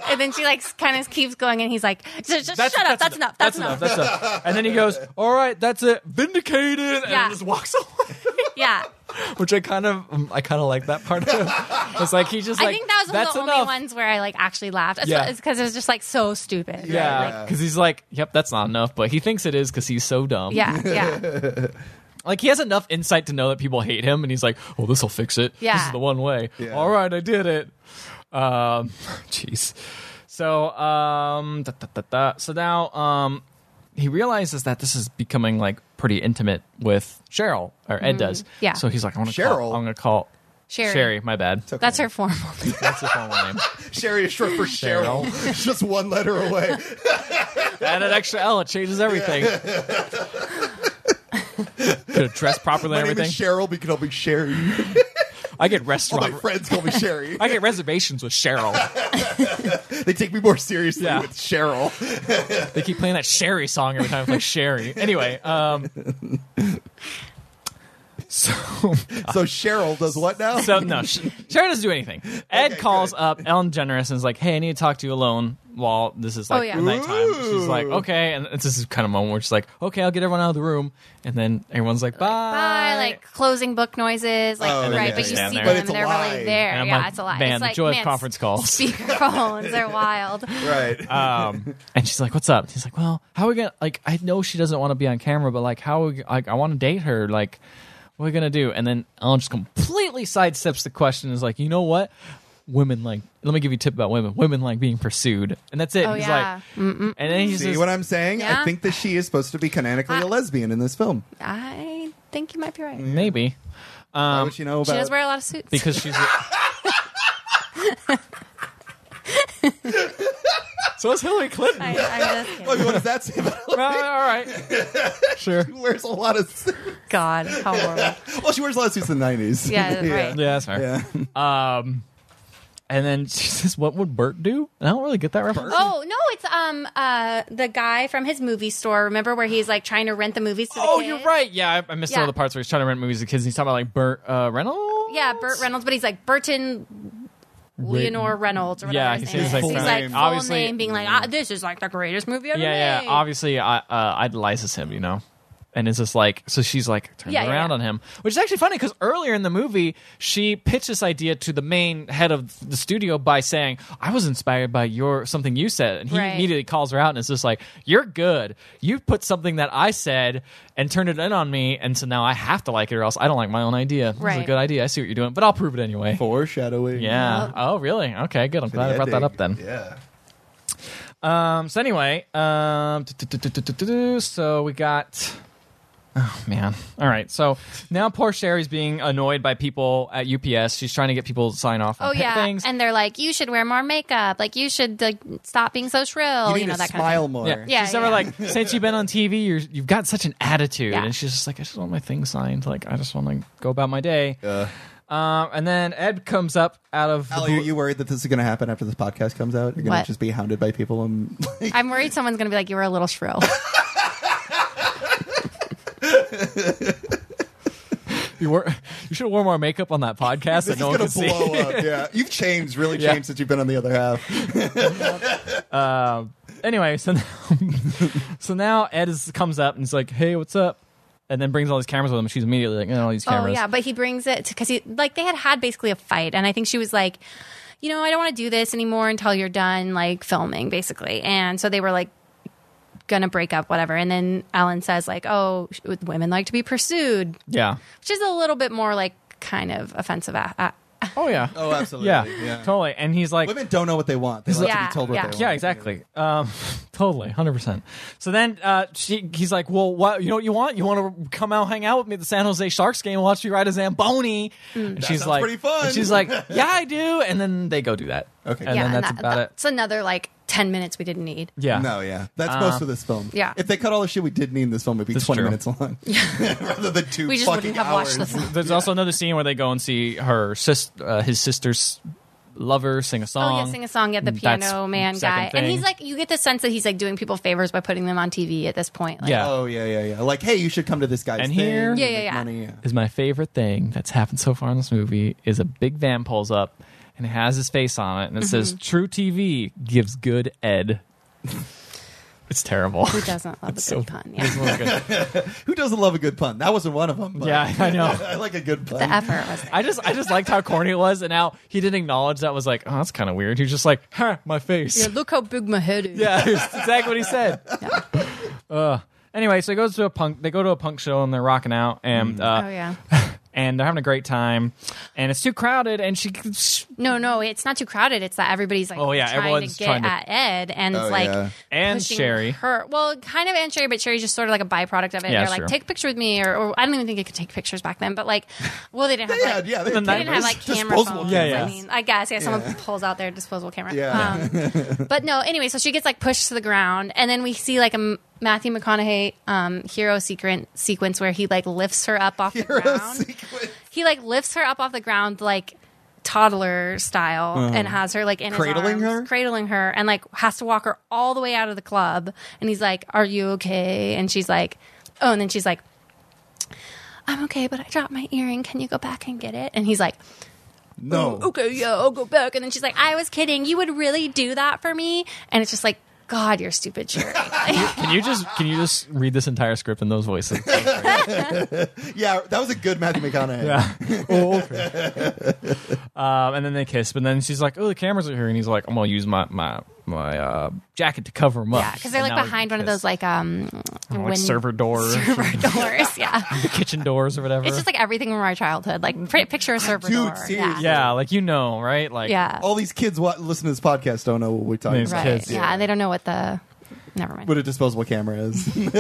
[SPEAKER 3] And then she like kind of keeps going, and he's like, "Just, just shut up. That's enough. That's, enough.
[SPEAKER 1] That's enough. And then he goes, "All right, that's it. Vindicated,"
[SPEAKER 3] Yeah.
[SPEAKER 1] and just walks away.
[SPEAKER 3] yeah."
[SPEAKER 1] Which I kind of, um, I kind of like that part. of it. It's like he just, like,
[SPEAKER 3] I think that was one
[SPEAKER 1] that's
[SPEAKER 3] of the
[SPEAKER 1] enough.
[SPEAKER 3] only ones where I like actually laughed.
[SPEAKER 1] Yeah.
[SPEAKER 3] It's because it was just like so stupid.
[SPEAKER 1] Yeah,
[SPEAKER 2] Yeah.
[SPEAKER 1] because he's like, "Yep, that's not enough," but he thinks it is because he's so dumb.
[SPEAKER 3] Yeah, yeah.
[SPEAKER 1] like he has enough insight to know that people hate him, and he's like, "Oh, this will fix it. this
[SPEAKER 3] Yeah.
[SPEAKER 1] is the one way.
[SPEAKER 2] Yeah.
[SPEAKER 1] All right, I did it." Um, jeez. So, um, da, da, da, da. so now, um, he realizes that this is becoming like pretty intimate with Cheryl, or Ed does.
[SPEAKER 3] Mm-hmm. yeah.
[SPEAKER 1] So he's like, "I'm gonna
[SPEAKER 2] Cheryl?
[SPEAKER 1] Call, I'm gonna call
[SPEAKER 3] Sherry.
[SPEAKER 1] Sherry. My bad.
[SPEAKER 3] That's her formal.
[SPEAKER 1] That's his formal name.
[SPEAKER 2] Sherry is short for Cheryl. It's just one letter away.
[SPEAKER 1] Add an extra L, it changes everything. Could have dressed properly
[SPEAKER 2] My
[SPEAKER 1] and
[SPEAKER 2] name is
[SPEAKER 1] everything.
[SPEAKER 2] Cheryl. We can all be Sherry.
[SPEAKER 1] I get
[SPEAKER 2] All my
[SPEAKER 1] restaurant.
[SPEAKER 2] friends call me Sherry.
[SPEAKER 1] I get reservations with Cheryl.
[SPEAKER 2] They take me more seriously
[SPEAKER 1] Yeah.
[SPEAKER 2] with Cheryl.
[SPEAKER 1] They keep playing that Sherry song every time. It's like Sherry. Anyway, um, so
[SPEAKER 2] So Cheryl does what now?
[SPEAKER 1] so no, Sh- Sherry doesn't do anything. Ed
[SPEAKER 2] Okay,
[SPEAKER 1] calls
[SPEAKER 2] good.
[SPEAKER 1] up Ellen DeGeneres and is like, "Hey, I need to talk to you alone while this is like
[SPEAKER 3] Oh, yeah.
[SPEAKER 1] nighttime." She's like,
[SPEAKER 2] Ooh.
[SPEAKER 1] "Okay," and it's this is kind of moment where she's like, "Okay, I'll get everyone out of the room," and then everyone's like, "Bye."
[SPEAKER 3] Bye, like closing book noises, like
[SPEAKER 2] Oh,
[SPEAKER 3] right,
[SPEAKER 2] yeah,
[SPEAKER 3] but you
[SPEAKER 1] yeah.
[SPEAKER 3] see
[SPEAKER 1] But
[SPEAKER 3] them
[SPEAKER 2] it's
[SPEAKER 3] and
[SPEAKER 2] a
[SPEAKER 3] they're
[SPEAKER 2] lie.
[SPEAKER 3] really there.
[SPEAKER 1] And I'm
[SPEAKER 3] yeah,
[SPEAKER 1] like,
[SPEAKER 3] it's a lie.
[SPEAKER 1] man,
[SPEAKER 3] it's
[SPEAKER 1] the
[SPEAKER 3] like,
[SPEAKER 1] joy of
[SPEAKER 3] man,
[SPEAKER 1] conference calls.
[SPEAKER 3] speaker phones are wild.
[SPEAKER 2] Right.
[SPEAKER 1] Um, and she's like, "What's up?" He's like, "Well, how are we gonna like? I know she doesn't want to be on camera, but like, how? Are we, like, I want to date her. Like, what are we gonna do?" And then Ellen just completely sidesteps the question. And is like, "You know what? Women like. Let me give you a tip about women. Women like being pursued, and that's it."
[SPEAKER 3] Oh,
[SPEAKER 1] he's
[SPEAKER 3] yeah.
[SPEAKER 1] like, and then he's
[SPEAKER 2] See
[SPEAKER 1] just,
[SPEAKER 2] what I'm saying? I
[SPEAKER 3] Yeah.
[SPEAKER 2] think that she is supposed to be canonically a
[SPEAKER 3] I-
[SPEAKER 2] lesbian in this film.
[SPEAKER 3] I think you might be right.
[SPEAKER 1] maybe Um,
[SPEAKER 2] How would she know
[SPEAKER 3] She
[SPEAKER 2] about?
[SPEAKER 3] does wear a lot of suits.
[SPEAKER 1] because she's. so it's Hillary Clinton.
[SPEAKER 3] I, I'm just kidding.
[SPEAKER 2] Like, Oh, what does that say about
[SPEAKER 1] Uh, all right, sure.
[SPEAKER 2] She wears a lot of. suits.
[SPEAKER 3] God, how horrible.
[SPEAKER 2] Well, she wears a lot of suits in the '90s.
[SPEAKER 3] Yeah, right.
[SPEAKER 1] Yeah, that's fair.
[SPEAKER 2] Yeah.
[SPEAKER 1] Um, and then she says, "What would Bert do?" And I don't really get that reference.
[SPEAKER 3] Oh no, it's um uh the guy from his movie store. Remember where he's like trying to rent the movies to the
[SPEAKER 1] Oh,
[SPEAKER 3] kids?
[SPEAKER 1] you're right. Yeah, I, I missed all
[SPEAKER 3] Yeah.
[SPEAKER 1] the parts where he's trying to rent movies to kids. And he's talking about like Bert uh, Reynolds.
[SPEAKER 3] Yeah, Burt Reynolds, but he's like Burton Leonore Reynolds or whatever
[SPEAKER 1] Yeah,
[SPEAKER 3] his
[SPEAKER 1] he
[SPEAKER 3] name
[SPEAKER 1] says,
[SPEAKER 3] is.
[SPEAKER 1] like,
[SPEAKER 3] he's
[SPEAKER 2] full
[SPEAKER 3] like
[SPEAKER 1] name.
[SPEAKER 3] full
[SPEAKER 1] Obviously-
[SPEAKER 3] name, being like, ah, "This is like the greatest movie ever
[SPEAKER 1] Yeah,
[SPEAKER 3] made."
[SPEAKER 1] yeah. Obviously, I uh, idolizes him, you know. And it's just like so she's like turns
[SPEAKER 3] Yeah, yeah,
[SPEAKER 1] around
[SPEAKER 3] yeah.
[SPEAKER 1] on him, which is actually funny because earlier in the movie she pitched this idea to the main head of the studio by saying, "I was inspired by your something you said," and he
[SPEAKER 3] Right.
[SPEAKER 1] immediately calls her out and is just like, "You're good. You put something that I said and turned it in on me, and so now I have to like it, or else I don't like my own idea. It's a
[SPEAKER 3] Right.
[SPEAKER 1] good idea. I see what you're doing, but I'll prove it anyway."
[SPEAKER 2] Foreshadowing.
[SPEAKER 1] Yeah. Oh, really? Okay, good. I'm glad I brought that up then.
[SPEAKER 2] Yeah.
[SPEAKER 1] Um, so anyway, um, tu- tu- tu- tu- tu- tu- tu- tu. so we got. Oh man! All right, so now poor Sherry's being annoyed by people at UPS. She's trying to get people to sign off.
[SPEAKER 3] Oh
[SPEAKER 1] on pet
[SPEAKER 3] yeah,
[SPEAKER 1] things.
[SPEAKER 3] and they're like, "You should wear more makeup. Like you should like, stop being so shrill."
[SPEAKER 2] You
[SPEAKER 1] Oh,
[SPEAKER 3] You,
[SPEAKER 2] need
[SPEAKER 3] know
[SPEAKER 2] to
[SPEAKER 3] that
[SPEAKER 2] smile
[SPEAKER 3] kind
[SPEAKER 2] more.
[SPEAKER 1] yeah.
[SPEAKER 3] Yeah,
[SPEAKER 1] she's never
[SPEAKER 3] yeah.
[SPEAKER 1] like since you've been on TV, you're, you've got such an attitude,
[SPEAKER 3] Yeah.
[SPEAKER 1] and she's just like, I just want my thing signed. Like I just want to go about my day.
[SPEAKER 2] Uh,
[SPEAKER 1] Um, and then Ed comes up out of the
[SPEAKER 2] Ali, are
[SPEAKER 1] blue-
[SPEAKER 2] you worried that this is going to happen after this podcast comes out? You're going to
[SPEAKER 3] What?
[SPEAKER 2] just be hounded by people and
[SPEAKER 3] of thing. I'm worried someone's gonna be like, "You were a little shrill."
[SPEAKER 1] you, wore, you should have worn more makeup on that podcast that
[SPEAKER 2] this
[SPEAKER 1] no one
[SPEAKER 2] is
[SPEAKER 1] could
[SPEAKER 2] going to
[SPEAKER 1] see.
[SPEAKER 2] blow up. Yeah, you've changed, really
[SPEAKER 1] Yeah.
[SPEAKER 2] changed since you've been on the other half.
[SPEAKER 1] anyway, so now, so now Ed is, comes up and is like, "Hey, what's up?" And then brings all these cameras with him. She's immediately like, "Oh, all these
[SPEAKER 3] oh
[SPEAKER 1] cameras."
[SPEAKER 3] yeah, but he brings it because he like they had had basically a fight, and I think she was like. You know, I don't want to do this anymore until you're done like filming, basically. And so they were like gonna break up, whatever. And then Alan says like, "Oh, sh- women like to be pursued,"
[SPEAKER 1] yeah.
[SPEAKER 3] which is a little bit more like kind of offensive. Uh, uh,
[SPEAKER 1] Oh yeah.
[SPEAKER 2] Oh, absolutely.
[SPEAKER 1] yeah. Totally. And he's like,
[SPEAKER 2] Women don't know what they want. They like to
[SPEAKER 3] Yeah,
[SPEAKER 2] be told what
[SPEAKER 3] yeah.
[SPEAKER 2] they want.
[SPEAKER 1] "Yeah, exactly. Um, totally, hundred percent." So then uh, she, he's like, "Well, what? You know what you want? You want to come out, hang out with me at the San Jose Sharks game, watch me ride a zamboni?"
[SPEAKER 3] Mm.
[SPEAKER 1] And she's
[SPEAKER 2] sounds
[SPEAKER 1] like,
[SPEAKER 2] pretty fun.
[SPEAKER 1] and she's like, "Yeah, I do." And then they go do that.
[SPEAKER 2] Okay.
[SPEAKER 1] And
[SPEAKER 3] yeah,
[SPEAKER 1] then
[SPEAKER 3] and
[SPEAKER 1] that's
[SPEAKER 3] that-
[SPEAKER 1] about it.
[SPEAKER 3] that's another like ten minutes we didn't need.
[SPEAKER 1] Yeah. Uh,
[SPEAKER 2] No, yeah. That's most of this film.
[SPEAKER 3] yeah.
[SPEAKER 2] If they cut all the shit we did need in this film, it'd be
[SPEAKER 1] This is
[SPEAKER 2] 20
[SPEAKER 1] true.
[SPEAKER 2] minutes long. Rather than two
[SPEAKER 3] We just
[SPEAKER 2] fucking
[SPEAKER 3] wouldn't have
[SPEAKER 2] hours.
[SPEAKER 3] watched the film.
[SPEAKER 1] There's also another scene where they go and see her sis, uh, his sister's lover sing a
[SPEAKER 3] Oh
[SPEAKER 1] song.
[SPEAKER 3] yeah, sing a song at the
[SPEAKER 1] That's
[SPEAKER 3] piano man
[SPEAKER 1] second
[SPEAKER 3] guy, and
[SPEAKER 1] thing.
[SPEAKER 3] he's like, you get the sense that he's like doing people favors by putting them on TV at this point. Like,
[SPEAKER 1] Yeah.
[SPEAKER 2] Oh yeah, yeah, yeah. Like, hey, you should come to this guy's
[SPEAKER 1] And
[SPEAKER 2] thing
[SPEAKER 1] here-
[SPEAKER 3] Yeah,
[SPEAKER 2] make
[SPEAKER 3] yeah, yeah.
[SPEAKER 2] money. yeah.
[SPEAKER 1] Is my favorite thing that's happened so far in this movie is a big van pulls up and it has his face on it
[SPEAKER 3] Mm-hmm.
[SPEAKER 1] and it says True TV gives good ed. it's terrible.
[SPEAKER 3] who doesn't love a good
[SPEAKER 1] so-
[SPEAKER 3] pun? Yeah,
[SPEAKER 2] Who doesn't love a good pun? That wasn't one of them. But
[SPEAKER 1] yeah, I know.
[SPEAKER 2] I like a good pun.
[SPEAKER 3] the effort was. There.
[SPEAKER 1] I just I just liked how corny it was, and now he didn't acknowledge that was like, oh, that's kind of weird. He was just like, huh, my face.
[SPEAKER 3] Yeah, look how big my head is.
[SPEAKER 1] Yeah, that's exactly what he said. Uh, anyway, so he goes to a punk. They go to a punk show and they're rocking out, and uh,
[SPEAKER 3] Oh yeah.
[SPEAKER 1] and they're having a great time. And it's too crowded, and she.
[SPEAKER 3] No, no, it's not too crowded. It's that everybody's like,
[SPEAKER 1] Oh, yeah,
[SPEAKER 3] trying
[SPEAKER 1] everyone's
[SPEAKER 3] to get
[SPEAKER 1] trying to-
[SPEAKER 3] at Ed, and
[SPEAKER 2] Oh,
[SPEAKER 3] it's like
[SPEAKER 2] yeah.
[SPEAKER 1] And
[SPEAKER 3] pushing
[SPEAKER 1] Sherry.
[SPEAKER 3] her. Well, kind of and Sherry, but Sherry's just sort of like a byproduct of it.
[SPEAKER 1] Yeah,
[SPEAKER 3] They're
[SPEAKER 1] sure.
[SPEAKER 3] like, take a picture with me, or, or I don't even think they could take pictures back then. But like, well, they didn't have
[SPEAKER 2] They
[SPEAKER 3] like,
[SPEAKER 2] had- yeah, they
[SPEAKER 1] The
[SPEAKER 2] had
[SPEAKER 1] night-
[SPEAKER 3] they didn't have like camera
[SPEAKER 2] Disposable
[SPEAKER 3] phones.
[SPEAKER 1] Yeah, yeah.
[SPEAKER 3] I mean, I guess yeah, someone pulls out their disposable camera.
[SPEAKER 2] Yeah.
[SPEAKER 3] Um, but no, anyway, so she gets like pushed to the ground, and then we see like a M- Matthew McConaughey um, hero secret sequence where he like lifts her up off the
[SPEAKER 2] Hero
[SPEAKER 3] ground
[SPEAKER 2] sequence.
[SPEAKER 3] he like lifts her up off the ground like toddler style
[SPEAKER 1] Uh-huh.
[SPEAKER 3] and has her like in
[SPEAKER 2] Cradling
[SPEAKER 3] his arms,
[SPEAKER 2] her?
[SPEAKER 3] cradling her and like has to walk her all the way out of the club and he's like are you okay and she's like oh and then she's like i'm okay but i dropped my earring can you go back and get it and he's like
[SPEAKER 1] Oh.
[SPEAKER 3] "Mm,
[SPEAKER 2] No.
[SPEAKER 3] okay yeah i'll go back and then she's like i was kidding you would really do that for me and it's just like god you're stupid Sherry.
[SPEAKER 1] Can you just can you just read this entire script in those voices?
[SPEAKER 2] Yeah, that was a good Matthew McConaughey.
[SPEAKER 1] Yeah. oh, okay. um, and then they kiss, but then she's like, "Oh, the cameras are here," and he's like, "I'm gonna use my my my uh, jacket to cover them up."
[SPEAKER 3] yeah because they're
[SPEAKER 1] And
[SPEAKER 3] like
[SPEAKER 1] now they
[SPEAKER 3] behind one of
[SPEAKER 1] kiss. Oh,
[SPEAKER 3] those like um
[SPEAKER 1] like
[SPEAKER 3] win-
[SPEAKER 1] server doors,
[SPEAKER 3] server doors yeah
[SPEAKER 1] kitchen doors, or whatever.
[SPEAKER 3] It's just like everything from our childhood. Like pr- picture a server
[SPEAKER 2] Dude,
[SPEAKER 3] door.
[SPEAKER 2] seriously.
[SPEAKER 3] Yeah.
[SPEAKER 1] yeah, like you know, right? Like
[SPEAKER 3] Yeah.
[SPEAKER 2] All these kids wa- listen to this podcast don't know what we're talking
[SPEAKER 1] These
[SPEAKER 2] about.
[SPEAKER 3] right.
[SPEAKER 1] kids,
[SPEAKER 3] yeah.
[SPEAKER 2] yeah.
[SPEAKER 3] They don't know what the. Never mind.
[SPEAKER 2] What a disposable camera is.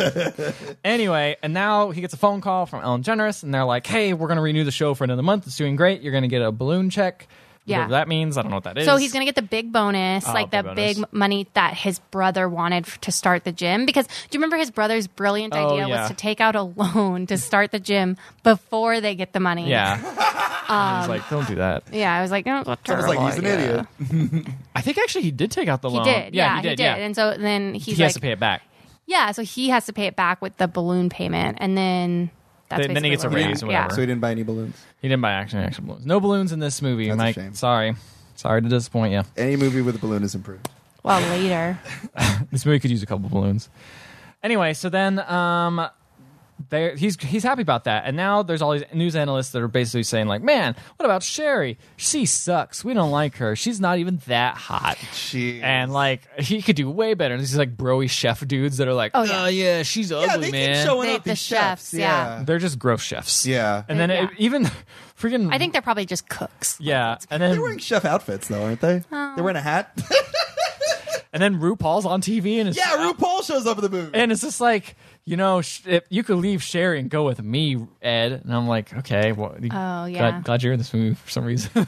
[SPEAKER 1] Anyway, and now he gets a phone call from Ellen Generous, and they're like, "Hey, we're going to renew the show for another month. It's doing great. You're going to get a balloon check.
[SPEAKER 3] Yeah.
[SPEAKER 1] whatever that means. I don't know what that is.
[SPEAKER 3] so he's going to get the big bonus,
[SPEAKER 1] Oh,
[SPEAKER 3] like
[SPEAKER 1] big
[SPEAKER 3] the
[SPEAKER 1] bonus.
[SPEAKER 3] big money that his brother wanted f- to start the gym. Because do you remember his brother's brilliant
[SPEAKER 1] Oh,
[SPEAKER 3] idea
[SPEAKER 1] yeah.
[SPEAKER 3] was to take out a loan to start the gym before they get the money?
[SPEAKER 1] yeah. Um, And he's like, "Don't do that."
[SPEAKER 3] Yeah. I was like, oh,
[SPEAKER 2] I was
[SPEAKER 3] terrible
[SPEAKER 2] like, he's an
[SPEAKER 3] idea.
[SPEAKER 2] idiot.
[SPEAKER 1] I think actually he did take out the
[SPEAKER 3] He
[SPEAKER 1] loan.
[SPEAKER 3] did.
[SPEAKER 1] Yeah,
[SPEAKER 3] Yeah,
[SPEAKER 1] he did. yeah,
[SPEAKER 3] And so then he's
[SPEAKER 1] he
[SPEAKER 3] like,
[SPEAKER 1] has to pay it back.
[SPEAKER 3] yeah. So he has to pay it back with the balloon payment, and then that's
[SPEAKER 1] Then- then he
[SPEAKER 3] basically
[SPEAKER 1] gets a
[SPEAKER 3] what we
[SPEAKER 1] raise or
[SPEAKER 3] got. Yeah.
[SPEAKER 1] whatever.
[SPEAKER 2] So he didn't buy any balloons.
[SPEAKER 1] He didn't buy action action balloons. No balloons in this movie,
[SPEAKER 2] That's a
[SPEAKER 1] Mike.
[SPEAKER 2] shame.
[SPEAKER 1] Sorry, sorry to disappoint you.
[SPEAKER 2] Any movie with a balloon is improved.
[SPEAKER 3] Well, later.
[SPEAKER 1] This movie could use a couple balloons. Anyway, so then um there he's he's happy about that. And now there's all these news analysts that are basically saying like, "Man, what about Sherry? She sucks. We don't like her. She's not even that hot."
[SPEAKER 2] She
[SPEAKER 1] And like he could do way better. And these like broy chef dudes that are like, "Oh
[SPEAKER 3] Oh,
[SPEAKER 1] yeah,
[SPEAKER 3] yeah.
[SPEAKER 1] she's
[SPEAKER 2] yeah,
[SPEAKER 1] ugly,
[SPEAKER 2] they
[SPEAKER 1] man."
[SPEAKER 2] keep showing
[SPEAKER 3] They-
[SPEAKER 2] up
[SPEAKER 3] the
[SPEAKER 2] these chefs.
[SPEAKER 3] chefs, yeah.
[SPEAKER 2] Yeah.
[SPEAKER 1] They're just gross chefs.
[SPEAKER 2] Yeah.
[SPEAKER 1] And then
[SPEAKER 3] Yeah.
[SPEAKER 1] it- even freaking
[SPEAKER 3] I think they're probably just cooks.
[SPEAKER 1] yeah, and then
[SPEAKER 2] They're wearing chef outfits though, aren't they?
[SPEAKER 3] Oh.
[SPEAKER 2] They're wearing a hat.
[SPEAKER 1] and then RuPaul's on TV and it's
[SPEAKER 2] yeah, RuPaul shows up in the movie.
[SPEAKER 1] and it's just like you know sh- if you could leave Sherry and go with me, Ed. And I'm like, okay, well, you-
[SPEAKER 3] Oh, yeah.
[SPEAKER 1] glad, glad you're in this movie for some reason.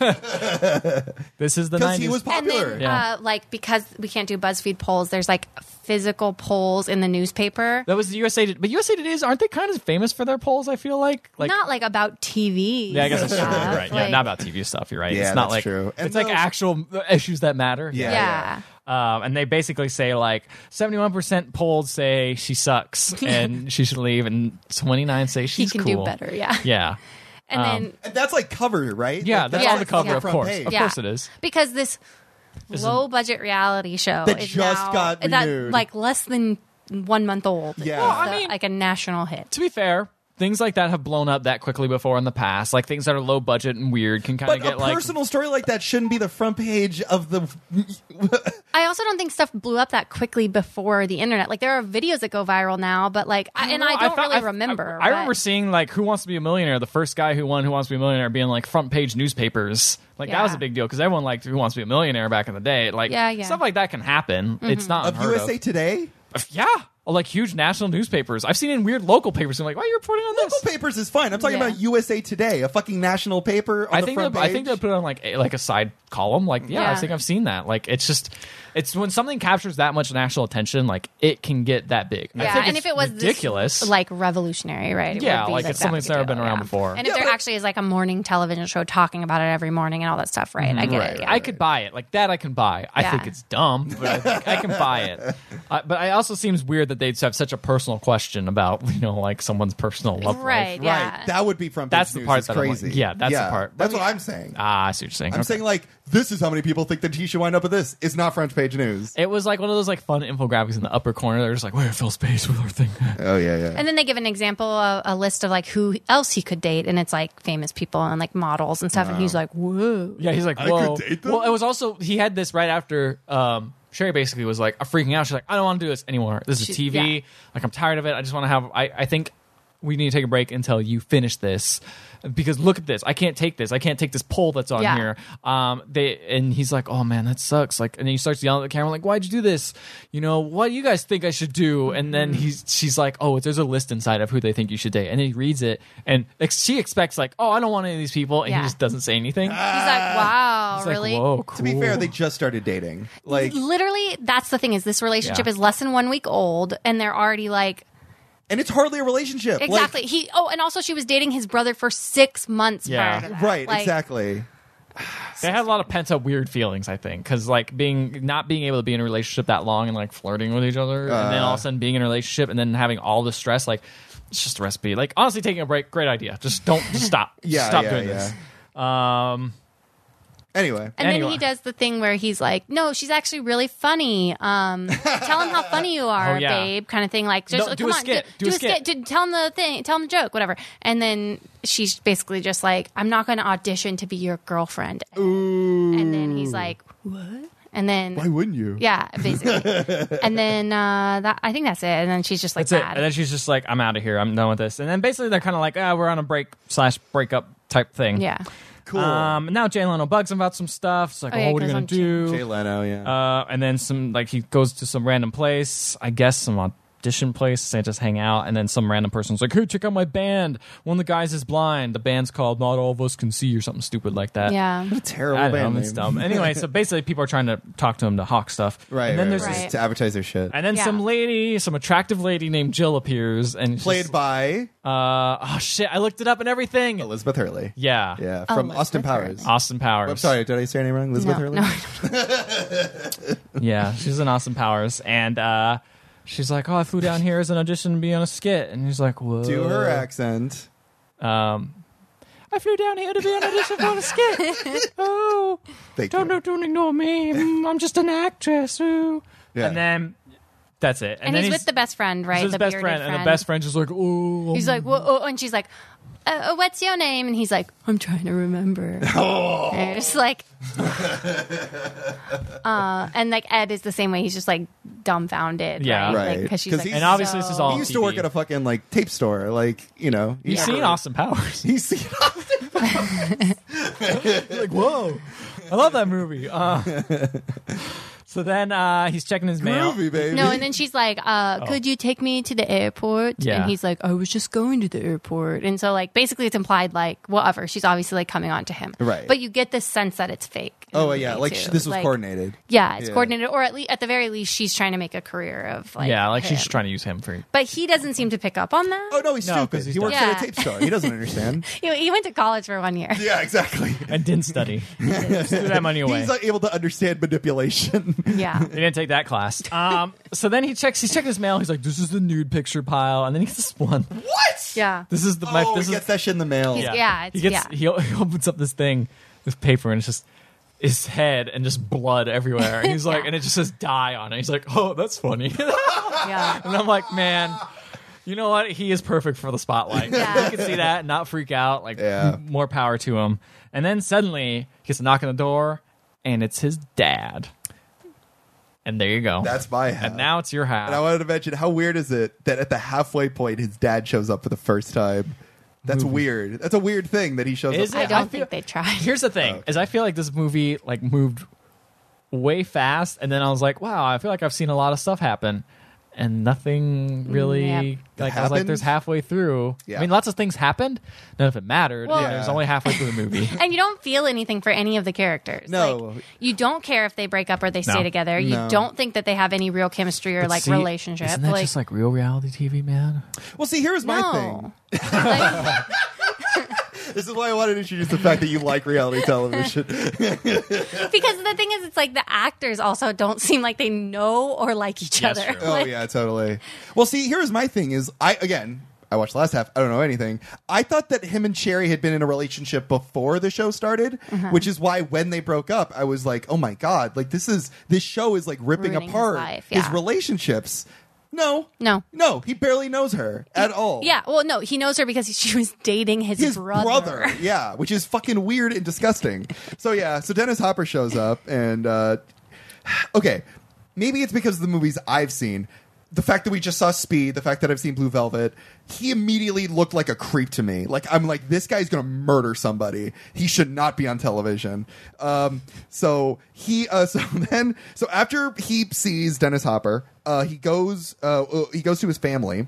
[SPEAKER 1] this is the
[SPEAKER 2] because
[SPEAKER 1] 90s.
[SPEAKER 2] he was
[SPEAKER 3] And
[SPEAKER 2] popular.
[SPEAKER 3] then,
[SPEAKER 1] Yeah.
[SPEAKER 3] uh, like, because we can't do BuzzFeed polls, there's like physical polls in the newspaper.
[SPEAKER 1] that was the USA, Today- but USA Today's aren't they kind of famous for their polls? I feel like like.
[SPEAKER 3] not like about TV.
[SPEAKER 1] yeah, I guess that's true.
[SPEAKER 3] stuff,
[SPEAKER 1] You're right. Yeah,
[SPEAKER 3] like-
[SPEAKER 1] not about TV stuff. You're right.
[SPEAKER 2] Yeah,
[SPEAKER 1] it's not
[SPEAKER 2] that's
[SPEAKER 1] like
[SPEAKER 2] true. And
[SPEAKER 1] it's like
[SPEAKER 2] those-
[SPEAKER 1] actual issues that matter.
[SPEAKER 2] Yeah.
[SPEAKER 3] Yeah.
[SPEAKER 1] Um, and they basically say like 71% polls say she sucks and she should leave, and 29 say
[SPEAKER 3] He
[SPEAKER 1] she's
[SPEAKER 3] can
[SPEAKER 1] cool. Um,
[SPEAKER 3] do better. Yeah.
[SPEAKER 1] Yeah.
[SPEAKER 3] And then,
[SPEAKER 2] And that's like cover, right?
[SPEAKER 1] Yeah,
[SPEAKER 2] Like,
[SPEAKER 1] that's
[SPEAKER 3] Yeah.
[SPEAKER 1] on the cover,
[SPEAKER 3] Yeah.
[SPEAKER 1] of
[SPEAKER 2] Front
[SPEAKER 1] course.
[SPEAKER 2] page.
[SPEAKER 1] Of
[SPEAKER 3] Yeah.
[SPEAKER 1] course it is.
[SPEAKER 3] because this low budget reality show
[SPEAKER 2] That
[SPEAKER 3] is
[SPEAKER 2] just
[SPEAKER 3] now-
[SPEAKER 2] got
[SPEAKER 3] that,
[SPEAKER 2] renewed.
[SPEAKER 3] like less than one month old.
[SPEAKER 2] Yeah.
[SPEAKER 3] It's
[SPEAKER 2] Well, I
[SPEAKER 3] the-
[SPEAKER 1] mean-
[SPEAKER 3] like a national hit.
[SPEAKER 1] To be fair, things like that have blown up that quickly before in the past. Like things that are low budget and weird can kind
[SPEAKER 2] But
[SPEAKER 1] of get
[SPEAKER 2] a
[SPEAKER 1] like
[SPEAKER 2] personal story like that shouldn't be the front page of the.
[SPEAKER 3] I also don't think stuff blew up that quickly before the internet. Like there are videos that go viral now, but like, I, Uh, and I
[SPEAKER 1] Well,
[SPEAKER 3] don't
[SPEAKER 1] thought-
[SPEAKER 3] really remember.
[SPEAKER 1] I, I
[SPEAKER 3] but-
[SPEAKER 1] remember seeing like Who Wants to Be a Millionaire, the first guy who won Who Wants to Be a Millionaire, being like front page newspapers. Like that
[SPEAKER 3] Yeah.
[SPEAKER 1] was a big deal because everyone liked Who Wants to Be a Millionaire back in the day. Like
[SPEAKER 3] Yeah, Mm-hmm. yeah.
[SPEAKER 1] stuff like that can happen. It's not
[SPEAKER 2] of
[SPEAKER 1] unheard
[SPEAKER 2] USA Today.
[SPEAKER 1] Of. Yeah, like huge national newspapers. I've seen it in weird local papers. I'm like, why are you reporting on this?
[SPEAKER 2] Local papers is fine. I'm talking
[SPEAKER 3] Yeah.
[SPEAKER 2] about USA Today, a fucking national paper. On
[SPEAKER 1] I
[SPEAKER 2] the
[SPEAKER 1] think
[SPEAKER 2] front
[SPEAKER 1] they'll, I think
[SPEAKER 2] page.
[SPEAKER 1] they'll put it on like a, like a side column. Like yeah, I
[SPEAKER 3] Yeah.
[SPEAKER 1] think I've seen that. Like it's just it's when something captures that much national attention, like it can get that big. I
[SPEAKER 3] Yeah,
[SPEAKER 1] think
[SPEAKER 3] and
[SPEAKER 1] it's
[SPEAKER 3] if it was this,
[SPEAKER 1] ridiculous,
[SPEAKER 3] like revolutionary, right? it
[SPEAKER 1] Yeah,
[SPEAKER 3] would be
[SPEAKER 1] like, it's
[SPEAKER 3] that
[SPEAKER 1] something that's never been
[SPEAKER 3] particular,
[SPEAKER 1] around
[SPEAKER 3] yeah.
[SPEAKER 1] before.
[SPEAKER 3] And if there actually is like a morning television show talking about it every morning and all that stuff, right? I get
[SPEAKER 1] Right.
[SPEAKER 3] it. Yeah.
[SPEAKER 1] I could buy it. Like that, I can buy. I
[SPEAKER 3] Yeah.
[SPEAKER 1] think it's dumb, but I, think I can buy it. I, but it also seems weird that they'd have such a personal question about you know like someone's personal love life.
[SPEAKER 3] right, yeah.
[SPEAKER 2] Right, that would be front.
[SPEAKER 1] That's
[SPEAKER 2] page
[SPEAKER 1] the
[SPEAKER 2] news.
[SPEAKER 1] part
[SPEAKER 2] It's
[SPEAKER 1] that I'm like-
[SPEAKER 2] crazy.
[SPEAKER 1] yeah, that's the part.
[SPEAKER 2] That's
[SPEAKER 1] But
[SPEAKER 2] what I'm saying.
[SPEAKER 1] Ah, I see what you're saying.
[SPEAKER 2] I'm
[SPEAKER 1] Okay.
[SPEAKER 2] saying like this is how many people think that he should wind up with this. It's not front page news.
[SPEAKER 1] it was like one of those like fun infographics in the upper corner. They're just like, where fill space with our thing.
[SPEAKER 2] Oh yeah, yeah.
[SPEAKER 3] and then they give an example, a, a list of like who else he could date, and it's like famous people and like models and stuff. And he's like, "Whoa,
[SPEAKER 1] Yeah, he's like,
[SPEAKER 2] could
[SPEAKER 1] whoa.
[SPEAKER 2] date them?
[SPEAKER 1] Well, it was also he had this right after um, Sherry basically was like freaking out. She's like, I don't want to do this anymore. This is
[SPEAKER 3] She-
[SPEAKER 1] TV.
[SPEAKER 3] yeah.
[SPEAKER 1] Like I'm tired of it. I just want to have. I, I think we need to take a break until you finish this because look at this. I can't take this. I can't take this poll that's on
[SPEAKER 3] Yeah.
[SPEAKER 1] here. Um, they and he's like, oh man, that sucks. Like, and then he starts yelling at the camera, like, why'd you do this? You know, what do you guys think I should do? And then
[SPEAKER 3] Mm-hmm.
[SPEAKER 1] he's she's like, oh, there's a list inside of who they think you should date. And then he reads it, and ex- she expects like, oh, I don't want any of these people, and he
[SPEAKER 3] Yeah.
[SPEAKER 1] just doesn't say anything.
[SPEAKER 3] He's like, wow,
[SPEAKER 1] It's like,
[SPEAKER 3] really?
[SPEAKER 1] whoa, cool.
[SPEAKER 2] to be fair, they just started dating. Like,
[SPEAKER 3] Literally, that's the thing is this relationship
[SPEAKER 1] Yeah.
[SPEAKER 3] is less than one week old, and they're already like
[SPEAKER 2] and it's hardly a relationship. Like,
[SPEAKER 3] exactly. he oh, and also she was dating his brother for six months.
[SPEAKER 1] Yeah.
[SPEAKER 3] prior to that.
[SPEAKER 2] right.
[SPEAKER 3] Like,
[SPEAKER 2] exactly.
[SPEAKER 1] they had a lot of pent up weird feelings, I think, because like being not being able to be in a relationship that long and like flirting with each other, and
[SPEAKER 2] Uh.
[SPEAKER 1] then all of a sudden being in a relationship and then having all the stress, like it's just a recipe. Like honestly, taking a break, great idea. Just don't just stop. Just
[SPEAKER 2] Yeah,
[SPEAKER 1] stop
[SPEAKER 2] yeah,
[SPEAKER 1] doing
[SPEAKER 2] yeah.
[SPEAKER 1] this. Um,
[SPEAKER 2] Anyway,
[SPEAKER 3] And
[SPEAKER 1] Anyway.
[SPEAKER 3] then he does the thing where he's like, "No, she's actually really funny. Um, tell him how funny you are,
[SPEAKER 1] Oh, yeah.
[SPEAKER 3] babe." Kind of thing. Like, just
[SPEAKER 1] No,
[SPEAKER 3] like,
[SPEAKER 1] do
[SPEAKER 3] come
[SPEAKER 1] a
[SPEAKER 3] on,
[SPEAKER 1] skit.
[SPEAKER 3] do, do a skit. Do- tell him the thing. Tell him the joke, whatever. And then she's basically just like, "I'm not going to audition to be your girlfriend." And then he's like, "What?" And then
[SPEAKER 2] why wouldn't you?
[SPEAKER 3] Yeah, basically. and then uh, that I think that's it. And then she's just like
[SPEAKER 1] that's it.
[SPEAKER 3] mad.
[SPEAKER 1] And then she's just like, I'm out of here. I'm done with this. And then basically they're kind of like, ah, we're on a break slash breakup type thing.
[SPEAKER 3] yeah.
[SPEAKER 2] Cool.
[SPEAKER 1] Um, now Jay Leno bugs him about some stuff. It's like,
[SPEAKER 3] Oh,
[SPEAKER 1] oh,
[SPEAKER 3] yeah,
[SPEAKER 1] what are you
[SPEAKER 3] goes
[SPEAKER 1] gonna
[SPEAKER 3] on
[SPEAKER 1] do?
[SPEAKER 2] Jay Leno. Yeah.
[SPEAKER 1] Uh, and then some like he goes to some random place, I guess some audition place. They just hang out, and then some random person's like, "Hey, check out my band." One of the guys is blind. The band's called "Not All of Us Can See" or something stupid like that.
[SPEAKER 3] Yeah.
[SPEAKER 2] Terrible
[SPEAKER 1] I
[SPEAKER 2] band
[SPEAKER 1] don't know. It's
[SPEAKER 2] name.
[SPEAKER 1] dumb. Anyway, so basically, people are trying to talk to him to hawk stuff.
[SPEAKER 2] Right.
[SPEAKER 1] And then
[SPEAKER 2] right,
[SPEAKER 1] there's
[SPEAKER 2] right.
[SPEAKER 1] this-
[SPEAKER 3] Right.
[SPEAKER 2] to advertise their shit.
[SPEAKER 1] and then
[SPEAKER 3] Yeah.
[SPEAKER 1] some lady, some attractive lady named Jill appears and she's
[SPEAKER 2] Played by
[SPEAKER 1] Uh, oh shit! I looked it up and everything.
[SPEAKER 2] Elizabeth Hurley.
[SPEAKER 1] Yeah.
[SPEAKER 2] Yeah, from
[SPEAKER 3] Oh, Elizabeth
[SPEAKER 2] Austin
[SPEAKER 3] Hurley.
[SPEAKER 2] Powers.
[SPEAKER 1] Austin Powers.
[SPEAKER 2] I'm sorry, did I say her name wrong? Elizabeth
[SPEAKER 3] No,
[SPEAKER 2] Hurley.
[SPEAKER 3] no.
[SPEAKER 1] Yeah, she's in Austin Powers, and uh, she's like, "Oh, I flew down here as an audition to be on a skit," and he's like, "Whoa."
[SPEAKER 2] Do her accent.
[SPEAKER 1] Um, I flew down here to be an audition for a skit. oh,
[SPEAKER 2] Thank
[SPEAKER 1] don't
[SPEAKER 2] you.
[SPEAKER 1] no, don't ignore me. Mm, I'm just an actress. Ooh.
[SPEAKER 2] Yeah.
[SPEAKER 1] And then that's it.
[SPEAKER 3] And,
[SPEAKER 1] then
[SPEAKER 3] he's, with the best friend,
[SPEAKER 1] he's
[SPEAKER 3] right?
[SPEAKER 1] with his
[SPEAKER 3] the
[SPEAKER 1] best
[SPEAKER 3] bearded
[SPEAKER 1] friend, and the best friend is like, "Oh,
[SPEAKER 3] He's like, whoa, oh, and she's like, uh, uh, what's your name? And he's like, I'm trying to remember.
[SPEAKER 2] Oh.
[SPEAKER 3] And you're just like, uh, and like Ed is the same way. He's just like dumbfounded.
[SPEAKER 1] Yeah.
[SPEAKER 3] right.
[SPEAKER 2] Right.
[SPEAKER 3] Because she's
[SPEAKER 2] 'Cause
[SPEAKER 3] like,
[SPEAKER 2] he's-
[SPEAKER 1] And obviously this is all-
[SPEAKER 2] He
[SPEAKER 1] on
[SPEAKER 2] used to
[SPEAKER 1] TV.
[SPEAKER 2] work at a fucking like tape store. Like you know,
[SPEAKER 1] You've
[SPEAKER 2] he
[SPEAKER 1] seen
[SPEAKER 2] never-
[SPEAKER 1] Austin Powers.
[SPEAKER 2] He's seen Austin.
[SPEAKER 1] like, whoa, I love that movie. Uh, so then uh, he's checking his mail.
[SPEAKER 2] Groovy, baby.
[SPEAKER 3] No, and then she's like, uh, "Could you take me to the airport?"
[SPEAKER 1] Oh. Yeah.
[SPEAKER 3] And he's like, "I was just going to the airport." And so, like, basically, it's implied like whatever. She's obviously like coming on to him,
[SPEAKER 2] Right.
[SPEAKER 3] But you get this sense that it's fake. in
[SPEAKER 2] oh
[SPEAKER 3] the
[SPEAKER 2] yeah,
[SPEAKER 3] movie,
[SPEAKER 2] like
[SPEAKER 3] too.
[SPEAKER 2] sh this was
[SPEAKER 3] Like,
[SPEAKER 2] coordinated.
[SPEAKER 3] Yeah, it's
[SPEAKER 2] Yeah.
[SPEAKER 3] coordinated, or at least at the very least, she's trying to make a career of like
[SPEAKER 1] yeah, like
[SPEAKER 3] him.
[SPEAKER 1] she's trying to use him for.
[SPEAKER 3] But he doesn't seem to pick up on that.
[SPEAKER 2] Oh no, he's
[SPEAKER 1] No, 'cause
[SPEAKER 2] stupid.
[SPEAKER 1] he's
[SPEAKER 2] He works
[SPEAKER 3] dumb.
[SPEAKER 2] at a
[SPEAKER 3] Yeah.
[SPEAKER 2] tape store. He doesn't understand.
[SPEAKER 3] You know, He went to college for one year.
[SPEAKER 2] yeah, exactly.
[SPEAKER 1] And didn't study. Just threw that money away.
[SPEAKER 2] He's not able to understand manipulation.
[SPEAKER 3] Yeah.
[SPEAKER 1] They didn't take that class. Um, so then he checks. He's checking his mail. He's like, "This is the nude picture pile," and then he gets this one.
[SPEAKER 2] what?
[SPEAKER 3] Yeah.
[SPEAKER 1] This is the. my-
[SPEAKER 2] Oh,
[SPEAKER 1] this
[SPEAKER 2] he
[SPEAKER 1] is,
[SPEAKER 2] gets that shit in the mail.
[SPEAKER 3] He's- yeah, it's-
[SPEAKER 1] he gets.
[SPEAKER 3] yeah.
[SPEAKER 1] He, o- he opens up this thing with paper, and it's just his head and just blood everywhere. And he's like,
[SPEAKER 3] Yeah.
[SPEAKER 1] and it just says "die" on it. He's like, "Oh, that's funny." and
[SPEAKER 3] Yeah.
[SPEAKER 1] I'm like, man. You know what? He is perfect for the spotlight.
[SPEAKER 3] Yeah.
[SPEAKER 1] You can see that, and not freak out. Like,
[SPEAKER 2] Yeah.
[SPEAKER 1] m- more power to him. And then suddenly, he gets a knock on the door, and it's his dad. And there you go.
[SPEAKER 2] That's my hat.
[SPEAKER 1] and now it's your house.
[SPEAKER 2] Uh, And I wanted to mention how weird is it that at the halfway point his dad shows up for the first time. That's weird. That's a weird thing that he shows
[SPEAKER 1] Is
[SPEAKER 2] up.
[SPEAKER 3] I
[SPEAKER 1] it?
[SPEAKER 3] don't
[SPEAKER 1] I feel-
[SPEAKER 3] think they tried.
[SPEAKER 1] Here's the thing: is I feel like this movie like moved way fast, and then I was like, "Wow, I feel like I've seen a lot of stuff happen." and nothing really
[SPEAKER 3] Yep.
[SPEAKER 1] like I was like
[SPEAKER 2] Happened?
[SPEAKER 1] there's halfway through.
[SPEAKER 2] Yeah.
[SPEAKER 1] I mean, lots of things happened. None of it mattered.
[SPEAKER 3] Well-
[SPEAKER 1] and It was only halfway through the movie.
[SPEAKER 3] And you don't feel anything for any of the characters.
[SPEAKER 2] No.
[SPEAKER 3] Like, you don't care if they break up or they stay
[SPEAKER 1] No.
[SPEAKER 2] No.
[SPEAKER 3] together. You don't think that they have any real chemistry or
[SPEAKER 1] But
[SPEAKER 3] like
[SPEAKER 1] see,
[SPEAKER 3] relationship.
[SPEAKER 1] Isn't that
[SPEAKER 3] like,
[SPEAKER 1] just like real reality TV, man?
[SPEAKER 2] Well, see, here's my
[SPEAKER 3] no.
[SPEAKER 2] thing. This is why I wanted to introduce the fact that you like reality television.
[SPEAKER 3] because the thing is, it's like the actors also don't seem like they know or like each
[SPEAKER 1] Yes,
[SPEAKER 3] other.
[SPEAKER 1] true.
[SPEAKER 2] Oh
[SPEAKER 3] Like,
[SPEAKER 2] yeah, totally. Well, see, here's my thing: is I again, I watched the last half. I don't know anything. I thought that him and Cherry had been in a relationship before the show started,
[SPEAKER 3] Uh-huh.
[SPEAKER 2] which is why when they broke up, I was like, oh my god, like this is this show is like ripping
[SPEAKER 3] Ruining his
[SPEAKER 2] apart
[SPEAKER 3] life,
[SPEAKER 2] his
[SPEAKER 3] yeah.
[SPEAKER 2] relationships. No,
[SPEAKER 3] No.
[SPEAKER 2] no, he barely knows her at all.
[SPEAKER 3] Yeah. Well, no, he knows her because she was dating his,
[SPEAKER 2] His brother. yeah, which is fucking weird and disgusting. so yeah, so Dennis Hopper shows up, and uh, okay, maybe it's because of the movies I've seen. The fact that we just saw Speed, the fact that I've seen Blue Velvet, he immediately looked like a creep to me. Like I'm like, this guy's gonna murder somebody. He should not be on television. Um, so he, uh, so then, so after he sees Dennis Hopper, uh, he goes, uh, he goes to his family,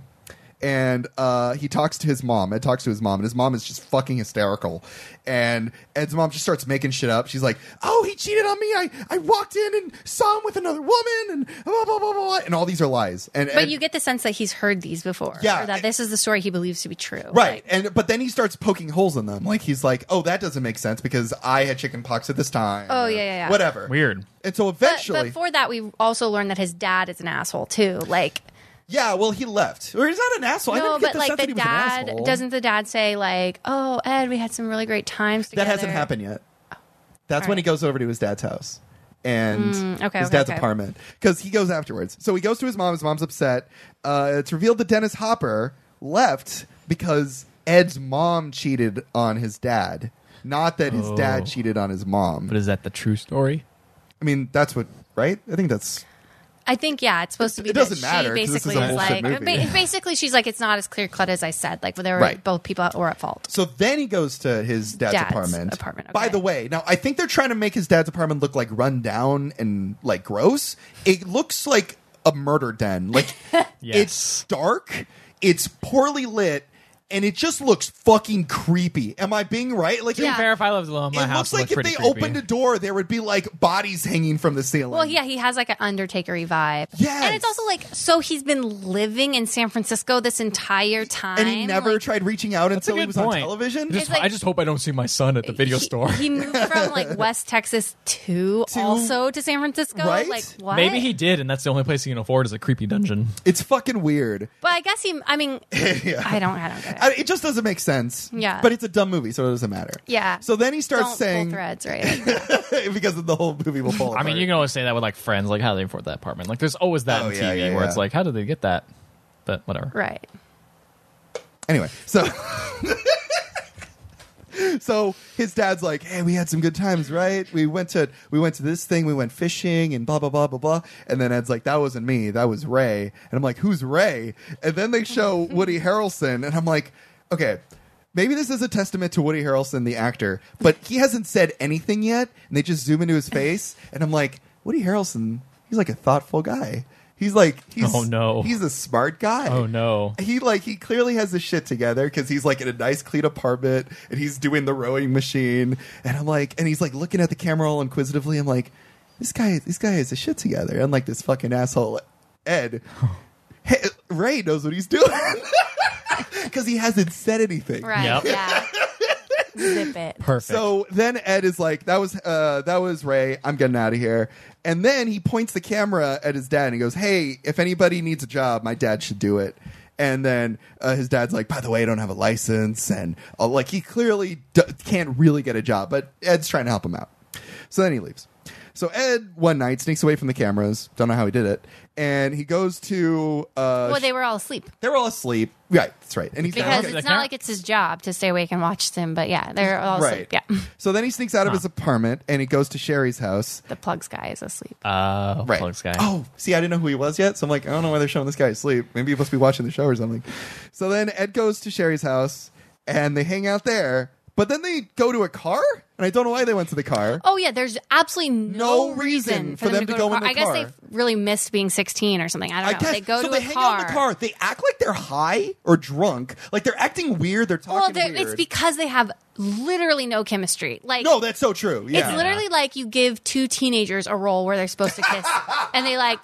[SPEAKER 2] and uh, he talks to his mom. Ed talks to his mom, and his mom is just fucking hysterical. And Ed's mom just starts making shit up. She's like, "Oh, he cheated on me. I, I walked in and saw him with another woman, and blah blah blah blah." blah. And all these are lies. And
[SPEAKER 3] But
[SPEAKER 2] Ed-
[SPEAKER 3] you get the sense that he's heard these before.
[SPEAKER 2] Yeah.
[SPEAKER 3] Or that this is the story he believes to be true.
[SPEAKER 2] Right.
[SPEAKER 3] Like,
[SPEAKER 2] and but then he starts poking holes in them. Like he's like, "Oh, that doesn't make sense because I had chicken pox at this time."
[SPEAKER 3] Oh,
[SPEAKER 2] or
[SPEAKER 3] yeah, yeah, yeah.
[SPEAKER 2] Whatever.
[SPEAKER 1] Weird.
[SPEAKER 2] And so
[SPEAKER 3] but,
[SPEAKER 2] eventually,
[SPEAKER 3] but for that, we also learned that his dad is an asshole, too. Like,
[SPEAKER 2] yeah. Well, he left, or he's not an asshole. I
[SPEAKER 3] no,
[SPEAKER 2] didn't get
[SPEAKER 3] but
[SPEAKER 2] the
[SPEAKER 3] like
[SPEAKER 2] sense that
[SPEAKER 3] the
[SPEAKER 2] he was an
[SPEAKER 3] dad
[SPEAKER 2] asshole.
[SPEAKER 3] doesn't the dad say like, "Oh, Ed, we had some really great times together." Oh.
[SPEAKER 2] That hasn't happened yet. That's
[SPEAKER 3] All
[SPEAKER 2] when he
[SPEAKER 3] right. Mm,
[SPEAKER 2] goes over to his dad's house and
[SPEAKER 3] okay,
[SPEAKER 2] his
[SPEAKER 3] okay,
[SPEAKER 2] dad's
[SPEAKER 3] okay.
[SPEAKER 2] apartment because he goes afterwards. So he goes to his mom. His mom's upset. Uh, it's revealed that Dennis Hopper left because Ed's mom cheated on his dad. Not that his dad
[SPEAKER 1] Oh.
[SPEAKER 2] cheated on his mom.
[SPEAKER 1] But is that the true story?
[SPEAKER 2] I mean, that's what, right? I think that's
[SPEAKER 3] I think yeah, it's supposed to be.
[SPEAKER 2] It doesn't
[SPEAKER 3] that
[SPEAKER 2] matter, 'cause
[SPEAKER 3] She
[SPEAKER 2] this is
[SPEAKER 3] basically
[SPEAKER 2] a
[SPEAKER 3] is,
[SPEAKER 2] bullshit
[SPEAKER 3] like,
[SPEAKER 2] movie.
[SPEAKER 3] ba- basically she's like, "It's not as clear cut as I said." Like, there were
[SPEAKER 2] Right.
[SPEAKER 3] both people were at fault.
[SPEAKER 2] So then he goes to his dad's,
[SPEAKER 3] Dad's
[SPEAKER 2] apartment.
[SPEAKER 3] apartment,
[SPEAKER 2] By
[SPEAKER 3] okay.
[SPEAKER 2] the way, now I think they're trying to make his dad's apartment look like run down and like gross. It looks like a murder den. Like it's dark, it's poorly lit, and it just looks fucking creepy. Am I being right? Like
[SPEAKER 3] Yeah.
[SPEAKER 1] To be fair, if I lived alone,
[SPEAKER 2] it,
[SPEAKER 1] my
[SPEAKER 2] it
[SPEAKER 1] house
[SPEAKER 2] looks like
[SPEAKER 1] looked
[SPEAKER 2] if
[SPEAKER 1] pretty
[SPEAKER 2] they
[SPEAKER 1] creepy.
[SPEAKER 2] opened a door, there would be like bodies hanging from the ceiling.
[SPEAKER 3] Well, yeah, he has like an undertakery vibe.
[SPEAKER 2] Yes.
[SPEAKER 3] and it's also like, so he's been living in San Francisco this entire time,
[SPEAKER 2] And he never
[SPEAKER 3] Like,
[SPEAKER 2] tried reaching out
[SPEAKER 1] That's a
[SPEAKER 2] until he
[SPEAKER 1] good
[SPEAKER 2] was on
[SPEAKER 1] point.
[SPEAKER 2] television.
[SPEAKER 1] Just-
[SPEAKER 3] like-
[SPEAKER 1] I just hope I don't see my son at the video
[SPEAKER 3] he-
[SPEAKER 1] store.
[SPEAKER 3] He moved from like West Texas to,
[SPEAKER 2] To-
[SPEAKER 3] also to San Francisco.
[SPEAKER 2] Right?
[SPEAKER 3] Like, what? Hmm.
[SPEAKER 1] Maybe he did, and that's the only place he can afford is a creepy dungeon.
[SPEAKER 2] it's fucking weird.
[SPEAKER 3] But I guess he. I mean, I don't. I don't get it.
[SPEAKER 2] I- it just doesn't make sense.
[SPEAKER 3] Yeah.
[SPEAKER 2] But it's a dumb movie, so it doesn't matter.
[SPEAKER 3] yeah.
[SPEAKER 2] So then he starts
[SPEAKER 3] don't
[SPEAKER 2] saying,
[SPEAKER 3] pull threads, right?
[SPEAKER 2] because the whole movie will fall
[SPEAKER 1] I
[SPEAKER 2] apart.
[SPEAKER 1] mean, you can always say that with like friends, like how do they afford that apartment? Like there's always that
[SPEAKER 2] Oh,
[SPEAKER 1] on
[SPEAKER 2] yeah,
[SPEAKER 1] TV
[SPEAKER 2] yeah,
[SPEAKER 1] where
[SPEAKER 2] yeah.
[SPEAKER 1] it's like, how did they get that? But whatever.
[SPEAKER 3] Right.
[SPEAKER 2] anyway. So, so his dad's like, "Hey, we had some good times, right? We went to we went to this thing, we went fishing, and blah blah blah blah blah." And then Ed's like, "That wasn't me, that was Ray." And I'm like, "Who's Ray?" And then they show Woody Harrelson, and I'm like, "Okay." Maybe this is a testament to Woody Harrelson, the actor, but he hasn't said anything yet, and they just zoom into his face, and I'm like, Woody Harrelson, he's like a thoughtful guy. He's like, he's,
[SPEAKER 1] Oh, no.
[SPEAKER 2] he's a smart guy.
[SPEAKER 1] Oh no.
[SPEAKER 2] he like he clearly has his shit together because he's like in a nice clean apartment and he's doing the rowing machine and I'm like and he's like looking at the camera all inquisitively. I'm like, this guy this guy has his shit together. Unlike this fucking asshole Ed. Hey, Ray knows what he's doing because he hasn't said anything.
[SPEAKER 3] Right.
[SPEAKER 1] Yep.
[SPEAKER 3] Yeah. Zip it.
[SPEAKER 1] Perfect.
[SPEAKER 2] So then Ed is like, "That was uh, that was Ray. I'm getting out of here." And then he points the camera at his dad and he goes, "Hey, if anybody needs a job, my dad should do it." And then uh, his dad's like, "By the way, I don't have a license," and uh, like he clearly d- can't really get a job, but Ed's trying to help him out. So then he leaves. So Ed one night sneaks away from the cameras. Don't know how he did it, and he goes to. Uh,
[SPEAKER 3] Well, they were all asleep
[SPEAKER 2] they were all asleep. Right, that's right. And he's
[SPEAKER 1] Yeah,
[SPEAKER 3] because
[SPEAKER 1] okay.
[SPEAKER 3] it's not like it's his job to stay awake and watch them. But yeah, they're all asleep. Yeah.
[SPEAKER 2] So then he sneaks out of his apartment and he goes to Sherry's house.
[SPEAKER 3] The plugs guy is asleep.
[SPEAKER 1] uh plugs guy.
[SPEAKER 2] Oh, see, I didn't know who he was yet, so I'm like, I don't know why they're showing this guy asleep. Maybe he must be watching the show or something. So then Ed goes to Sherry's house, and they hang out there. But then they go to a car, and I don't know why they went to the car.
[SPEAKER 3] Oh yeah, there's absolutely no,
[SPEAKER 2] No reason for them to
[SPEAKER 3] a
[SPEAKER 2] go in
[SPEAKER 3] car.
[SPEAKER 2] the
[SPEAKER 3] I
[SPEAKER 2] car.
[SPEAKER 3] guess they really missed being 16 or something. I don't know. they go
[SPEAKER 2] so
[SPEAKER 3] to
[SPEAKER 2] they
[SPEAKER 3] a
[SPEAKER 2] hang
[SPEAKER 3] car.
[SPEAKER 2] out in the car. They act like they're high or drunk. Like they're acting weird. They're
[SPEAKER 3] Well,
[SPEAKER 2] talking
[SPEAKER 3] they're-
[SPEAKER 2] weird.
[SPEAKER 3] it's because they have literally no chemistry. Like
[SPEAKER 2] no, that's so true. Yeah.
[SPEAKER 3] It's literally like you give two teenagers a role where they're supposed to kiss, and they like,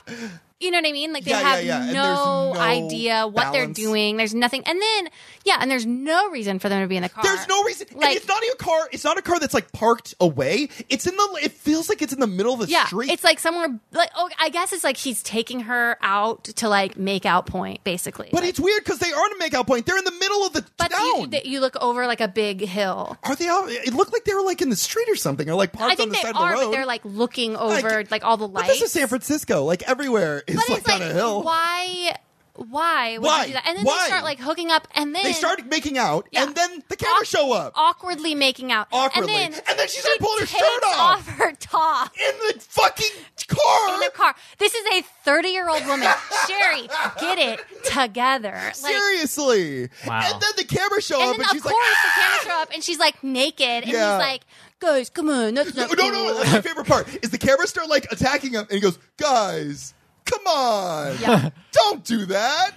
[SPEAKER 3] you know what I mean? Like they
[SPEAKER 2] Yeah, yeah,
[SPEAKER 3] have
[SPEAKER 2] yeah. And
[SPEAKER 3] No,
[SPEAKER 2] there's no
[SPEAKER 3] idea what
[SPEAKER 2] balance.
[SPEAKER 3] they're doing. There's nothing, and then yeah, and there's no reason for them to be in the car.
[SPEAKER 2] There's no reason. and
[SPEAKER 3] Like-
[SPEAKER 2] it's not even a car. It's not a car that's like parked away. It's in the. It feels like it's in the middle of the
[SPEAKER 3] Yeah,
[SPEAKER 2] street.
[SPEAKER 3] it's like somewhere. Like oh, I guess it's like he's taking her out to like make out point, basically.
[SPEAKER 2] but
[SPEAKER 3] Like,
[SPEAKER 2] it's weird because they aren't a makeout point. They're in the middle of the
[SPEAKER 3] but you,
[SPEAKER 2] town.
[SPEAKER 3] that you look over like a big hill.
[SPEAKER 2] are they? Out, it looked like they were like in the street or something, or like parked
[SPEAKER 3] I
[SPEAKER 2] on
[SPEAKER 3] think
[SPEAKER 2] the
[SPEAKER 3] they
[SPEAKER 2] side
[SPEAKER 3] are,
[SPEAKER 2] of the road.
[SPEAKER 3] but they're like looking over like, all the
[SPEAKER 2] But
[SPEAKER 3] lights.
[SPEAKER 2] this is San Francisco. Like everywhere is
[SPEAKER 3] But
[SPEAKER 2] like,
[SPEAKER 3] it's like,
[SPEAKER 2] on a hill.
[SPEAKER 3] why? Why would
[SPEAKER 2] Why?
[SPEAKER 3] you do that? And then
[SPEAKER 2] Why?
[SPEAKER 3] they start like hooking up, and then
[SPEAKER 2] They start making out,
[SPEAKER 3] Yeah.
[SPEAKER 2] and then the cameras
[SPEAKER 3] Awk-
[SPEAKER 2] show up
[SPEAKER 3] awkwardly making out,
[SPEAKER 2] Awkwardly.
[SPEAKER 3] and then
[SPEAKER 2] And then she
[SPEAKER 3] she
[SPEAKER 2] started pulling her
[SPEAKER 3] takes
[SPEAKER 2] shirt off.
[SPEAKER 3] off her top.
[SPEAKER 2] in the fucking car.
[SPEAKER 3] In the car. This is a 30 year old woman. Sherry, get it together. Like,
[SPEAKER 2] Seriously.
[SPEAKER 1] Wow.
[SPEAKER 2] And then the camera show
[SPEAKER 3] and
[SPEAKER 2] up,
[SPEAKER 3] then,
[SPEAKER 2] and
[SPEAKER 3] of
[SPEAKER 2] she's
[SPEAKER 3] course,
[SPEAKER 2] like, "Ah!"
[SPEAKER 3] the camera show up and she's like naked. And
[SPEAKER 2] Yeah.
[SPEAKER 3] he's like, guys, come on. That's not
[SPEAKER 2] "Ah, No, no,
[SPEAKER 3] cool."
[SPEAKER 2] no. That's my favorite part is the camera start like attacking him, and he goes, "Guys, come on,
[SPEAKER 3] Yeah.
[SPEAKER 2] don't do that.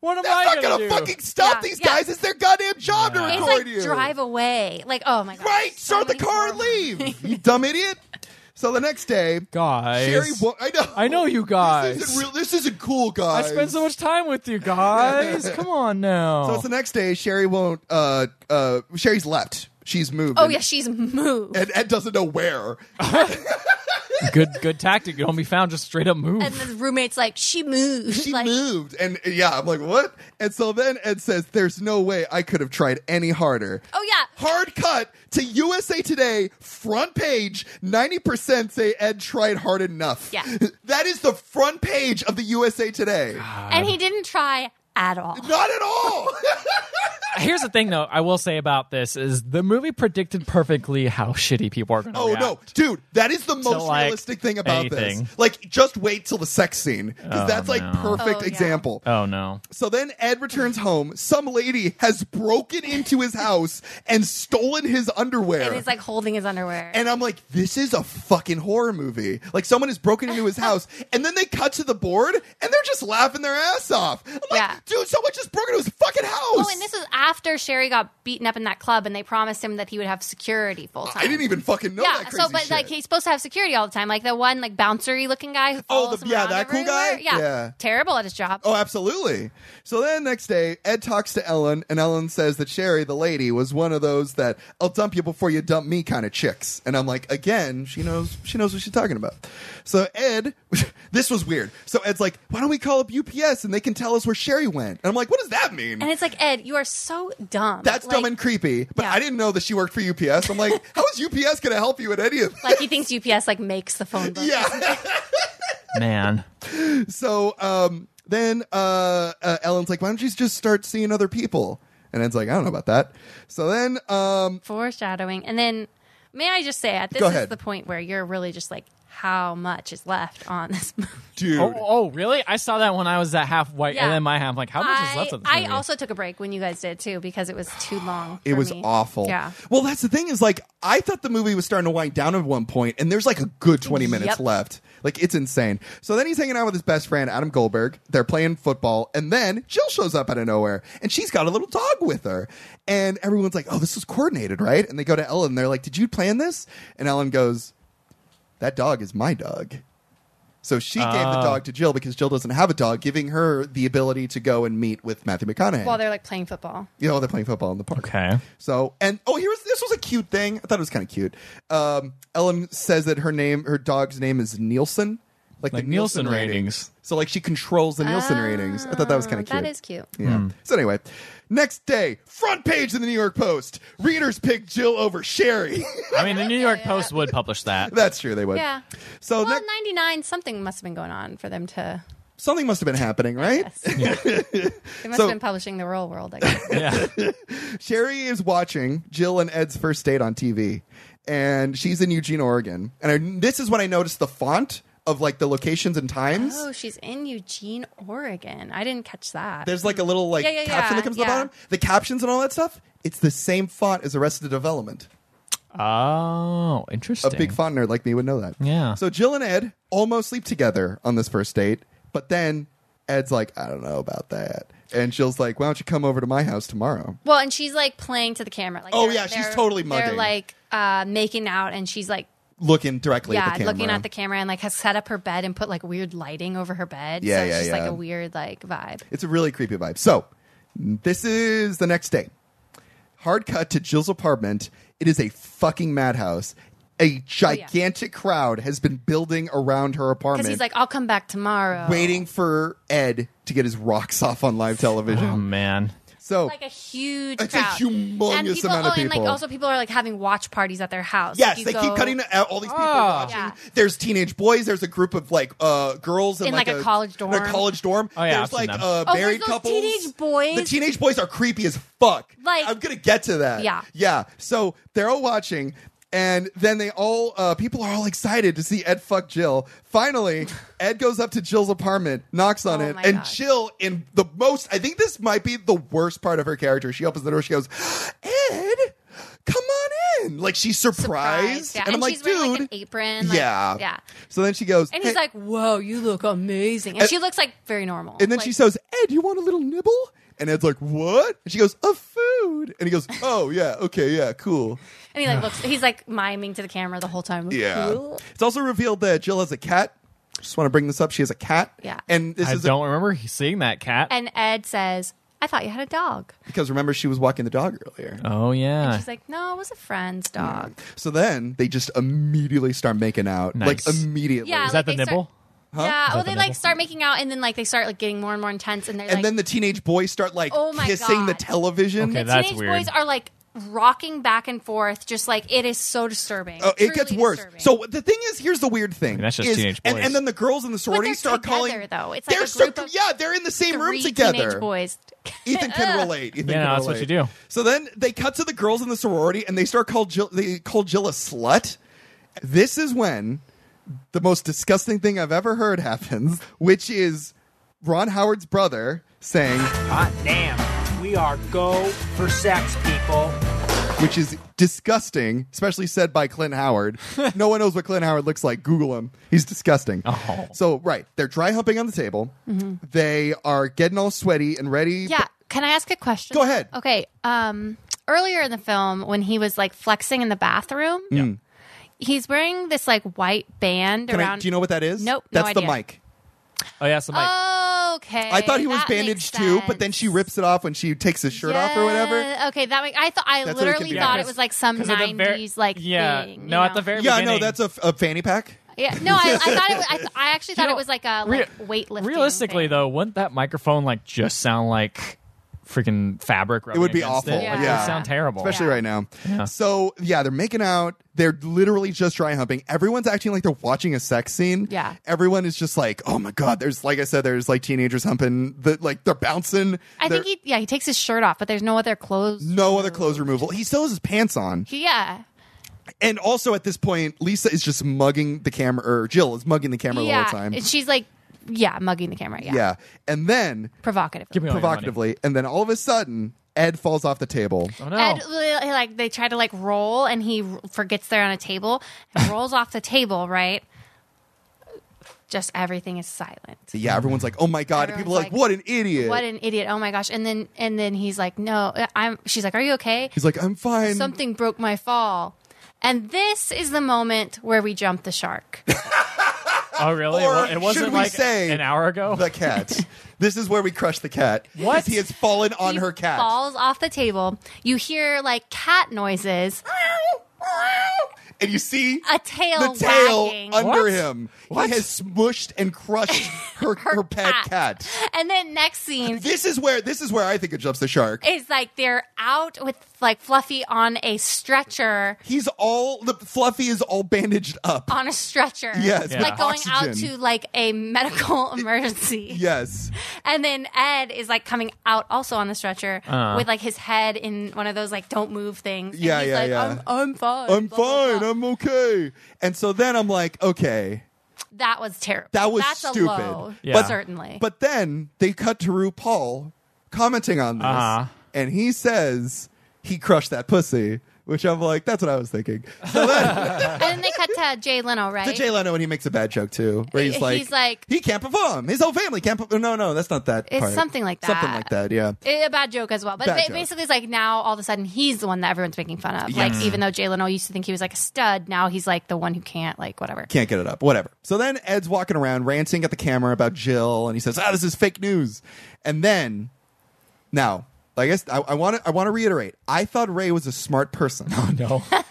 [SPEAKER 1] What am
[SPEAKER 2] That's
[SPEAKER 1] I
[SPEAKER 2] not
[SPEAKER 1] gonna,
[SPEAKER 2] gonna
[SPEAKER 1] do?
[SPEAKER 2] fucking stop
[SPEAKER 3] Yeah,
[SPEAKER 2] these
[SPEAKER 3] yeah.
[SPEAKER 2] guys. It's their goddamn job
[SPEAKER 1] Yeah.
[SPEAKER 2] to
[SPEAKER 3] It's
[SPEAKER 2] record
[SPEAKER 3] like,
[SPEAKER 2] you.
[SPEAKER 3] drive away. Like, oh my God.
[SPEAKER 2] right, start the car and leave. you dumb idiot. So the next day,
[SPEAKER 1] guys.
[SPEAKER 2] Sherry, wa- I know,
[SPEAKER 1] I know you
[SPEAKER 2] This
[SPEAKER 1] guys.
[SPEAKER 2] isn't, real, this isn't cool,
[SPEAKER 1] I
[SPEAKER 2] guys.
[SPEAKER 1] spend so much time with you guys. Come on now.
[SPEAKER 2] So it's the next day. Sherry won't. Uh, uh, Sherry's left. She's moved.
[SPEAKER 3] Oh,
[SPEAKER 2] And-
[SPEAKER 3] yeah, she's moved.
[SPEAKER 2] And Ed doesn't know where.
[SPEAKER 1] good, good tactic. You don't be found. Just straight up move.
[SPEAKER 3] and the roommate's like, she moved.
[SPEAKER 2] She
[SPEAKER 3] like,
[SPEAKER 2] moved. And and yeah, I'm like, what? And so then Ed says, There's no way I could have tried any harder.
[SPEAKER 3] Oh, yeah.
[SPEAKER 2] Hard cut to USA Today, front page. 90% say Ed tried hard enough.
[SPEAKER 3] Yeah.
[SPEAKER 2] That is the front page of the USA Today.
[SPEAKER 3] And he didn't try at all.
[SPEAKER 2] Not at
[SPEAKER 1] Oh,
[SPEAKER 2] all.
[SPEAKER 1] Here's the thing, though. I will say about this is the movie predicted perfectly how shitty people are going to.
[SPEAKER 2] oh, no. Dude, that is the most
[SPEAKER 1] like,
[SPEAKER 2] realistic thing about
[SPEAKER 1] anything.
[SPEAKER 2] this. Like, just wait till the sex scene. Because
[SPEAKER 1] Oh,
[SPEAKER 2] that's like
[SPEAKER 1] no.
[SPEAKER 2] perfect
[SPEAKER 3] Oh, yeah.
[SPEAKER 2] example.
[SPEAKER 1] Oh no.
[SPEAKER 2] So then Ed returns home. Some lady has broken into his house and stolen his underwear.
[SPEAKER 3] And he's like holding his underwear.
[SPEAKER 2] And I'm like, this is a fucking horror movie. Like someone has broken into his house, and then they cut to the board, and they're just laughing their ass off. I'm like,
[SPEAKER 3] Yeah.
[SPEAKER 2] dude, someone just broke into his fucking house.
[SPEAKER 3] Oh, and this was after Sherry got beaten up in that club, and they promised him that he would have security full time.
[SPEAKER 2] I didn't even fucking know
[SPEAKER 3] Yeah,
[SPEAKER 2] that crazy
[SPEAKER 3] so but
[SPEAKER 2] shit.
[SPEAKER 3] like he's supposed to have security all the time, like the one like bouncery looking guy who
[SPEAKER 2] Oh,
[SPEAKER 3] follows
[SPEAKER 2] the-
[SPEAKER 3] him
[SPEAKER 2] yeah,
[SPEAKER 3] around
[SPEAKER 2] that cool guy?
[SPEAKER 3] everywhere. Yeah.
[SPEAKER 2] Yeah.
[SPEAKER 3] terrible at his job.
[SPEAKER 2] Oh, absolutely. So then next day, Ed talks to Ellen, and Ellen says that Sherry, the lady, was one of those that I'll dump you before you dump me kind of chicks. And I'm like, again, she knows she knows what she's talking about. So Ed, this was weird. So Ed's like, why don't we call up UPS and they can tell us where Sherry went? And I'm like, what does that mean?
[SPEAKER 3] And it's like Ed, you are so dumb.
[SPEAKER 2] That's
[SPEAKER 3] like,
[SPEAKER 2] dumb and creepy. But
[SPEAKER 3] Yeah.
[SPEAKER 2] I didn't know that she worked for UPS. I'm like, how is UPS going to help you at any of?
[SPEAKER 3] Like he thinks UPS like makes the phone book.
[SPEAKER 2] Yeah.
[SPEAKER 1] Man.
[SPEAKER 2] so um, then uh, uh, Ellen's like, why don't you just start seeing other people? And Ed's like, I don't know about that. So then, um,
[SPEAKER 3] foreshadowing. And then may I just say, at this
[SPEAKER 2] Go
[SPEAKER 3] is
[SPEAKER 2] ahead.
[SPEAKER 3] the point where you're really just like, how much is left on this movie?
[SPEAKER 2] dude,
[SPEAKER 1] Oh, oh, really? I saw that when I was at half white,
[SPEAKER 3] Yeah.
[SPEAKER 1] and then my half. I'm like, how much is
[SPEAKER 3] I,
[SPEAKER 1] left of this
[SPEAKER 3] I
[SPEAKER 1] movie?
[SPEAKER 3] also took a break when you guys did too because it was too long.
[SPEAKER 2] it
[SPEAKER 3] for
[SPEAKER 2] was
[SPEAKER 3] me.
[SPEAKER 2] awful.
[SPEAKER 3] Yeah.
[SPEAKER 2] Well, that's the thing is like, I thought the movie was starting to wind down at one point, and there's like a good 20 minutes
[SPEAKER 3] Yep.
[SPEAKER 2] left. Like, it's insane. So then he's hanging out with his best friend, Adam Goldberg. They're playing football, and then Jill shows up out of nowhere, and she's got a little dog with her. And everyone's like, oh, this was coordinated, right? And they go to Ellen, and they're like, did you plan this? And Ellen goes, that dog is my dog. So she gave the
[SPEAKER 1] Ah.
[SPEAKER 2] dog to Jill because Jill doesn't have a dog, giving her the ability to go and meet with Matthew McConaughey.
[SPEAKER 3] While they're like playing football.
[SPEAKER 2] you know, they're playing football in the park.
[SPEAKER 1] Okay.
[SPEAKER 2] So, and oh, here's this was a cute thing. I thought it was kind of cute. Um, Ellen says that her name, her dog's name is Nielsen, like,
[SPEAKER 1] Like
[SPEAKER 2] the Nielsen,
[SPEAKER 1] Nielsen
[SPEAKER 2] ratings.
[SPEAKER 1] ratings.
[SPEAKER 2] So, like she controls the Nielsen ratings. I thought that was kind of cute.
[SPEAKER 3] Ah, Mm, That is cute.
[SPEAKER 2] Yeah.
[SPEAKER 1] Hmm.
[SPEAKER 2] So anyway, next day, front page of the New York Post. Readers pick Jill over Sherry.
[SPEAKER 1] I mean, the New York Post would publish that.
[SPEAKER 2] That's true. They would.
[SPEAKER 3] Yeah.
[SPEAKER 2] So
[SPEAKER 3] Well,
[SPEAKER 2] ne-
[SPEAKER 3] 99, something must have been going on for them to.
[SPEAKER 2] something must have been happening, right?
[SPEAKER 3] Yes. they must
[SPEAKER 2] So-
[SPEAKER 3] have been publishing the real world, I guess.
[SPEAKER 1] Yeah.
[SPEAKER 2] Sherry is watching Jill and Ed's first date on TV, and she's in Eugene, Oregon. And I, this is when I noticed the font of like the locations and times.
[SPEAKER 3] Oh, she's in Eugene, Oregon. I didn't catch that.
[SPEAKER 2] There's like a little like
[SPEAKER 3] Yeah, yeah,
[SPEAKER 2] caption
[SPEAKER 3] yeah,
[SPEAKER 2] that comes to
[SPEAKER 3] yeah.
[SPEAKER 2] the bottom. The captions and all that stuff. It's the same font as Arrested Development.
[SPEAKER 1] Oh,
[SPEAKER 2] A
[SPEAKER 1] interesting.
[SPEAKER 2] big font nerd like me would know that.
[SPEAKER 1] Yeah.
[SPEAKER 2] So Jill and Ed almost sleep together on this first date, but then Ed's like, I don't know about that. And Jill's like, Why don't you come over to my house tomorrow?
[SPEAKER 3] Well, and she's like playing to the camera. Like,
[SPEAKER 2] Oh,
[SPEAKER 3] they're-
[SPEAKER 2] yeah, she's
[SPEAKER 3] they're-
[SPEAKER 2] totally
[SPEAKER 3] They're
[SPEAKER 2] mugging.
[SPEAKER 3] like uh, making out, and she's like,
[SPEAKER 2] Looking directly at
[SPEAKER 3] yeah,
[SPEAKER 2] the camera.
[SPEAKER 3] looking at the camera, and like has set up her bed and put like weird lighting over her bed.
[SPEAKER 2] Yeah,
[SPEAKER 3] so it's
[SPEAKER 2] yeah,
[SPEAKER 3] just
[SPEAKER 2] yeah.
[SPEAKER 3] like a weird like vibe.
[SPEAKER 2] It's a really creepy vibe. So, this is the next day. Hard cut to Jill's apartment. It is a fucking madhouse.
[SPEAKER 3] Oh,
[SPEAKER 2] A gigantic crowd has been building around her
[SPEAKER 3] Because
[SPEAKER 2] apartment,
[SPEAKER 3] he's like, I'll come back tomorrow.
[SPEAKER 2] waiting for Ed to get his rocks off on live television.
[SPEAKER 1] Oh man.
[SPEAKER 2] so,
[SPEAKER 3] Like a huge
[SPEAKER 2] It's a
[SPEAKER 3] crowd.
[SPEAKER 2] humongous
[SPEAKER 3] and people,
[SPEAKER 2] amount of
[SPEAKER 3] Oh, and like
[SPEAKER 2] people.
[SPEAKER 3] also people are like having watch parties at their house.
[SPEAKER 2] yes,
[SPEAKER 3] Like, you
[SPEAKER 2] they
[SPEAKER 3] go
[SPEAKER 2] keep cutting out all these people
[SPEAKER 1] Oh.
[SPEAKER 2] watching.
[SPEAKER 3] Yeah.
[SPEAKER 2] There's teenage boys. There's a group of like uh, girls in,
[SPEAKER 3] In, like, a college
[SPEAKER 2] in a
[SPEAKER 3] dorm.
[SPEAKER 2] college dorm.
[SPEAKER 1] Oh, yeah, I've
[SPEAKER 2] there's
[SPEAKER 1] seen them.
[SPEAKER 2] like uh,
[SPEAKER 3] Oh, there's
[SPEAKER 2] married
[SPEAKER 3] those
[SPEAKER 2] couples.
[SPEAKER 3] teenage boys.
[SPEAKER 2] The teenage boys are creepy as fuck.
[SPEAKER 3] Like-
[SPEAKER 2] I'm gonna get to that.
[SPEAKER 3] Yeah.
[SPEAKER 2] yeah. So they're all watching. And then they all, uh, people are all excited to see Ed fuck Jill. Finally, Ed goes up to Jill's apartment, knocks on
[SPEAKER 3] Oh
[SPEAKER 2] it,
[SPEAKER 3] my
[SPEAKER 2] and
[SPEAKER 3] God.
[SPEAKER 2] Jill, in the most, I think this might be the worst part of her character. She opens the door, she goes, Ed, come on in. Like she's surprised.
[SPEAKER 3] surprised. Yeah.
[SPEAKER 2] And, I'm
[SPEAKER 3] she's
[SPEAKER 2] like,
[SPEAKER 3] wearing like
[SPEAKER 2] dude.
[SPEAKER 3] an apron. like-
[SPEAKER 2] yeah.
[SPEAKER 3] yeah.
[SPEAKER 2] So then she goes,
[SPEAKER 3] And he's
[SPEAKER 2] "Hey,"
[SPEAKER 3] like, "Whoa, you look amazing," and,
[SPEAKER 2] And-
[SPEAKER 3] she looks like very normal.
[SPEAKER 2] and then
[SPEAKER 3] Like,
[SPEAKER 2] she says, Ed, you want a little nibble? And Ed's like, what? And she goes, a food. And he goes, oh, yeah, okay, yeah, cool.
[SPEAKER 3] and he like looks, he's like miming to the camera the whole time.
[SPEAKER 2] Yeah. It's also revealed that Jill has a cat. Just want to bring this up. She has a cat.
[SPEAKER 3] Yeah.
[SPEAKER 2] And this
[SPEAKER 1] I
[SPEAKER 2] is a-
[SPEAKER 1] don't remember seeing that cat.
[SPEAKER 3] And Ed says, "I thought you had a dog."
[SPEAKER 2] because remember, she was walking the dog earlier.
[SPEAKER 1] oh yeah.
[SPEAKER 3] She's like, "No, it was a friend's dog."
[SPEAKER 2] So then they just immediately start making out.
[SPEAKER 1] Nice.
[SPEAKER 2] Like immediately.
[SPEAKER 3] Yeah.
[SPEAKER 1] Is that the
[SPEAKER 3] "Ah, like, they
[SPEAKER 1] nipple?
[SPEAKER 3] Yeah.
[SPEAKER 1] Is
[SPEAKER 3] Well,
[SPEAKER 1] that
[SPEAKER 3] they
[SPEAKER 1] the
[SPEAKER 3] like
[SPEAKER 1] nipple?
[SPEAKER 3] start making out, and then like they start like getting more and more intense, and they're
[SPEAKER 2] And
[SPEAKER 3] like,
[SPEAKER 2] then the teenage boys start like
[SPEAKER 3] Oh my
[SPEAKER 2] kissing the
[SPEAKER 3] God.
[SPEAKER 2] television.
[SPEAKER 1] Okay,
[SPEAKER 3] the
[SPEAKER 1] that's
[SPEAKER 3] teenage
[SPEAKER 1] weird.
[SPEAKER 3] boys are like rocking back and forth, just like it is so disturbing.
[SPEAKER 2] Oh, it
[SPEAKER 3] Truly
[SPEAKER 2] gets worse.
[SPEAKER 3] disturbing.
[SPEAKER 2] So the thing is, here's the weird thing.
[SPEAKER 1] mean, that's just
[SPEAKER 2] is-
[SPEAKER 1] teenage
[SPEAKER 2] and,
[SPEAKER 1] boys.
[SPEAKER 2] and then the girls in the sorority
[SPEAKER 3] they're
[SPEAKER 2] start
[SPEAKER 3] together,
[SPEAKER 2] calling.
[SPEAKER 3] though. It's like
[SPEAKER 2] they're
[SPEAKER 3] a group
[SPEAKER 2] start-
[SPEAKER 3] of
[SPEAKER 2] yeah, they're in the same room
[SPEAKER 3] Three
[SPEAKER 2] together.
[SPEAKER 3] Teenage boys.
[SPEAKER 2] Ethan can relate. Ethan
[SPEAKER 1] Yeah,
[SPEAKER 2] can
[SPEAKER 1] that's what
[SPEAKER 2] relate.
[SPEAKER 1] you do.
[SPEAKER 2] So then they cut to the girls in the sorority, and they start call Jill. They call Jill a slut. This is when the most disgusting thing I've ever heard happens, which is Ron Howard's brother saying,
[SPEAKER 4] Hot damn. We are go for sex, people.
[SPEAKER 2] which is disgusting, especially said by Clint Howard. no one knows what Clint Howard looks like. Google him. He's disgusting.
[SPEAKER 1] Oh.
[SPEAKER 2] So, right, they're dry humping on the table. They are getting all sweaty and ready.
[SPEAKER 3] Mm-hmm. Yeah. Can I ask a question?
[SPEAKER 2] Go ahead.
[SPEAKER 3] Okay. Um, earlier in the film, when he was like flexing in the bathroom, yeah. he's wearing this like white band
[SPEAKER 2] Can I-
[SPEAKER 3] around.
[SPEAKER 2] do you know what that is?
[SPEAKER 3] Nope, no
[SPEAKER 2] That's the
[SPEAKER 3] idea.
[SPEAKER 2] mic.
[SPEAKER 1] oh yeah, so Mike.
[SPEAKER 3] Okay.
[SPEAKER 2] I thought he was
[SPEAKER 3] that
[SPEAKER 2] bandaged
[SPEAKER 3] makes
[SPEAKER 2] too, but then
[SPEAKER 3] sense.
[SPEAKER 2] she rips it off when she takes his shirt off or whatever.
[SPEAKER 3] Yeah, Okay, that make, I thought I
[SPEAKER 2] That's what it
[SPEAKER 3] literally
[SPEAKER 2] could be.
[SPEAKER 3] thought
[SPEAKER 2] Yeah,
[SPEAKER 3] it was like some
[SPEAKER 1] 'cause at the
[SPEAKER 3] '90s
[SPEAKER 1] ver-
[SPEAKER 3] like
[SPEAKER 1] yeah.
[SPEAKER 3] thing. you
[SPEAKER 1] no, at
[SPEAKER 3] know?
[SPEAKER 1] the very
[SPEAKER 2] Yeah,
[SPEAKER 1] beginning.
[SPEAKER 2] no, that's a, a fanny pack.
[SPEAKER 3] Yeah, no, I, I thought it was, I, th- I actually thought
[SPEAKER 1] know,
[SPEAKER 3] it was like a like
[SPEAKER 1] Rea-
[SPEAKER 3] weightlifting.
[SPEAKER 1] Realistically,
[SPEAKER 3] thing.
[SPEAKER 1] though, wouldn't that microphone like just sound like freaking fabric? rubbing
[SPEAKER 2] would be
[SPEAKER 1] against
[SPEAKER 2] awful,
[SPEAKER 1] It? Like, it would
[SPEAKER 3] yeah.
[SPEAKER 1] sound terrible.
[SPEAKER 2] especially right now.
[SPEAKER 1] Yeah.
[SPEAKER 2] So yeah, they're making out. They're literally just dry humping. Everyone's acting like they're watching a sex scene.
[SPEAKER 3] Yeah.
[SPEAKER 2] everyone is just like, oh my god. There's like I said, there's like teenagers humping. The, like they're bouncing.
[SPEAKER 3] I
[SPEAKER 2] They're-
[SPEAKER 3] think he yeah he takes his shirt off, but there's no other clothes.
[SPEAKER 2] no other clothes removal. He still has his pants on.
[SPEAKER 3] He- yeah,
[SPEAKER 2] And also at this point, Lisa is just mugging the camera, or Jill is mugging the camera
[SPEAKER 3] yeah,
[SPEAKER 2] the whole time.
[SPEAKER 3] and she's like yeah mugging the camera. Yeah,
[SPEAKER 2] yeah, and then
[SPEAKER 3] provocative.
[SPEAKER 1] Give me all your money.
[SPEAKER 2] provocatively, and then all of a sudden, Ed falls off the table.
[SPEAKER 1] Oh no.
[SPEAKER 3] Ed, li- uh, he, like they try to like roll, and he r- forgets they're on a table and rolls off the table. Right, just everything is silent.
[SPEAKER 2] Yeah, everyone's like, "Oh my god!" And people are like,
[SPEAKER 3] Everyone's
[SPEAKER 2] "What an idiot!"
[SPEAKER 3] What an idiot! Oh my gosh! And then and then he's like, no, uh, I'm. She's like, are you okay?
[SPEAKER 2] He's like, "I'm fine."
[SPEAKER 3] Something broke my fall. And this is the moment where we jump the shark.
[SPEAKER 1] oh really?
[SPEAKER 2] Or
[SPEAKER 1] Well, it wasn't
[SPEAKER 2] should we
[SPEAKER 1] like
[SPEAKER 2] say
[SPEAKER 1] an hour ago.
[SPEAKER 2] the cat. this is where we crush the cat.
[SPEAKER 1] What?
[SPEAKER 2] Because He has fallen on
[SPEAKER 3] He
[SPEAKER 2] her cat.
[SPEAKER 3] falls off the table. You hear like cat noises,
[SPEAKER 2] And you see
[SPEAKER 3] a tail,
[SPEAKER 2] the tail
[SPEAKER 3] wagging,
[SPEAKER 2] under
[SPEAKER 1] What?
[SPEAKER 2] him.
[SPEAKER 1] What?
[SPEAKER 2] He has smushed and crushed her, her, pet cat.
[SPEAKER 3] and then next scene
[SPEAKER 2] This is where this is where I think it jumps the shark.
[SPEAKER 3] is like they're out with like Fluffy on a stretcher,
[SPEAKER 2] He's all the Fluffy is all bandaged up.
[SPEAKER 3] on a stretcher.
[SPEAKER 2] Yes,
[SPEAKER 1] Yeah.
[SPEAKER 3] like
[SPEAKER 2] with
[SPEAKER 3] going out
[SPEAKER 2] oxygen.
[SPEAKER 3] to like a medical emergency.
[SPEAKER 2] Yes.
[SPEAKER 3] And then Ed is like coming out also on the stretcher
[SPEAKER 1] Uh-huh.
[SPEAKER 3] with like his head in one of those like don't move things. And
[SPEAKER 2] Yeah,
[SPEAKER 3] he's
[SPEAKER 2] yeah,
[SPEAKER 3] like,
[SPEAKER 2] yeah.
[SPEAKER 3] I'm, I'm fine.
[SPEAKER 2] I'm
[SPEAKER 3] blah, blah,
[SPEAKER 2] fine.
[SPEAKER 3] blah."
[SPEAKER 2] I'm okay. And so then I'm like, okay.
[SPEAKER 3] that was terrible.
[SPEAKER 2] That was
[SPEAKER 3] That's
[SPEAKER 2] stupid.
[SPEAKER 3] A low,
[SPEAKER 1] Yeah.
[SPEAKER 3] but certainly.
[SPEAKER 2] But then they cut to RuPaul commenting on this,
[SPEAKER 1] Uh-huh.
[SPEAKER 2] and he says he crushed that pussy, which I'm like, that's what I was thinking. So then,
[SPEAKER 3] And then they cut to Jay Leno, right?
[SPEAKER 2] to Jay Leno, and he makes a bad joke too, where he's
[SPEAKER 3] He's
[SPEAKER 2] like,
[SPEAKER 3] like-
[SPEAKER 2] he can't perform. His whole family can't. perform. No, no, that's not that.
[SPEAKER 3] It's
[SPEAKER 2] part.
[SPEAKER 3] something like
[SPEAKER 2] Something
[SPEAKER 3] that.
[SPEAKER 2] like that. Yeah.
[SPEAKER 3] Eh, a bad joke as well. But
[SPEAKER 2] Bad
[SPEAKER 3] ba-
[SPEAKER 2] joke.
[SPEAKER 3] basically, it's like now all of a sudden he's the one that everyone's making fun of. Like
[SPEAKER 2] Yes.
[SPEAKER 3] even though Jay Leno used to think he was like a stud, now he's like the one who can't. Like whatever.
[SPEAKER 2] can't get it up. Whatever. So then Ed's walking around ranting at the camera about Jill, and he says, "Ah, this is fake news." And then, now, I guess I want to I want to reiterate. I thought Ray was a smart person.
[SPEAKER 1] Oh, No.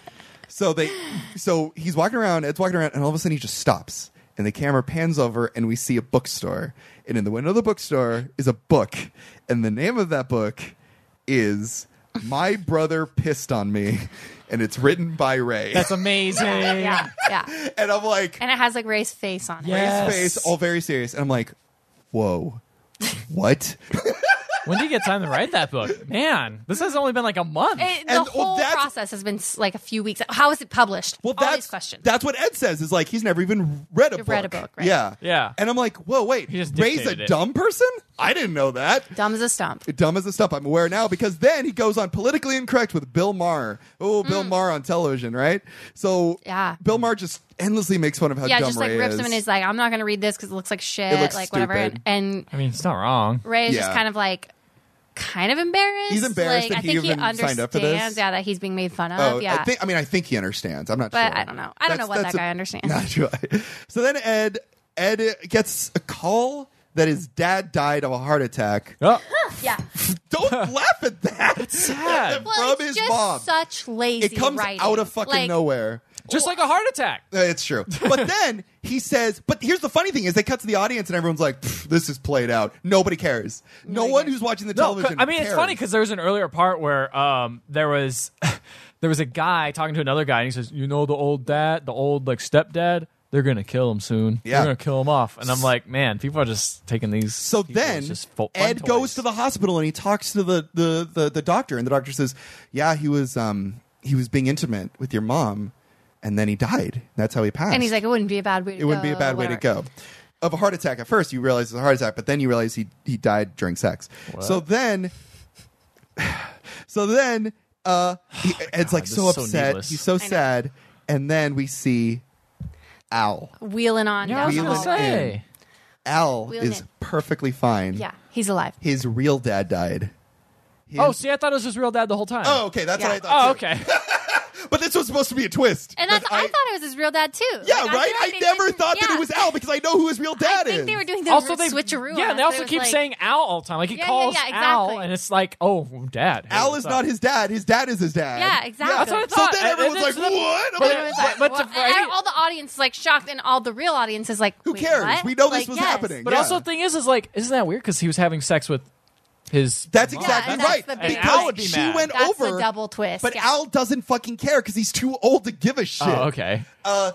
[SPEAKER 2] so they, so he's walking around. Ed's walking around, and all of a sudden he just stops, and the camera pans over, and we see a bookstore, and in the window of the bookstore is a book, and the name of that book is "My Brother Pissed on Me," and it's written by Ray.
[SPEAKER 1] That's amazing.
[SPEAKER 3] Yeah, yeah.
[SPEAKER 2] and I'm like,
[SPEAKER 3] And it has like Ray's face on it.
[SPEAKER 1] Yeah. Yes.
[SPEAKER 2] face, all very serious. And I'm like, whoa, what?
[SPEAKER 1] When did you get time to write that book? Man, this has only been like a month.
[SPEAKER 3] It- the
[SPEAKER 2] And, well,
[SPEAKER 3] whole
[SPEAKER 2] that's-
[SPEAKER 3] process has been s- like a few weeks. How is it published?
[SPEAKER 2] Well,
[SPEAKER 3] all
[SPEAKER 2] that's
[SPEAKER 3] these questions.
[SPEAKER 2] that's what Ed says. Is like he's never even read a book.
[SPEAKER 3] Read a book, right.
[SPEAKER 2] Yeah,
[SPEAKER 1] Yeah.
[SPEAKER 2] And I'm like, whoa, wait,
[SPEAKER 1] He just
[SPEAKER 2] Ray's a
[SPEAKER 1] dictated it.
[SPEAKER 2] dumb person. I didn't know that.
[SPEAKER 3] Dumb as a stump.
[SPEAKER 2] Dumb as the stuff I'm aware now because then he goes on politically incorrect with Bill Maher. Oh, Bill Maher on television, right? So
[SPEAKER 3] Mm. Yeah.
[SPEAKER 2] Bill Maher just endlessly makes fun of how
[SPEAKER 3] yeah,
[SPEAKER 2] dumb
[SPEAKER 3] just like
[SPEAKER 2] Ray
[SPEAKER 3] rips
[SPEAKER 2] is.
[SPEAKER 3] him and is like, I'm not going to read this because it looks like shit.
[SPEAKER 2] looks
[SPEAKER 3] like whatever.
[SPEAKER 2] stupid.
[SPEAKER 3] And, and
[SPEAKER 1] I mean, it's not wrong.
[SPEAKER 3] Ray is just
[SPEAKER 2] Yeah.
[SPEAKER 3] kind of like. Kind of embarrassed.
[SPEAKER 2] He's embarrassed
[SPEAKER 3] Like,
[SPEAKER 2] that
[SPEAKER 3] I
[SPEAKER 2] he
[SPEAKER 3] think he,
[SPEAKER 2] even
[SPEAKER 3] understands.
[SPEAKER 2] signed up for this.
[SPEAKER 3] Yeah, that he's being made fun of.
[SPEAKER 2] Oh,
[SPEAKER 3] yeah,
[SPEAKER 2] I think. I mean, I think he understands. I'm not sure,
[SPEAKER 3] But I don't know. I don't know what
[SPEAKER 2] that's
[SPEAKER 3] that
[SPEAKER 2] a-
[SPEAKER 3] guy understands.
[SPEAKER 2] Not sure. So then Ed Ed gets a call that his dad died of a heart attack.
[SPEAKER 1] Oh,
[SPEAKER 3] yeah.
[SPEAKER 2] Don't laugh at that.
[SPEAKER 1] sad.
[SPEAKER 3] Well,
[SPEAKER 2] From his
[SPEAKER 3] it's just
[SPEAKER 2] mom.
[SPEAKER 3] such lazy.
[SPEAKER 2] It comes
[SPEAKER 3] writing.
[SPEAKER 2] out of fucking
[SPEAKER 3] Like,
[SPEAKER 2] nowhere.
[SPEAKER 1] Just like a heart attack.
[SPEAKER 2] Uh, It's true. But then he says, but here's the funny thing is they cut to the audience and everyone's like, "Pff, this is played out. Nobody cares. No one who's watching the
[SPEAKER 1] No, 'cause-
[SPEAKER 2] television
[SPEAKER 1] I mean it's
[SPEAKER 2] cares.
[SPEAKER 1] funny because there was an earlier part where um, there was there was a guy talking to another guy and he says, "You know the old dad, the old like stepdad, they're gonna kill him soon.
[SPEAKER 2] Yeah.
[SPEAKER 1] They're gonna kill him off." And I'm like, man, people are just taking these.
[SPEAKER 2] So
[SPEAKER 1] people
[SPEAKER 2] then
[SPEAKER 1] as just fo- fun
[SPEAKER 2] Ed
[SPEAKER 1] toys.
[SPEAKER 2] goes to the hospital and he talks to the, the, the, the doctor and the doctor says, "Yeah, he was um, he was being intimate with your mom, and then he died. That's how he passed."
[SPEAKER 3] And he's like, it wouldn't be a bad way. To
[SPEAKER 2] "It wouldn't be a bad way to go." Of a heart attack at first, you realize it's a heart attack, but then you realize he he died during sex. So then, so then, uh, he, Ed's like
[SPEAKER 1] Oh this
[SPEAKER 2] so
[SPEAKER 1] is so
[SPEAKER 2] upset.
[SPEAKER 1] needless.
[SPEAKER 2] he's so
[SPEAKER 3] know.
[SPEAKER 2] sad, and then we see Al.
[SPEAKER 3] Wheeling on
[SPEAKER 1] Yeah, I
[SPEAKER 3] down
[SPEAKER 1] was
[SPEAKER 3] the
[SPEAKER 1] gonna
[SPEAKER 2] Wheeling
[SPEAKER 3] hallway.
[SPEAKER 1] say.
[SPEAKER 2] in. Al
[SPEAKER 3] Wheeling
[SPEAKER 2] is
[SPEAKER 3] in.
[SPEAKER 2] perfectly fine.
[SPEAKER 3] Yeah, he's alive.
[SPEAKER 2] his real dad died. His-
[SPEAKER 1] Oh, see, I thought it was his real dad the whole time.
[SPEAKER 2] Oh, okay, that's what
[SPEAKER 3] Yeah.
[SPEAKER 2] I thought.
[SPEAKER 1] Oh,
[SPEAKER 2] too.
[SPEAKER 1] okay.
[SPEAKER 2] But this was supposed to be a twist.
[SPEAKER 3] And I,
[SPEAKER 2] But
[SPEAKER 3] th- I, thought it was his real dad too.
[SPEAKER 2] yeah,
[SPEAKER 3] Like,
[SPEAKER 2] right.
[SPEAKER 3] did-
[SPEAKER 2] I,
[SPEAKER 3] they
[SPEAKER 2] never
[SPEAKER 3] didn't-
[SPEAKER 2] thought that
[SPEAKER 3] yeah.
[SPEAKER 2] it was Al because I know who his real dad
[SPEAKER 3] I think
[SPEAKER 2] is.
[SPEAKER 3] they were doing the
[SPEAKER 1] also, they
[SPEAKER 3] switcheroo.
[SPEAKER 1] Yeah,
[SPEAKER 3] on
[SPEAKER 1] they
[SPEAKER 3] us.
[SPEAKER 1] also
[SPEAKER 3] was
[SPEAKER 1] keep
[SPEAKER 3] like-
[SPEAKER 1] saying Al all the time. Like he
[SPEAKER 3] Yeah, yeah,
[SPEAKER 1] calls
[SPEAKER 3] yeah,
[SPEAKER 1] Al,
[SPEAKER 3] exactly.
[SPEAKER 1] and it's like, oh, dad. hey,
[SPEAKER 2] Al
[SPEAKER 1] what's
[SPEAKER 2] is
[SPEAKER 1] up?
[SPEAKER 2] not his dad. His dad is his dad.
[SPEAKER 3] Yeah, exactly.
[SPEAKER 1] That's what I
[SPEAKER 2] So
[SPEAKER 1] thought.
[SPEAKER 2] then
[SPEAKER 1] And- and
[SPEAKER 2] everyone's like,
[SPEAKER 1] it's-
[SPEAKER 2] "What?" I'm
[SPEAKER 1] But,
[SPEAKER 2] like,
[SPEAKER 3] It was
[SPEAKER 1] but,
[SPEAKER 3] like,
[SPEAKER 1] but
[SPEAKER 3] well,
[SPEAKER 1] to
[SPEAKER 3] and
[SPEAKER 1] Friday-
[SPEAKER 3] all the audience is like shocked, and all the real audience is like,
[SPEAKER 2] Who
[SPEAKER 3] "Wait,
[SPEAKER 2] cares?
[SPEAKER 3] what?"
[SPEAKER 2] We know this
[SPEAKER 3] Like,
[SPEAKER 2] was
[SPEAKER 3] yes.
[SPEAKER 2] happening.
[SPEAKER 1] But
[SPEAKER 2] Yeah.
[SPEAKER 1] also, the thing is, is like, isn't that weird? Because he was having sex with his.
[SPEAKER 2] That's
[SPEAKER 1] mom.
[SPEAKER 2] exactly
[SPEAKER 3] that's
[SPEAKER 2] right.
[SPEAKER 3] the big
[SPEAKER 2] because
[SPEAKER 1] Al would be
[SPEAKER 2] she
[SPEAKER 1] mad.
[SPEAKER 2] went
[SPEAKER 3] That's
[SPEAKER 2] over.
[SPEAKER 3] the double twist.
[SPEAKER 2] but
[SPEAKER 3] yeah.
[SPEAKER 2] Al doesn't fucking care because he's too old to give a shit.
[SPEAKER 1] Oh, okay.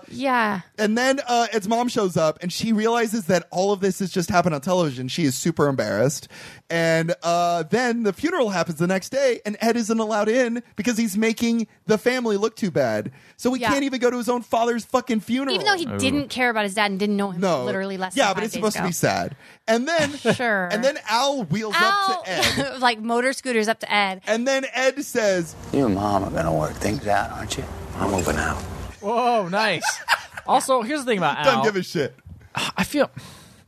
[SPEAKER 3] yeah,
[SPEAKER 2] And then uh, Ed's mom shows up, and she realizes that all of this has just happened on television. She is super embarrassed. And uh, then the funeral happens the next day, and Ed isn't allowed in because he's making the family look too bad. So he
[SPEAKER 3] Yeah.
[SPEAKER 2] can't even go to his own father's fucking funeral.
[SPEAKER 3] even though he didn't care about his dad and didn't know him,
[SPEAKER 2] no,
[SPEAKER 3] literally less.
[SPEAKER 2] Yeah,
[SPEAKER 3] than
[SPEAKER 2] but
[SPEAKER 3] five
[SPEAKER 2] it's
[SPEAKER 3] days
[SPEAKER 2] supposed
[SPEAKER 3] ago.
[SPEAKER 2] to be sad. And then,
[SPEAKER 3] Sure.
[SPEAKER 2] And then Al wheels up to Ed,
[SPEAKER 3] Al, Oh, like motor scooters up to Ed.
[SPEAKER 2] and then Ed says,
[SPEAKER 5] You and Mom are gonna work things out, aren't you? I'm moving out.
[SPEAKER 1] Whoa, nice. also, here's the thing about Al.
[SPEAKER 2] "Don't give a shit."
[SPEAKER 1] I feel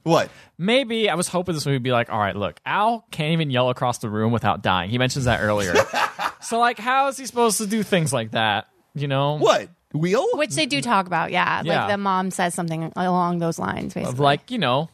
[SPEAKER 2] What?
[SPEAKER 1] maybe I was hoping this movie would be like, all right, look, Al can't even yell across the room without dying. He mentions that earlier. so, like, how is he supposed to do things like that? You know,
[SPEAKER 2] What? Wheel?
[SPEAKER 3] Which they do talk about, yeah.
[SPEAKER 1] Yeah.
[SPEAKER 3] Like the mom says something along those lines,
[SPEAKER 1] Of
[SPEAKER 3] basically. Like,
[SPEAKER 1] like, you know,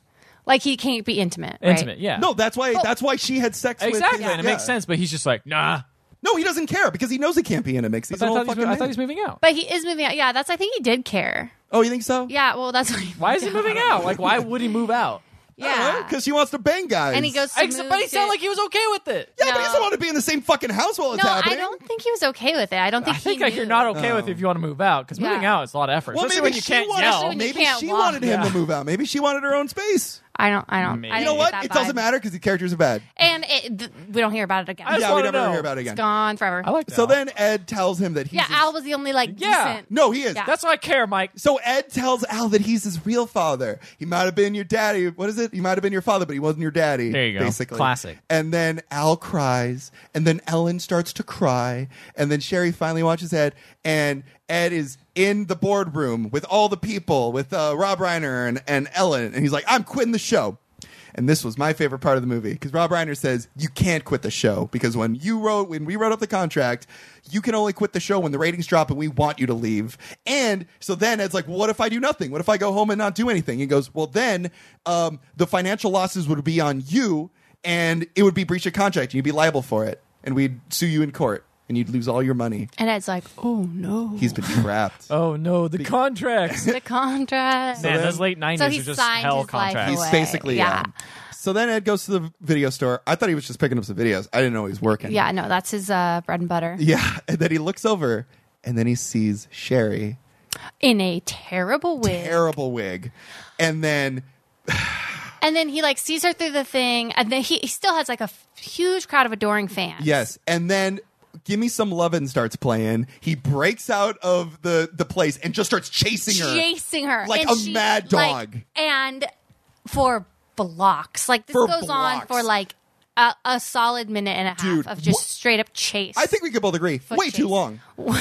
[SPEAKER 3] he can't be intimate. right?
[SPEAKER 1] intimate. Yeah.
[SPEAKER 2] No, that's
[SPEAKER 3] Oh.
[SPEAKER 2] why. that's why she had sex. with
[SPEAKER 1] Exactly,
[SPEAKER 2] his-
[SPEAKER 1] and it
[SPEAKER 2] yeah.
[SPEAKER 1] makes sense. But he's just like, nah.
[SPEAKER 2] No, he doesn't care because he knows he can't be in a mix. He's
[SPEAKER 1] I
[SPEAKER 2] an
[SPEAKER 1] thought,
[SPEAKER 2] old
[SPEAKER 1] he's, mo-
[SPEAKER 2] fucking
[SPEAKER 1] I thought
[SPEAKER 2] man.
[SPEAKER 1] he's moving out.
[SPEAKER 3] But he is moving out. Yeah, that's I think he did care.
[SPEAKER 2] Oh, you think so?
[SPEAKER 3] Yeah, well that's what he
[SPEAKER 1] Why is he moving out? Like, why would he move out?
[SPEAKER 3] Yeah.
[SPEAKER 2] Because she wants to bang guys.
[SPEAKER 3] and he goes to
[SPEAKER 1] Ex- but he
[SPEAKER 3] move
[SPEAKER 1] sounded
[SPEAKER 3] to-
[SPEAKER 1] like he was okay with it.
[SPEAKER 2] Yeah, but he
[SPEAKER 3] No.
[SPEAKER 2] doesn't want to be in the same fucking house while it's
[SPEAKER 3] No,
[SPEAKER 2] happening.
[SPEAKER 3] I don't think he was okay with it. I don't think
[SPEAKER 1] I think
[SPEAKER 3] he
[SPEAKER 1] like
[SPEAKER 3] knew.
[SPEAKER 1] you're not okay with it if you want to move out because moving
[SPEAKER 3] Yeah.
[SPEAKER 1] out is a lot of effort.
[SPEAKER 2] Well,
[SPEAKER 1] especially
[SPEAKER 2] maybe
[SPEAKER 1] when you
[SPEAKER 2] she
[SPEAKER 1] can't
[SPEAKER 2] wanted,
[SPEAKER 1] yell.
[SPEAKER 3] Especially when you
[SPEAKER 2] maybe
[SPEAKER 3] can't
[SPEAKER 2] she
[SPEAKER 3] walk.
[SPEAKER 2] wanted him
[SPEAKER 1] Yeah.
[SPEAKER 2] to move out. Maybe she wanted her own space.
[SPEAKER 3] I don't. I don't.
[SPEAKER 1] Maybe.
[SPEAKER 3] I
[SPEAKER 1] You
[SPEAKER 2] You
[SPEAKER 3] didn't
[SPEAKER 2] know what?
[SPEAKER 3] get that
[SPEAKER 2] It doesn't
[SPEAKER 3] vibe.
[SPEAKER 2] matter because the characters are bad.
[SPEAKER 3] And it, th- we don't hear about it again.
[SPEAKER 1] I just
[SPEAKER 2] yeah, we
[SPEAKER 1] wanna
[SPEAKER 2] never
[SPEAKER 1] know.
[SPEAKER 2] hear about it
[SPEAKER 3] It's
[SPEAKER 2] again.
[SPEAKER 3] gone forever.
[SPEAKER 1] I like that.
[SPEAKER 2] So then Ed tells him that he's
[SPEAKER 3] yeah,
[SPEAKER 2] his-
[SPEAKER 3] Al was the only like
[SPEAKER 1] Yeah.
[SPEAKER 3] decent.
[SPEAKER 2] No, he is.
[SPEAKER 3] Yeah.
[SPEAKER 1] That's why I care, Mike.
[SPEAKER 2] So Ed tells Al that he's his real father. He might have been your daddy. What is it? He might have been your father, but he wasn't your daddy.
[SPEAKER 1] There you go.
[SPEAKER 2] Basically,
[SPEAKER 1] Classic.
[SPEAKER 2] And then Al cries, and then Ellen starts to cry, and then Sherry finally watches Ed, and Ed is in the boardroom with all the people, with uh, Rob Reiner and, and Ellen, and he's like, "I'm quitting the show." And this was my favorite part of the movie because Rob Reiner says you can't quit the show because when you wrote when we wrote up the contract, you can only quit the show when the ratings drop and we want you to leave. And so then it's like, well, what if I do nothing? What if I go home and not do anything? He goes, well, then um, the financial losses would be on you and it would be breach of contract and you'd be liable for it and we'd sue you in court and you'd lose all your money.
[SPEAKER 3] And Ed's like, oh no,
[SPEAKER 2] He's been trapped.
[SPEAKER 1] Oh no, the contracts.
[SPEAKER 3] the contract.
[SPEAKER 1] Man,
[SPEAKER 2] then-
[SPEAKER 1] those late
[SPEAKER 3] So
[SPEAKER 1] nineties
[SPEAKER 3] he
[SPEAKER 1] are just
[SPEAKER 3] signed
[SPEAKER 1] hell
[SPEAKER 3] his life
[SPEAKER 1] contracts.
[SPEAKER 2] He's
[SPEAKER 3] away.
[SPEAKER 2] basically
[SPEAKER 3] Yeah.
[SPEAKER 2] um, so then Ed goes to the video store. I thought he was just picking up some videos. I didn't know he was working.
[SPEAKER 3] yeah, no, that's his uh, bread and butter.
[SPEAKER 2] Yeah, and then he looks over and then he sees Sherry,
[SPEAKER 3] In a terrible wig.
[SPEAKER 2] terrible wig, and then
[SPEAKER 3] and then he like sees her through the thing, and then he, he still has like a f- huge crowd of adoring fans.
[SPEAKER 2] yes, and then give me some lovin' starts playing. He breaks out of the the place and just starts chasing her.
[SPEAKER 3] chasing her
[SPEAKER 2] Like
[SPEAKER 3] and
[SPEAKER 2] a
[SPEAKER 3] she,
[SPEAKER 2] mad
[SPEAKER 3] like-
[SPEAKER 2] dog.
[SPEAKER 3] and for blocks. Like this
[SPEAKER 2] For
[SPEAKER 3] goes on
[SPEAKER 2] blocks.
[SPEAKER 3] for like a, a solid minute and a half
[SPEAKER 2] Dude,
[SPEAKER 3] of just
[SPEAKER 2] wha-
[SPEAKER 3] straight up chase.
[SPEAKER 2] I think we could both agree.
[SPEAKER 3] Foot
[SPEAKER 2] Way too
[SPEAKER 3] chase.
[SPEAKER 2] long.
[SPEAKER 3] Way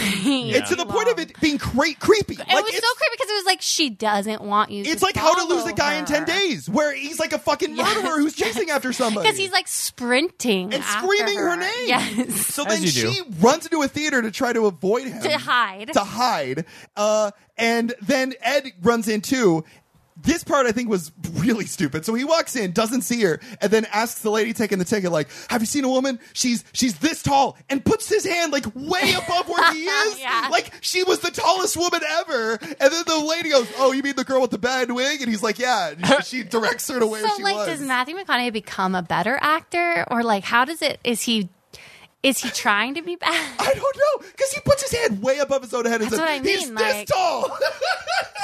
[SPEAKER 2] It's to the
[SPEAKER 3] too
[SPEAKER 2] point of
[SPEAKER 3] long.
[SPEAKER 2] it being cre- creepy.
[SPEAKER 3] It was so creepy because it was like she doesn't want you.
[SPEAKER 2] It's like how to lose a guy in ten days, where he's like a fucking
[SPEAKER 3] Yes.
[SPEAKER 2] murderer who's chasing after somebody.
[SPEAKER 3] Because he's like sprinting
[SPEAKER 2] And
[SPEAKER 3] after
[SPEAKER 2] screaming her name.
[SPEAKER 3] Yes.
[SPEAKER 2] So
[SPEAKER 1] As
[SPEAKER 2] then
[SPEAKER 1] you do.
[SPEAKER 2] she runs into a theater to try to avoid him.
[SPEAKER 3] To hide.
[SPEAKER 2] To hide. Uh, and then Ed runs in too. This part I think was really stupid. So he walks in, doesn't see her, and then asks the lady taking the ticket, like, "Have you seen a woman? She's she's this tall," and puts his hand like way above where he is,
[SPEAKER 3] Yeah.
[SPEAKER 2] like she was the tallest woman ever. And then the lady goes, "Oh, you mean the girl with the bad wig?" And he's like, "Yeah." And she directs her to where
[SPEAKER 3] so
[SPEAKER 2] she
[SPEAKER 3] like
[SPEAKER 2] was.
[SPEAKER 3] does matthew mcconaughey become a better actor or like how does it is he is he trying to be bad
[SPEAKER 2] I don't know because he puts his hand way above his own head. and
[SPEAKER 3] That's
[SPEAKER 2] says,
[SPEAKER 3] what I
[SPEAKER 2] He's
[SPEAKER 3] mean,
[SPEAKER 2] this
[SPEAKER 3] like-
[SPEAKER 2] tall.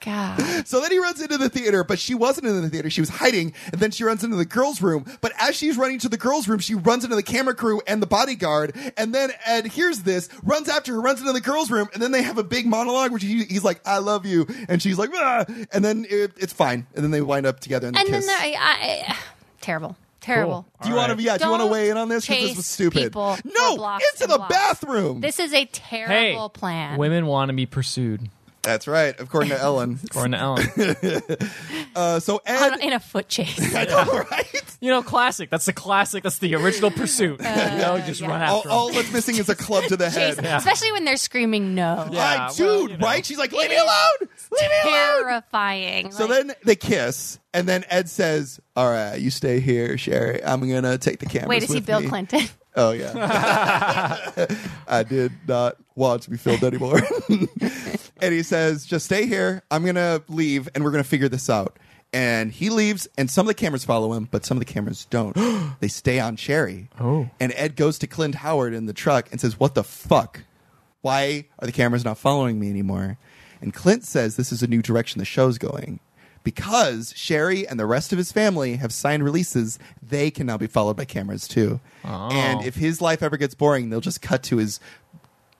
[SPEAKER 3] god
[SPEAKER 2] So then he runs into the theater, but she wasn't in the theater. She was hiding, and then she runs into the girls' room. But as she's running to the girls' room, she runs into the camera crew and the bodyguard. And then Ed hears this, runs after her, runs into the girls' room, and then they have a big monologue where she, he's like, "I love you," and she's like, "Ah," and then it, it's fine. And then they wind up together and they
[SPEAKER 3] and then
[SPEAKER 2] kiss.
[SPEAKER 3] there I, I, terrible terrible
[SPEAKER 2] do you want to? Yeah, do you want to
[SPEAKER 3] Don't
[SPEAKER 2] weigh in on this? Because this
[SPEAKER 3] chase
[SPEAKER 2] was stupid.
[SPEAKER 3] people for
[SPEAKER 2] No,
[SPEAKER 3] blocks
[SPEAKER 2] into
[SPEAKER 3] and
[SPEAKER 2] the
[SPEAKER 3] blocks.
[SPEAKER 2] bathroom.
[SPEAKER 3] this is a
[SPEAKER 1] Hey,
[SPEAKER 3] terrible plan
[SPEAKER 1] women want to be pursued.
[SPEAKER 2] That's right, according to Ellen.
[SPEAKER 1] According to Ellen.
[SPEAKER 2] Uh, so Ed,
[SPEAKER 3] On- in a foot chase
[SPEAKER 2] I know, right?
[SPEAKER 1] you know, classic. That's the classic. That's the original pursuit.
[SPEAKER 3] Uh,
[SPEAKER 1] you know, just run
[SPEAKER 2] All,
[SPEAKER 1] after 'em.
[SPEAKER 2] all that's missing is a club to the head.
[SPEAKER 3] chase especially when they're screaming no
[SPEAKER 1] Yeah,
[SPEAKER 2] Like,
[SPEAKER 1] well,
[SPEAKER 2] dude,
[SPEAKER 1] you know.
[SPEAKER 2] right? She's like, leave
[SPEAKER 3] It
[SPEAKER 2] me
[SPEAKER 3] is
[SPEAKER 2] alone! Leave me alone!
[SPEAKER 3] terrifying
[SPEAKER 2] So
[SPEAKER 3] Like,
[SPEAKER 2] then they kiss, and then Ed says, All right, you stay here, Sherry. I'm going to take the camera.
[SPEAKER 3] wait is he bill clinton
[SPEAKER 2] Oh, yeah. I did not want to be filmed anymore. and he says, Just stay here. I'm going to leave, and we're going to figure this out. And he leaves, and some of the cameras follow him, but some of the cameras don't. they stay on Sherry.
[SPEAKER 1] Oh.
[SPEAKER 2] And Ed goes to Clint Howard in the truck and says, What the fuck? Why are the cameras not following me anymore? And Clint says this is a new direction the show's going. Because Sherry and the rest of his family have signed releases, they can now be followed by cameras too. And if his life ever gets boring, they'll just cut to his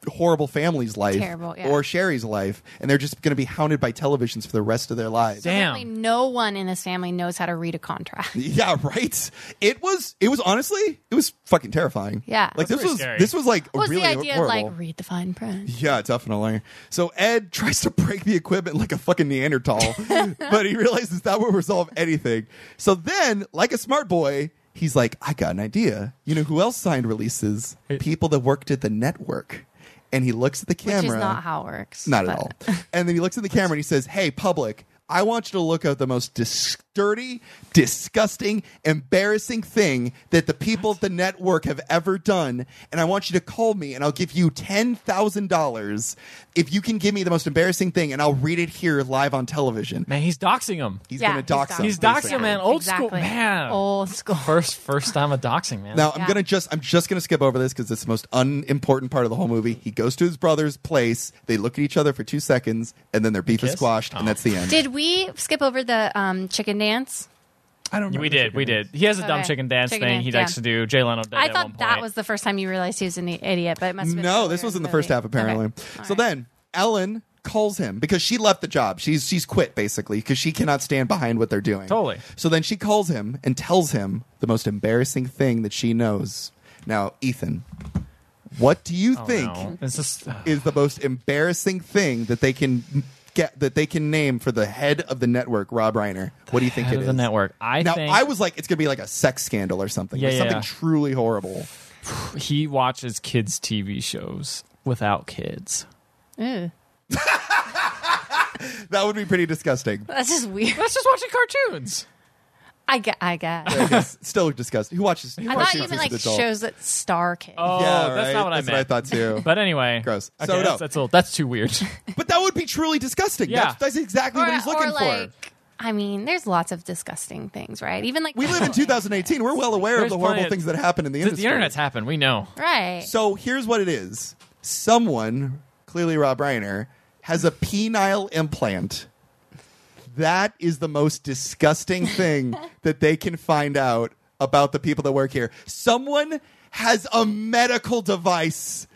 [SPEAKER 2] horrible family's life
[SPEAKER 3] Terrible, yeah.
[SPEAKER 2] or Sherry's life, and they're just going to be hounded by televisions for the rest of their lives.
[SPEAKER 1] Damn.
[SPEAKER 3] Apparently no one in this family knows how to read a contract
[SPEAKER 2] Yeah, right. It was. It was honestly. It was fucking terrifying.
[SPEAKER 3] Yeah.
[SPEAKER 2] like
[SPEAKER 3] That's
[SPEAKER 2] this
[SPEAKER 1] pretty
[SPEAKER 2] was.
[SPEAKER 1] scary.
[SPEAKER 2] This was like
[SPEAKER 3] what
[SPEAKER 2] Oh,
[SPEAKER 3] was
[SPEAKER 2] really
[SPEAKER 3] the idea
[SPEAKER 2] horrible.
[SPEAKER 3] of like read the fine print
[SPEAKER 2] Yeah, definitely. So Ed tries to break the equipment like a fucking Neanderthal, but he realizes that will resolve anything. So then, like a smart boy, he's like, I got an idea. You know who else signed releases? People that worked at the network. And he looks at the camera.
[SPEAKER 3] Which is not how it works.
[SPEAKER 2] Not
[SPEAKER 3] but-
[SPEAKER 2] at all. And then he looks at the camera and he says, Hey, public, I want you to look at the most dis- dirty, disgusting, embarrassing thing that the people at the network have ever done. And I want you to call me and I'll give you $10,000 if you can give me the most embarrassing thing and I'll read it here live on television.
[SPEAKER 1] man, he's doxing him.
[SPEAKER 2] He's
[SPEAKER 3] Yeah,
[SPEAKER 2] going to dox
[SPEAKER 3] he's
[SPEAKER 2] him.
[SPEAKER 1] He's doxing
[SPEAKER 2] basically.
[SPEAKER 1] him, man. Old school,
[SPEAKER 3] Exactly.
[SPEAKER 1] man.
[SPEAKER 3] Old school.
[SPEAKER 1] First, first time of doxing, man.
[SPEAKER 2] Now I'm
[SPEAKER 3] Yeah.
[SPEAKER 2] gonna just I'm just gonna skip over this because it's the most unimportant part of the whole movie. He goes to his brother's place. They look at each other for two seconds, and then their beef is
[SPEAKER 1] kiss?
[SPEAKER 2] squashed, and that's the end.
[SPEAKER 3] Did we skip over the um, chicken dance?
[SPEAKER 2] I don't.
[SPEAKER 1] We
[SPEAKER 2] remember
[SPEAKER 1] did, we
[SPEAKER 2] chicken
[SPEAKER 1] did. He has a dumb
[SPEAKER 3] Okay.
[SPEAKER 1] chicken dance
[SPEAKER 3] Chicken
[SPEAKER 1] thing
[SPEAKER 3] dance,
[SPEAKER 1] he
[SPEAKER 3] yeah.
[SPEAKER 1] likes to do. Jay Leno did. at
[SPEAKER 3] I
[SPEAKER 1] one
[SPEAKER 3] thought that
[SPEAKER 1] point.
[SPEAKER 3] was the first time you realized he was an i- idiot, but it must. Have been
[SPEAKER 2] No,
[SPEAKER 3] earlier
[SPEAKER 2] this was in the
[SPEAKER 3] movie.
[SPEAKER 2] first half apparently.
[SPEAKER 3] Okay. All
[SPEAKER 2] So
[SPEAKER 3] right.
[SPEAKER 2] then Ellen calls him because she left the job. She's she's quit basically because she cannot stand behind what they're doing.
[SPEAKER 1] Totally.
[SPEAKER 2] So then she calls him and tells him the most embarrassing thing that she knows. Now, Ethan, what do you
[SPEAKER 1] Oh,
[SPEAKER 2] think
[SPEAKER 1] no. It's just
[SPEAKER 2] is the most embarrassing thing that they can get that they can name for the head of the network, Rob Reiner? What do you think
[SPEAKER 1] head
[SPEAKER 2] it
[SPEAKER 1] of
[SPEAKER 2] is?
[SPEAKER 1] the network. I
[SPEAKER 2] now
[SPEAKER 1] think
[SPEAKER 2] I was like, it's gonna be like a sex scandal or something.
[SPEAKER 1] Yeah,
[SPEAKER 2] Like,
[SPEAKER 1] yeah,
[SPEAKER 2] something
[SPEAKER 1] yeah.
[SPEAKER 2] truly horrible.
[SPEAKER 1] he watches kids' TV shows without kids.
[SPEAKER 3] Ew.
[SPEAKER 2] That would be pretty disgusting.
[SPEAKER 3] that's just weird.
[SPEAKER 1] That's just watching cartoons.
[SPEAKER 3] I get. I get.
[SPEAKER 2] I guess still disgusting. Who watches? Who
[SPEAKER 3] I
[SPEAKER 2] watches
[SPEAKER 3] thought you
[SPEAKER 2] this
[SPEAKER 3] meant
[SPEAKER 2] as an
[SPEAKER 3] like
[SPEAKER 2] adult?
[SPEAKER 3] shows that star kids.
[SPEAKER 1] Oh,
[SPEAKER 2] Yeah,
[SPEAKER 1] that's
[SPEAKER 2] right?
[SPEAKER 1] not what I
[SPEAKER 2] That's what
[SPEAKER 1] meant.
[SPEAKER 2] I thought too.
[SPEAKER 1] But anyway,
[SPEAKER 2] Gross.
[SPEAKER 1] Okay,
[SPEAKER 2] So, no.
[SPEAKER 1] that's, that's a little, that's too weird.
[SPEAKER 2] But that would be truly disgusting.
[SPEAKER 1] Yeah.
[SPEAKER 2] That's, that's exactly what he's looking for.
[SPEAKER 3] I mean, there's lots of disgusting things, right? Even like
[SPEAKER 2] We live in 2018. We're well aware
[SPEAKER 1] There's
[SPEAKER 2] of the horrible
[SPEAKER 1] plenty of-
[SPEAKER 2] things that happen in the
[SPEAKER 1] the,
[SPEAKER 2] industry.
[SPEAKER 1] the internet's happened. We know.
[SPEAKER 3] right?
[SPEAKER 2] So here's what it is: someone, clearly Rob Reiner, has a penile implant. That is the most disgusting thing that they can find out about the people that work here. Someone has a medical device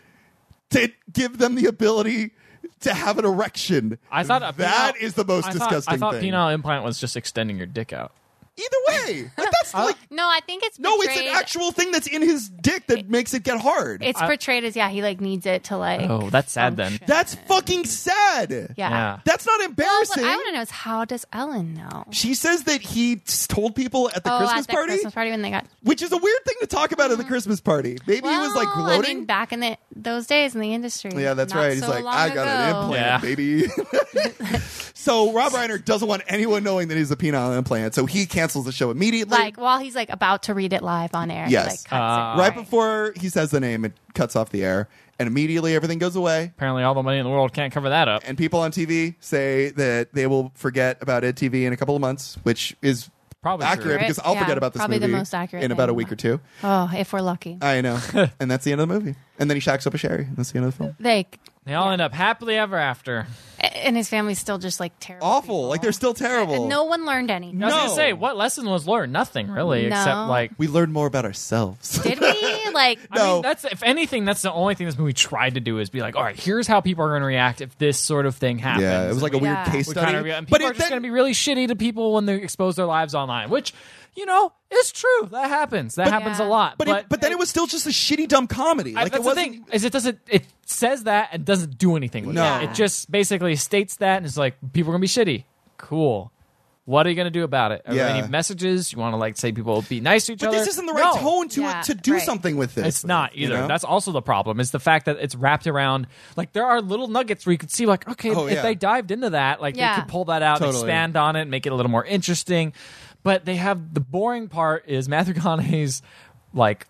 [SPEAKER 2] to give them the ability to have an erection.
[SPEAKER 1] I thought a
[SPEAKER 2] that
[SPEAKER 1] penile-
[SPEAKER 2] is the most
[SPEAKER 1] I thought,
[SPEAKER 2] disgusting
[SPEAKER 1] I thought
[SPEAKER 2] thing.
[SPEAKER 1] penile implant was just extending your dick out.
[SPEAKER 2] Either way, like, that's like
[SPEAKER 3] no, I think it's
[SPEAKER 2] no, it's
[SPEAKER 3] Portrayed,
[SPEAKER 2] an actual thing that's in his dick that makes it get hard.
[SPEAKER 3] It's portrayed as yeah, he like needs it to like.
[SPEAKER 1] Oh, that's sad then.
[SPEAKER 3] function.
[SPEAKER 2] that's fucking sad.
[SPEAKER 3] yeah.
[SPEAKER 1] Yeah.
[SPEAKER 2] That's not
[SPEAKER 3] Well, what
[SPEAKER 2] embarrassing.
[SPEAKER 3] I want to know is how does Ellen know?
[SPEAKER 2] she says that he t- told people at the
[SPEAKER 3] oh,
[SPEAKER 2] Christmas
[SPEAKER 3] at the
[SPEAKER 2] party,
[SPEAKER 3] Christmas party when they got.
[SPEAKER 2] which is a weird thing to talk about at the Christmas party. Maybe he was like
[SPEAKER 3] Well, I
[SPEAKER 2] gloating.
[SPEAKER 3] mean, back in the, those days in the industry.
[SPEAKER 2] yeah, that's
[SPEAKER 3] not
[SPEAKER 2] right. He's
[SPEAKER 3] so
[SPEAKER 2] like,
[SPEAKER 3] long
[SPEAKER 2] I got an
[SPEAKER 3] ago.
[SPEAKER 2] implant,
[SPEAKER 1] Yeah.
[SPEAKER 2] baby. so Rob Reiner doesn't want anyone knowing that he's a penile implant, so he cancels the show immediately.
[SPEAKER 3] Like while he's like about to read it live on air. he,
[SPEAKER 2] Yes.
[SPEAKER 3] like, cuts it.
[SPEAKER 1] Uh,
[SPEAKER 2] right before he says the name, it cuts off the air, and immediately everything goes away.
[SPEAKER 1] Apparently, all the money in the world can't cover that up.
[SPEAKER 2] And people on TV say that they will forget about it TV in a couple of months, which is
[SPEAKER 1] Probably true.
[SPEAKER 2] accurate because I'll
[SPEAKER 3] Yeah,
[SPEAKER 2] forget about this
[SPEAKER 3] probably the
[SPEAKER 2] movie
[SPEAKER 3] most accurate
[SPEAKER 2] in about a
[SPEAKER 3] thing.
[SPEAKER 2] week or two.
[SPEAKER 3] Oh, if we're lucky,
[SPEAKER 2] I know. and that's the end of the movie. And then he shacks up a Sherry. And that's the end of the film.
[SPEAKER 3] they
[SPEAKER 1] They all end up happily ever after.
[SPEAKER 3] and his family's still just like terrible.
[SPEAKER 2] Awful.
[SPEAKER 3] people.
[SPEAKER 2] Like they're still terrible.
[SPEAKER 3] And no one learned anything.
[SPEAKER 1] I was
[SPEAKER 2] No.
[SPEAKER 1] gonna say, what lesson was learned? Nothing really,
[SPEAKER 3] No.
[SPEAKER 1] except like.
[SPEAKER 2] We learn more about ourselves.
[SPEAKER 3] Did we? Like,
[SPEAKER 1] I
[SPEAKER 2] No.
[SPEAKER 1] mean, that's if anything, that's the only thing this movie tried to do is be like, all right, here's how people are going to react if this sort of thing happens.
[SPEAKER 2] yeah, it was like a weird
[SPEAKER 3] Yeah.
[SPEAKER 2] case
[SPEAKER 1] We
[SPEAKER 2] study.
[SPEAKER 1] kinda re- and
[SPEAKER 2] but
[SPEAKER 1] people are
[SPEAKER 2] it-
[SPEAKER 1] just
[SPEAKER 2] that-
[SPEAKER 1] going to be really shitty to people when they expose their lives online, which you know is true. That happens. That happens
[SPEAKER 3] Yeah.
[SPEAKER 1] a lot.
[SPEAKER 2] but,
[SPEAKER 1] But
[SPEAKER 2] it, but then it was still just a shitty dumb comedy.
[SPEAKER 1] I-
[SPEAKER 2] like
[SPEAKER 1] that's
[SPEAKER 2] it
[SPEAKER 1] the
[SPEAKER 2] wasn't
[SPEAKER 1] thing is it doesn't it says that and doesn't do anything with
[SPEAKER 2] No.
[SPEAKER 1] it. It just basically states that and it's like people are gonna be shitty. Cool. What are you gonna do about it? Are there
[SPEAKER 2] Yeah.
[SPEAKER 1] any messages you want to like say people be nice to each
[SPEAKER 2] But
[SPEAKER 1] other?
[SPEAKER 2] this isn't the right
[SPEAKER 1] No.
[SPEAKER 2] tone to
[SPEAKER 3] Yeah,
[SPEAKER 2] to do
[SPEAKER 3] right.
[SPEAKER 2] something with this.
[SPEAKER 1] It's not
[SPEAKER 2] you
[SPEAKER 1] either.
[SPEAKER 2] know?
[SPEAKER 1] That's also the problem. Is the fact that it's wrapped around like there are little nuggets where you could see like okay,
[SPEAKER 2] Oh,
[SPEAKER 1] if
[SPEAKER 2] yeah.
[SPEAKER 1] they dived into that, like
[SPEAKER 3] Yeah.
[SPEAKER 1] they could pull that out, and
[SPEAKER 2] Totally.
[SPEAKER 1] expand on it, and make it a little more interesting. But they have the boring part is Matthew McConaughey's like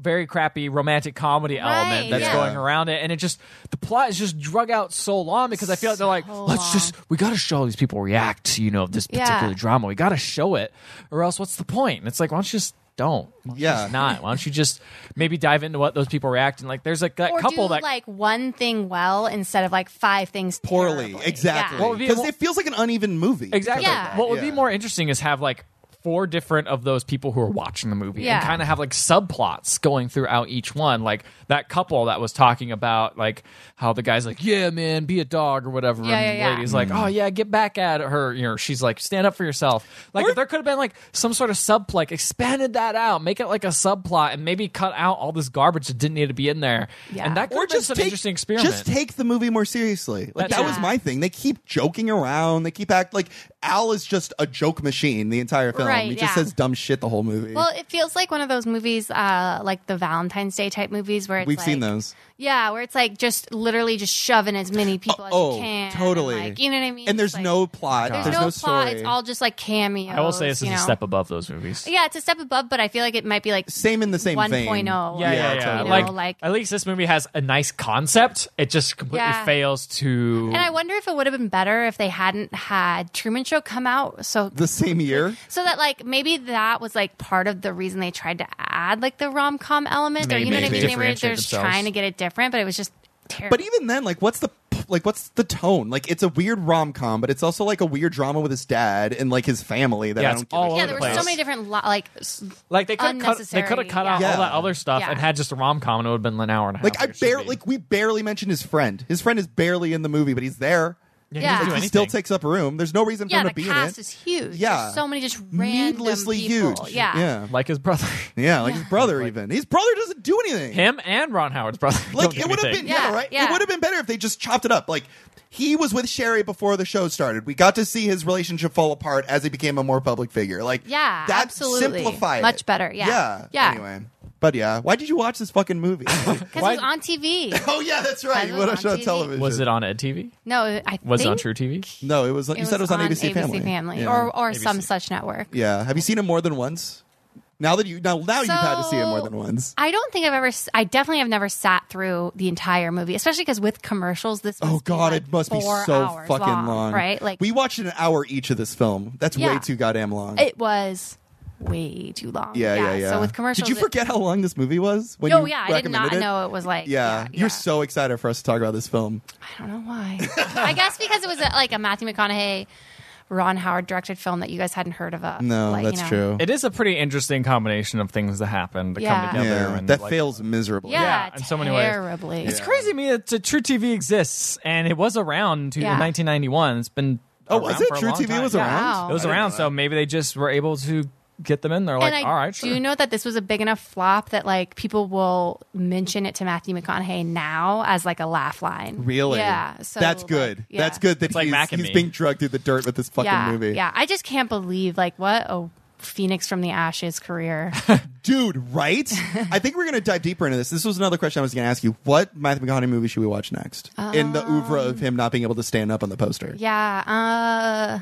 [SPEAKER 1] very crappy romantic comedy element
[SPEAKER 3] Right,
[SPEAKER 1] that's
[SPEAKER 2] yeah.
[SPEAKER 1] going around it and it just the plot is just drug out so long because i feel like they're like
[SPEAKER 3] So
[SPEAKER 1] let's just we got to show how these people react to you know this
[SPEAKER 3] Yeah.
[SPEAKER 1] particular drama we got to show it or else what's the point and it's like why don't you just don't Why don't you
[SPEAKER 2] Yeah.
[SPEAKER 1] just not why don't you just maybe dive into what those people react and like there's like that
[SPEAKER 3] or
[SPEAKER 1] couple
[SPEAKER 3] do
[SPEAKER 1] that
[SPEAKER 3] like one thing well instead of like five things
[SPEAKER 2] poorly.
[SPEAKER 3] terribly.
[SPEAKER 2] Exactly.
[SPEAKER 3] Yeah.
[SPEAKER 1] What would be
[SPEAKER 2] Because
[SPEAKER 1] a mo-
[SPEAKER 2] it feels like an uneven movie.
[SPEAKER 1] exactly
[SPEAKER 3] Yeah. like that,
[SPEAKER 1] what would be
[SPEAKER 2] yeah.
[SPEAKER 1] more interesting is have like four different of those people who are watching the movie
[SPEAKER 3] Yeah.
[SPEAKER 1] and kind of have like subplots going throughout each one like that couple that was talking about like how the guy's like yeah man be a dog or whatever
[SPEAKER 3] Yeah,
[SPEAKER 1] and the
[SPEAKER 3] yeah, yeah.
[SPEAKER 1] lady's like oh yeah get back at her you know she's like stand up for yourself like if there could have been like some sort of sub like expanded that out make it like a subplot and maybe cut out all this garbage that didn't need to be in there
[SPEAKER 3] Yeah.
[SPEAKER 1] and that could
[SPEAKER 2] or
[SPEAKER 1] have been
[SPEAKER 2] just
[SPEAKER 1] some
[SPEAKER 2] take,
[SPEAKER 1] interesting experiment
[SPEAKER 2] Just take the movie more seriously. Like
[SPEAKER 1] That's
[SPEAKER 2] that
[SPEAKER 3] right.
[SPEAKER 2] was my thing. They keep joking around. They keep act like Al is just a joke machine the entire film.
[SPEAKER 3] Right,
[SPEAKER 2] he just
[SPEAKER 3] yeah.
[SPEAKER 2] says dumb shit the whole movie.
[SPEAKER 3] Well, it feels like one of those movies, uh, like the Valentine's Day type movies, where it's
[SPEAKER 2] We've
[SPEAKER 3] like,
[SPEAKER 2] seen those.
[SPEAKER 3] Yeah, where it's like just literally just shoving as many people as
[SPEAKER 2] oh,
[SPEAKER 3] you can. and,
[SPEAKER 2] totally.
[SPEAKER 3] like, you know what I mean?
[SPEAKER 2] And there's
[SPEAKER 3] It's like-
[SPEAKER 2] no plot.
[SPEAKER 3] There's,
[SPEAKER 2] There's no,
[SPEAKER 3] no,
[SPEAKER 2] story.
[SPEAKER 3] plot. It's all just like cameos.
[SPEAKER 1] i will say this is
[SPEAKER 3] you
[SPEAKER 1] a
[SPEAKER 3] know?
[SPEAKER 1] step above those movies
[SPEAKER 3] Yeah, it's a step above, but I feel like it might be like
[SPEAKER 2] same in the same vein.
[SPEAKER 3] 1.0.
[SPEAKER 1] yeah, yeah,
[SPEAKER 2] Yeah,
[SPEAKER 1] yeah.
[SPEAKER 2] totally.
[SPEAKER 1] Like,
[SPEAKER 3] You know, like-
[SPEAKER 1] at least this movie has a nice concept. It just completely
[SPEAKER 3] Yeah.
[SPEAKER 1] fails to.
[SPEAKER 3] And I wonder if it would have been better if they hadn't had Truman Show come out. So
[SPEAKER 2] The same year.
[SPEAKER 3] So that like maybe that was like part of the reason they tried to add like the rom com element, or you know what I
[SPEAKER 2] Maybe.
[SPEAKER 3] mean? They were
[SPEAKER 1] Differentiate
[SPEAKER 3] just
[SPEAKER 1] themselves.
[SPEAKER 3] trying to get it different, but it was just terrible.
[SPEAKER 2] But even then, like, what's the p- like what's the tone? Like it's a weird rom com, but it's also like a weird drama with his dad and like his family that
[SPEAKER 1] Yeah,
[SPEAKER 2] I
[SPEAKER 1] it's
[SPEAKER 2] don't give
[SPEAKER 1] all
[SPEAKER 2] a
[SPEAKER 1] over
[SPEAKER 3] yeah,
[SPEAKER 1] the
[SPEAKER 2] shit
[SPEAKER 3] there were
[SPEAKER 2] about.
[SPEAKER 1] place.
[SPEAKER 3] so many different lo- like s-
[SPEAKER 1] Like they could cut, they could have cut out
[SPEAKER 3] Unnecessary,
[SPEAKER 1] all that
[SPEAKER 2] yeah.
[SPEAKER 1] other stuff
[SPEAKER 3] Yeah.
[SPEAKER 1] and had just a rom com, and it would have been an hour and a half.
[SPEAKER 2] Like I
[SPEAKER 1] it should
[SPEAKER 2] barely,
[SPEAKER 1] be.
[SPEAKER 2] like we barely mentioned his friend. His friend is barely in the movie, but he's there.
[SPEAKER 1] yeah, he
[SPEAKER 3] Yeah.
[SPEAKER 1] didn't
[SPEAKER 3] Like,
[SPEAKER 1] do
[SPEAKER 2] He still
[SPEAKER 1] anything.
[SPEAKER 2] takes up room. There's no reason for
[SPEAKER 3] yeah,
[SPEAKER 2] him
[SPEAKER 3] the
[SPEAKER 2] to be in it.
[SPEAKER 3] cast is huge.
[SPEAKER 2] Yeah.
[SPEAKER 3] There's so many just random
[SPEAKER 2] Needlessly
[SPEAKER 3] people.
[SPEAKER 2] huge.
[SPEAKER 3] Yeah.
[SPEAKER 2] yeah,
[SPEAKER 1] like his brother,
[SPEAKER 2] Yeah, like his brother even. His brother doesn't do anything.
[SPEAKER 1] him and Ron Howard's brother.
[SPEAKER 2] like
[SPEAKER 1] don't do
[SPEAKER 2] it would have been
[SPEAKER 1] anything.
[SPEAKER 2] yeah,
[SPEAKER 3] Yeah,
[SPEAKER 2] right. It
[SPEAKER 3] yeah.
[SPEAKER 2] would have been better if they just chopped it up. Like he was with Sherry before the show started. We got to see his relationship fall apart as he became a more public figure. Like
[SPEAKER 3] Yeah,
[SPEAKER 2] that
[SPEAKER 3] absolutely.
[SPEAKER 2] simplified
[SPEAKER 3] Much
[SPEAKER 2] it.
[SPEAKER 3] better, yeah.
[SPEAKER 2] yeah,
[SPEAKER 3] Yeah.
[SPEAKER 2] Anyway, but yeah, why did you watch this fucking movie?
[SPEAKER 3] Because
[SPEAKER 1] Why-
[SPEAKER 3] it was on TV.
[SPEAKER 2] oh yeah, that's right.
[SPEAKER 3] Because it
[SPEAKER 2] What a
[SPEAKER 3] was
[SPEAKER 2] show
[SPEAKER 3] on
[SPEAKER 2] on
[SPEAKER 3] TV.
[SPEAKER 2] television
[SPEAKER 1] Was it on Ed TV?
[SPEAKER 3] No, I
[SPEAKER 1] Was it
[SPEAKER 3] think
[SPEAKER 1] on True TV?
[SPEAKER 2] No, it was. you said it was on, ABC, Family. Yeah.
[SPEAKER 3] or or
[SPEAKER 1] ABC.
[SPEAKER 3] some such network.
[SPEAKER 2] yeah. Have you seen it more than once? Now that you now now you've had to see it more than once.
[SPEAKER 3] I don't think I've ever. s- I definitely have never sat through the entire movie, especially because with commercials, this.
[SPEAKER 2] Oh
[SPEAKER 3] must be,
[SPEAKER 2] god,
[SPEAKER 3] like,
[SPEAKER 2] it must be
[SPEAKER 3] four
[SPEAKER 2] so
[SPEAKER 3] hours
[SPEAKER 2] fucking long,
[SPEAKER 3] right? Like
[SPEAKER 2] we watched an hour each of this film. That's way
[SPEAKER 3] Yeah.
[SPEAKER 2] too goddamn long.
[SPEAKER 3] it was way too long.
[SPEAKER 2] yeah, yeah, yeah.
[SPEAKER 3] So with commercials,
[SPEAKER 2] did you
[SPEAKER 3] it-
[SPEAKER 2] forget how long this movie was? When
[SPEAKER 3] Oh
[SPEAKER 2] you
[SPEAKER 3] yeah, I did not
[SPEAKER 2] recommended it?
[SPEAKER 3] know it was like.
[SPEAKER 2] Yeah. you're so excited for us to talk about this film.
[SPEAKER 3] I don't know why. I guess because it was a, like a Matthew McConaughey, Ron Howard directed film that you guys hadn't heard of. uh,
[SPEAKER 2] No,
[SPEAKER 3] like, you
[SPEAKER 2] that's
[SPEAKER 3] know.
[SPEAKER 2] true.
[SPEAKER 1] It is a pretty interesting combination of things that happen that
[SPEAKER 3] Yeah.
[SPEAKER 1] come together.
[SPEAKER 2] yeah,
[SPEAKER 1] and
[SPEAKER 2] that
[SPEAKER 1] like,
[SPEAKER 2] fails miserably.
[SPEAKER 3] Yeah,
[SPEAKER 1] Yeah, in so many ways.
[SPEAKER 3] terribly.
[SPEAKER 1] It's crazy to me that uh, True TV exists, and it was around to,
[SPEAKER 3] Yeah.
[SPEAKER 1] in 1991. It's been
[SPEAKER 2] Oh, was
[SPEAKER 1] around
[SPEAKER 2] it?
[SPEAKER 1] for a
[SPEAKER 2] True
[SPEAKER 1] long
[SPEAKER 2] TV
[SPEAKER 1] time.
[SPEAKER 2] was
[SPEAKER 1] Yeah.
[SPEAKER 2] around.
[SPEAKER 3] Wow.
[SPEAKER 1] It was
[SPEAKER 2] I didn't
[SPEAKER 1] around,
[SPEAKER 2] know
[SPEAKER 1] so
[SPEAKER 2] that.
[SPEAKER 1] maybe they just were able to get them in. They're like,
[SPEAKER 3] and I
[SPEAKER 1] all right, sure.
[SPEAKER 3] do know that this was a big enough flop that like people will mention it to Matthew McConaughey now as like a laugh line.
[SPEAKER 2] Really?
[SPEAKER 3] Yeah. So
[SPEAKER 2] that's
[SPEAKER 3] like,
[SPEAKER 2] good.
[SPEAKER 3] yeah.
[SPEAKER 2] That's good that
[SPEAKER 1] It's like
[SPEAKER 2] he's,
[SPEAKER 1] Mac and
[SPEAKER 2] he's
[SPEAKER 1] Me.
[SPEAKER 2] being drugged through the dirt with this fucking
[SPEAKER 3] yeah,
[SPEAKER 2] movie.
[SPEAKER 3] Yeah. I just can't believe like what a phoenix from the ashes career.
[SPEAKER 2] Dude, right? I think we're going to dive deeper into this. This was another question I was going to ask you. What Matthew McConaughey movie should we watch next? In the oeuvre
[SPEAKER 3] Um,
[SPEAKER 2] of him not being able to stand up on the poster.
[SPEAKER 3] yeah. Uh,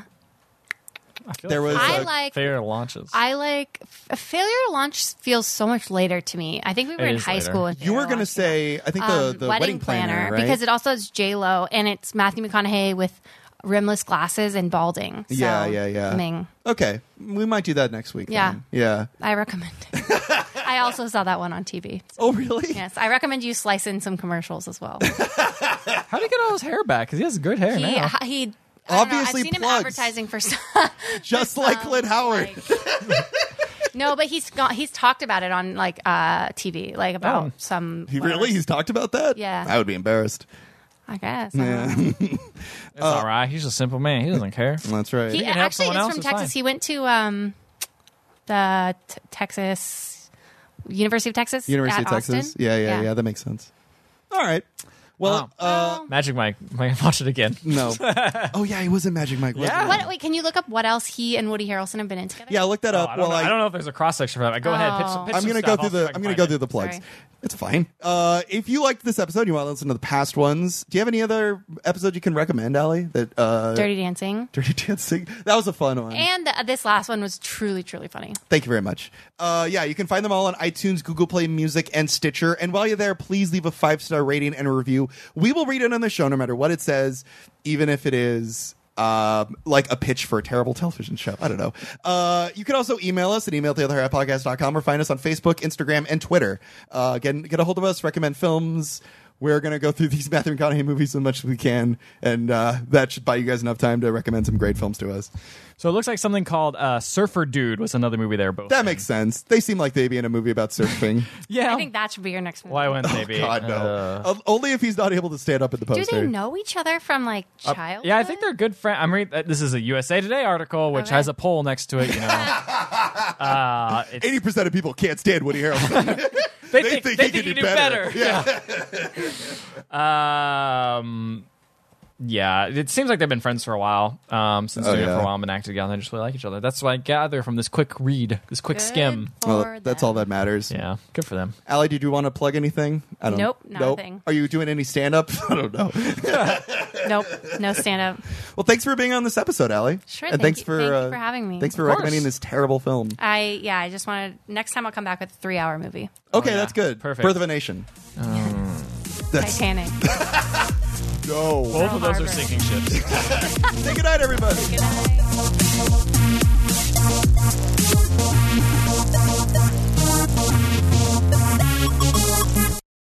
[SPEAKER 1] I feel
[SPEAKER 2] There was
[SPEAKER 3] I
[SPEAKER 2] uh,
[SPEAKER 3] like.
[SPEAKER 1] fair launches.
[SPEAKER 3] I like f- failure to launch feels so much later to me. I think we were
[SPEAKER 1] It
[SPEAKER 3] in
[SPEAKER 1] is
[SPEAKER 3] high
[SPEAKER 1] later.
[SPEAKER 3] school. When
[SPEAKER 2] you were
[SPEAKER 3] going to
[SPEAKER 2] say I think the,
[SPEAKER 3] um,
[SPEAKER 2] the wedding, planner, right?
[SPEAKER 3] because it also has J Lo and it's Matthew McConaughey with rimless glasses and balding. So,
[SPEAKER 2] yeah, yeah, yeah.
[SPEAKER 3] I mean,
[SPEAKER 2] Okay, we might do that next week.
[SPEAKER 3] Yeah.
[SPEAKER 2] then. yeah.
[SPEAKER 3] I recommend. it. I also saw that one on TV.
[SPEAKER 2] Oh, really?
[SPEAKER 3] Yes, I recommend you slice in some commercials as well.
[SPEAKER 1] How did he get all his hair back? Because he has good hair
[SPEAKER 3] He
[SPEAKER 1] now.
[SPEAKER 3] he. I don't know,
[SPEAKER 2] Obviously
[SPEAKER 3] I've seen
[SPEAKER 2] plugs.
[SPEAKER 3] him advertising for some.
[SPEAKER 2] Just like Clint Howard.
[SPEAKER 3] like- no, but he's gone, he's talked about it on like uh, TV, like about
[SPEAKER 1] Oh.
[SPEAKER 3] some.
[SPEAKER 2] He
[SPEAKER 3] whatever.
[SPEAKER 2] really? He's talked about that?
[SPEAKER 3] Yeah.
[SPEAKER 2] I would be embarrassed.
[SPEAKER 3] I guess. Uh-huh. I don't know.
[SPEAKER 1] it's all right. He's a simple man. He doesn't care.
[SPEAKER 2] That's right.
[SPEAKER 3] He
[SPEAKER 1] can help
[SPEAKER 3] actually
[SPEAKER 1] someone
[SPEAKER 3] is
[SPEAKER 1] else,
[SPEAKER 3] from
[SPEAKER 1] it's fine.
[SPEAKER 3] Texas. He went to um, the t- Texas University of Texas.
[SPEAKER 2] University
[SPEAKER 3] at
[SPEAKER 2] of Texas.
[SPEAKER 3] Austin.
[SPEAKER 2] Yeah, yeah, yeah, That makes sense. All right. Well,
[SPEAKER 1] Wow.
[SPEAKER 2] uh,
[SPEAKER 1] Magic Mike, might watch it again.
[SPEAKER 2] no. oh, yeah, he was in Magic Mike. wasn't
[SPEAKER 1] Yeah.
[SPEAKER 2] he?
[SPEAKER 3] What? Wait, can you look up what else he and Woody Harrelson have been in together?
[SPEAKER 2] Yeah, look that
[SPEAKER 1] Oh,
[SPEAKER 2] up.
[SPEAKER 1] I, don't
[SPEAKER 2] well,
[SPEAKER 1] know,
[SPEAKER 2] I,
[SPEAKER 1] I don't know if there's a cross section about it. Go ahead. Pitch, some- pitch
[SPEAKER 2] I'm
[SPEAKER 1] some
[SPEAKER 2] gonna
[SPEAKER 1] stuff.
[SPEAKER 2] go
[SPEAKER 1] I'll
[SPEAKER 2] through
[SPEAKER 1] see if
[SPEAKER 2] the.
[SPEAKER 1] I
[SPEAKER 2] I'm
[SPEAKER 1] can
[SPEAKER 2] gonna
[SPEAKER 1] find
[SPEAKER 2] go
[SPEAKER 1] it.
[SPEAKER 2] through the plugs.
[SPEAKER 3] Sorry.
[SPEAKER 2] It's fine. Uh, if you liked this episode, and you want to listen to the past ones. Do you have any other episode you can recommend, Allie? That uh,
[SPEAKER 3] Dirty Dancing.
[SPEAKER 2] Dirty Dancing. That was a fun one.
[SPEAKER 3] And th- this last one was truly, truly funny.
[SPEAKER 2] Thank you very much. Uh, yeah, you can find them all on iTunes, Google Play Music, and Stitcher. And while you're there, please leave a five star rating and a review. We will read it on the show, no matter what it says, even if it is. Um, like a pitch for a terrible television show. I don't know. Uh, you can also email us at email or find us on Facebook, Instagram, and Twitter. Uh, get, get a hold of us, recommend films. We're going to go through these Matthew McConaughey movies as much as we can, and uh, that should buy you guys enough time to recommend some great films to us.
[SPEAKER 1] So it looks like something called uh, Surfer Dude was another movie there. Both
[SPEAKER 2] That makes sense. They seem like they'd be in a movie about surfing.
[SPEAKER 1] yeah.
[SPEAKER 3] I think that should be your next movie.
[SPEAKER 1] why wouldn't they be?
[SPEAKER 2] Oh, God no.
[SPEAKER 1] Uh,
[SPEAKER 2] O- Only if he's not able to stand up at the
[SPEAKER 3] Do
[SPEAKER 2] poster.
[SPEAKER 3] they know each other from like
[SPEAKER 1] Uh,
[SPEAKER 3] childhood?
[SPEAKER 1] yeah, I think they're good friends. I'm read. uh, This is a USA Today article, which
[SPEAKER 3] Okay.
[SPEAKER 1] has a poll next to it. You know, uh, it's-
[SPEAKER 2] Eighty percent of people can't stand Woody Harrelson.
[SPEAKER 1] they,
[SPEAKER 2] they
[SPEAKER 1] think,
[SPEAKER 2] think
[SPEAKER 1] they
[SPEAKER 2] he
[SPEAKER 1] think
[SPEAKER 2] could
[SPEAKER 1] you do
[SPEAKER 2] do better.
[SPEAKER 1] better. Yeah. um. Yeah, it seems like they've been friends for a while. Um, since
[SPEAKER 2] Oh,
[SPEAKER 1] doing it for
[SPEAKER 2] yeah.
[SPEAKER 1] a while and been acting together, they just really like each other. That's what I gather from this quick read, this quick
[SPEAKER 3] Good
[SPEAKER 1] skim.
[SPEAKER 3] for
[SPEAKER 2] well, that's
[SPEAKER 3] them.
[SPEAKER 2] all that matters.
[SPEAKER 1] Yeah, good for them.
[SPEAKER 2] Allie, did you want to plug anything? I don't.
[SPEAKER 3] Nope, not a
[SPEAKER 2] nope.
[SPEAKER 3] thing.
[SPEAKER 2] Are you doing any stand up? I don't know.
[SPEAKER 3] Nope, no stand up.
[SPEAKER 2] Well, thanks for being on this episode, Allie.
[SPEAKER 3] Sure,
[SPEAKER 2] And
[SPEAKER 3] thank
[SPEAKER 2] thanks
[SPEAKER 3] you-
[SPEAKER 2] for
[SPEAKER 3] thank you
[SPEAKER 2] uh,
[SPEAKER 3] for having me.
[SPEAKER 2] Thanks for
[SPEAKER 1] Of course.
[SPEAKER 2] recommending this terrible film.
[SPEAKER 3] I yeah, I just wanted next time I'll come back with a three hour movie.
[SPEAKER 2] Okay,
[SPEAKER 1] yeah.
[SPEAKER 2] that's good.
[SPEAKER 1] Perfect.
[SPEAKER 2] Birth of a Nation. That's
[SPEAKER 3] Titanic.
[SPEAKER 2] no.
[SPEAKER 1] Both of those are
[SPEAKER 3] Harbor.
[SPEAKER 1] sinking ships.
[SPEAKER 2] Say goodnight, everybody.
[SPEAKER 3] Good night.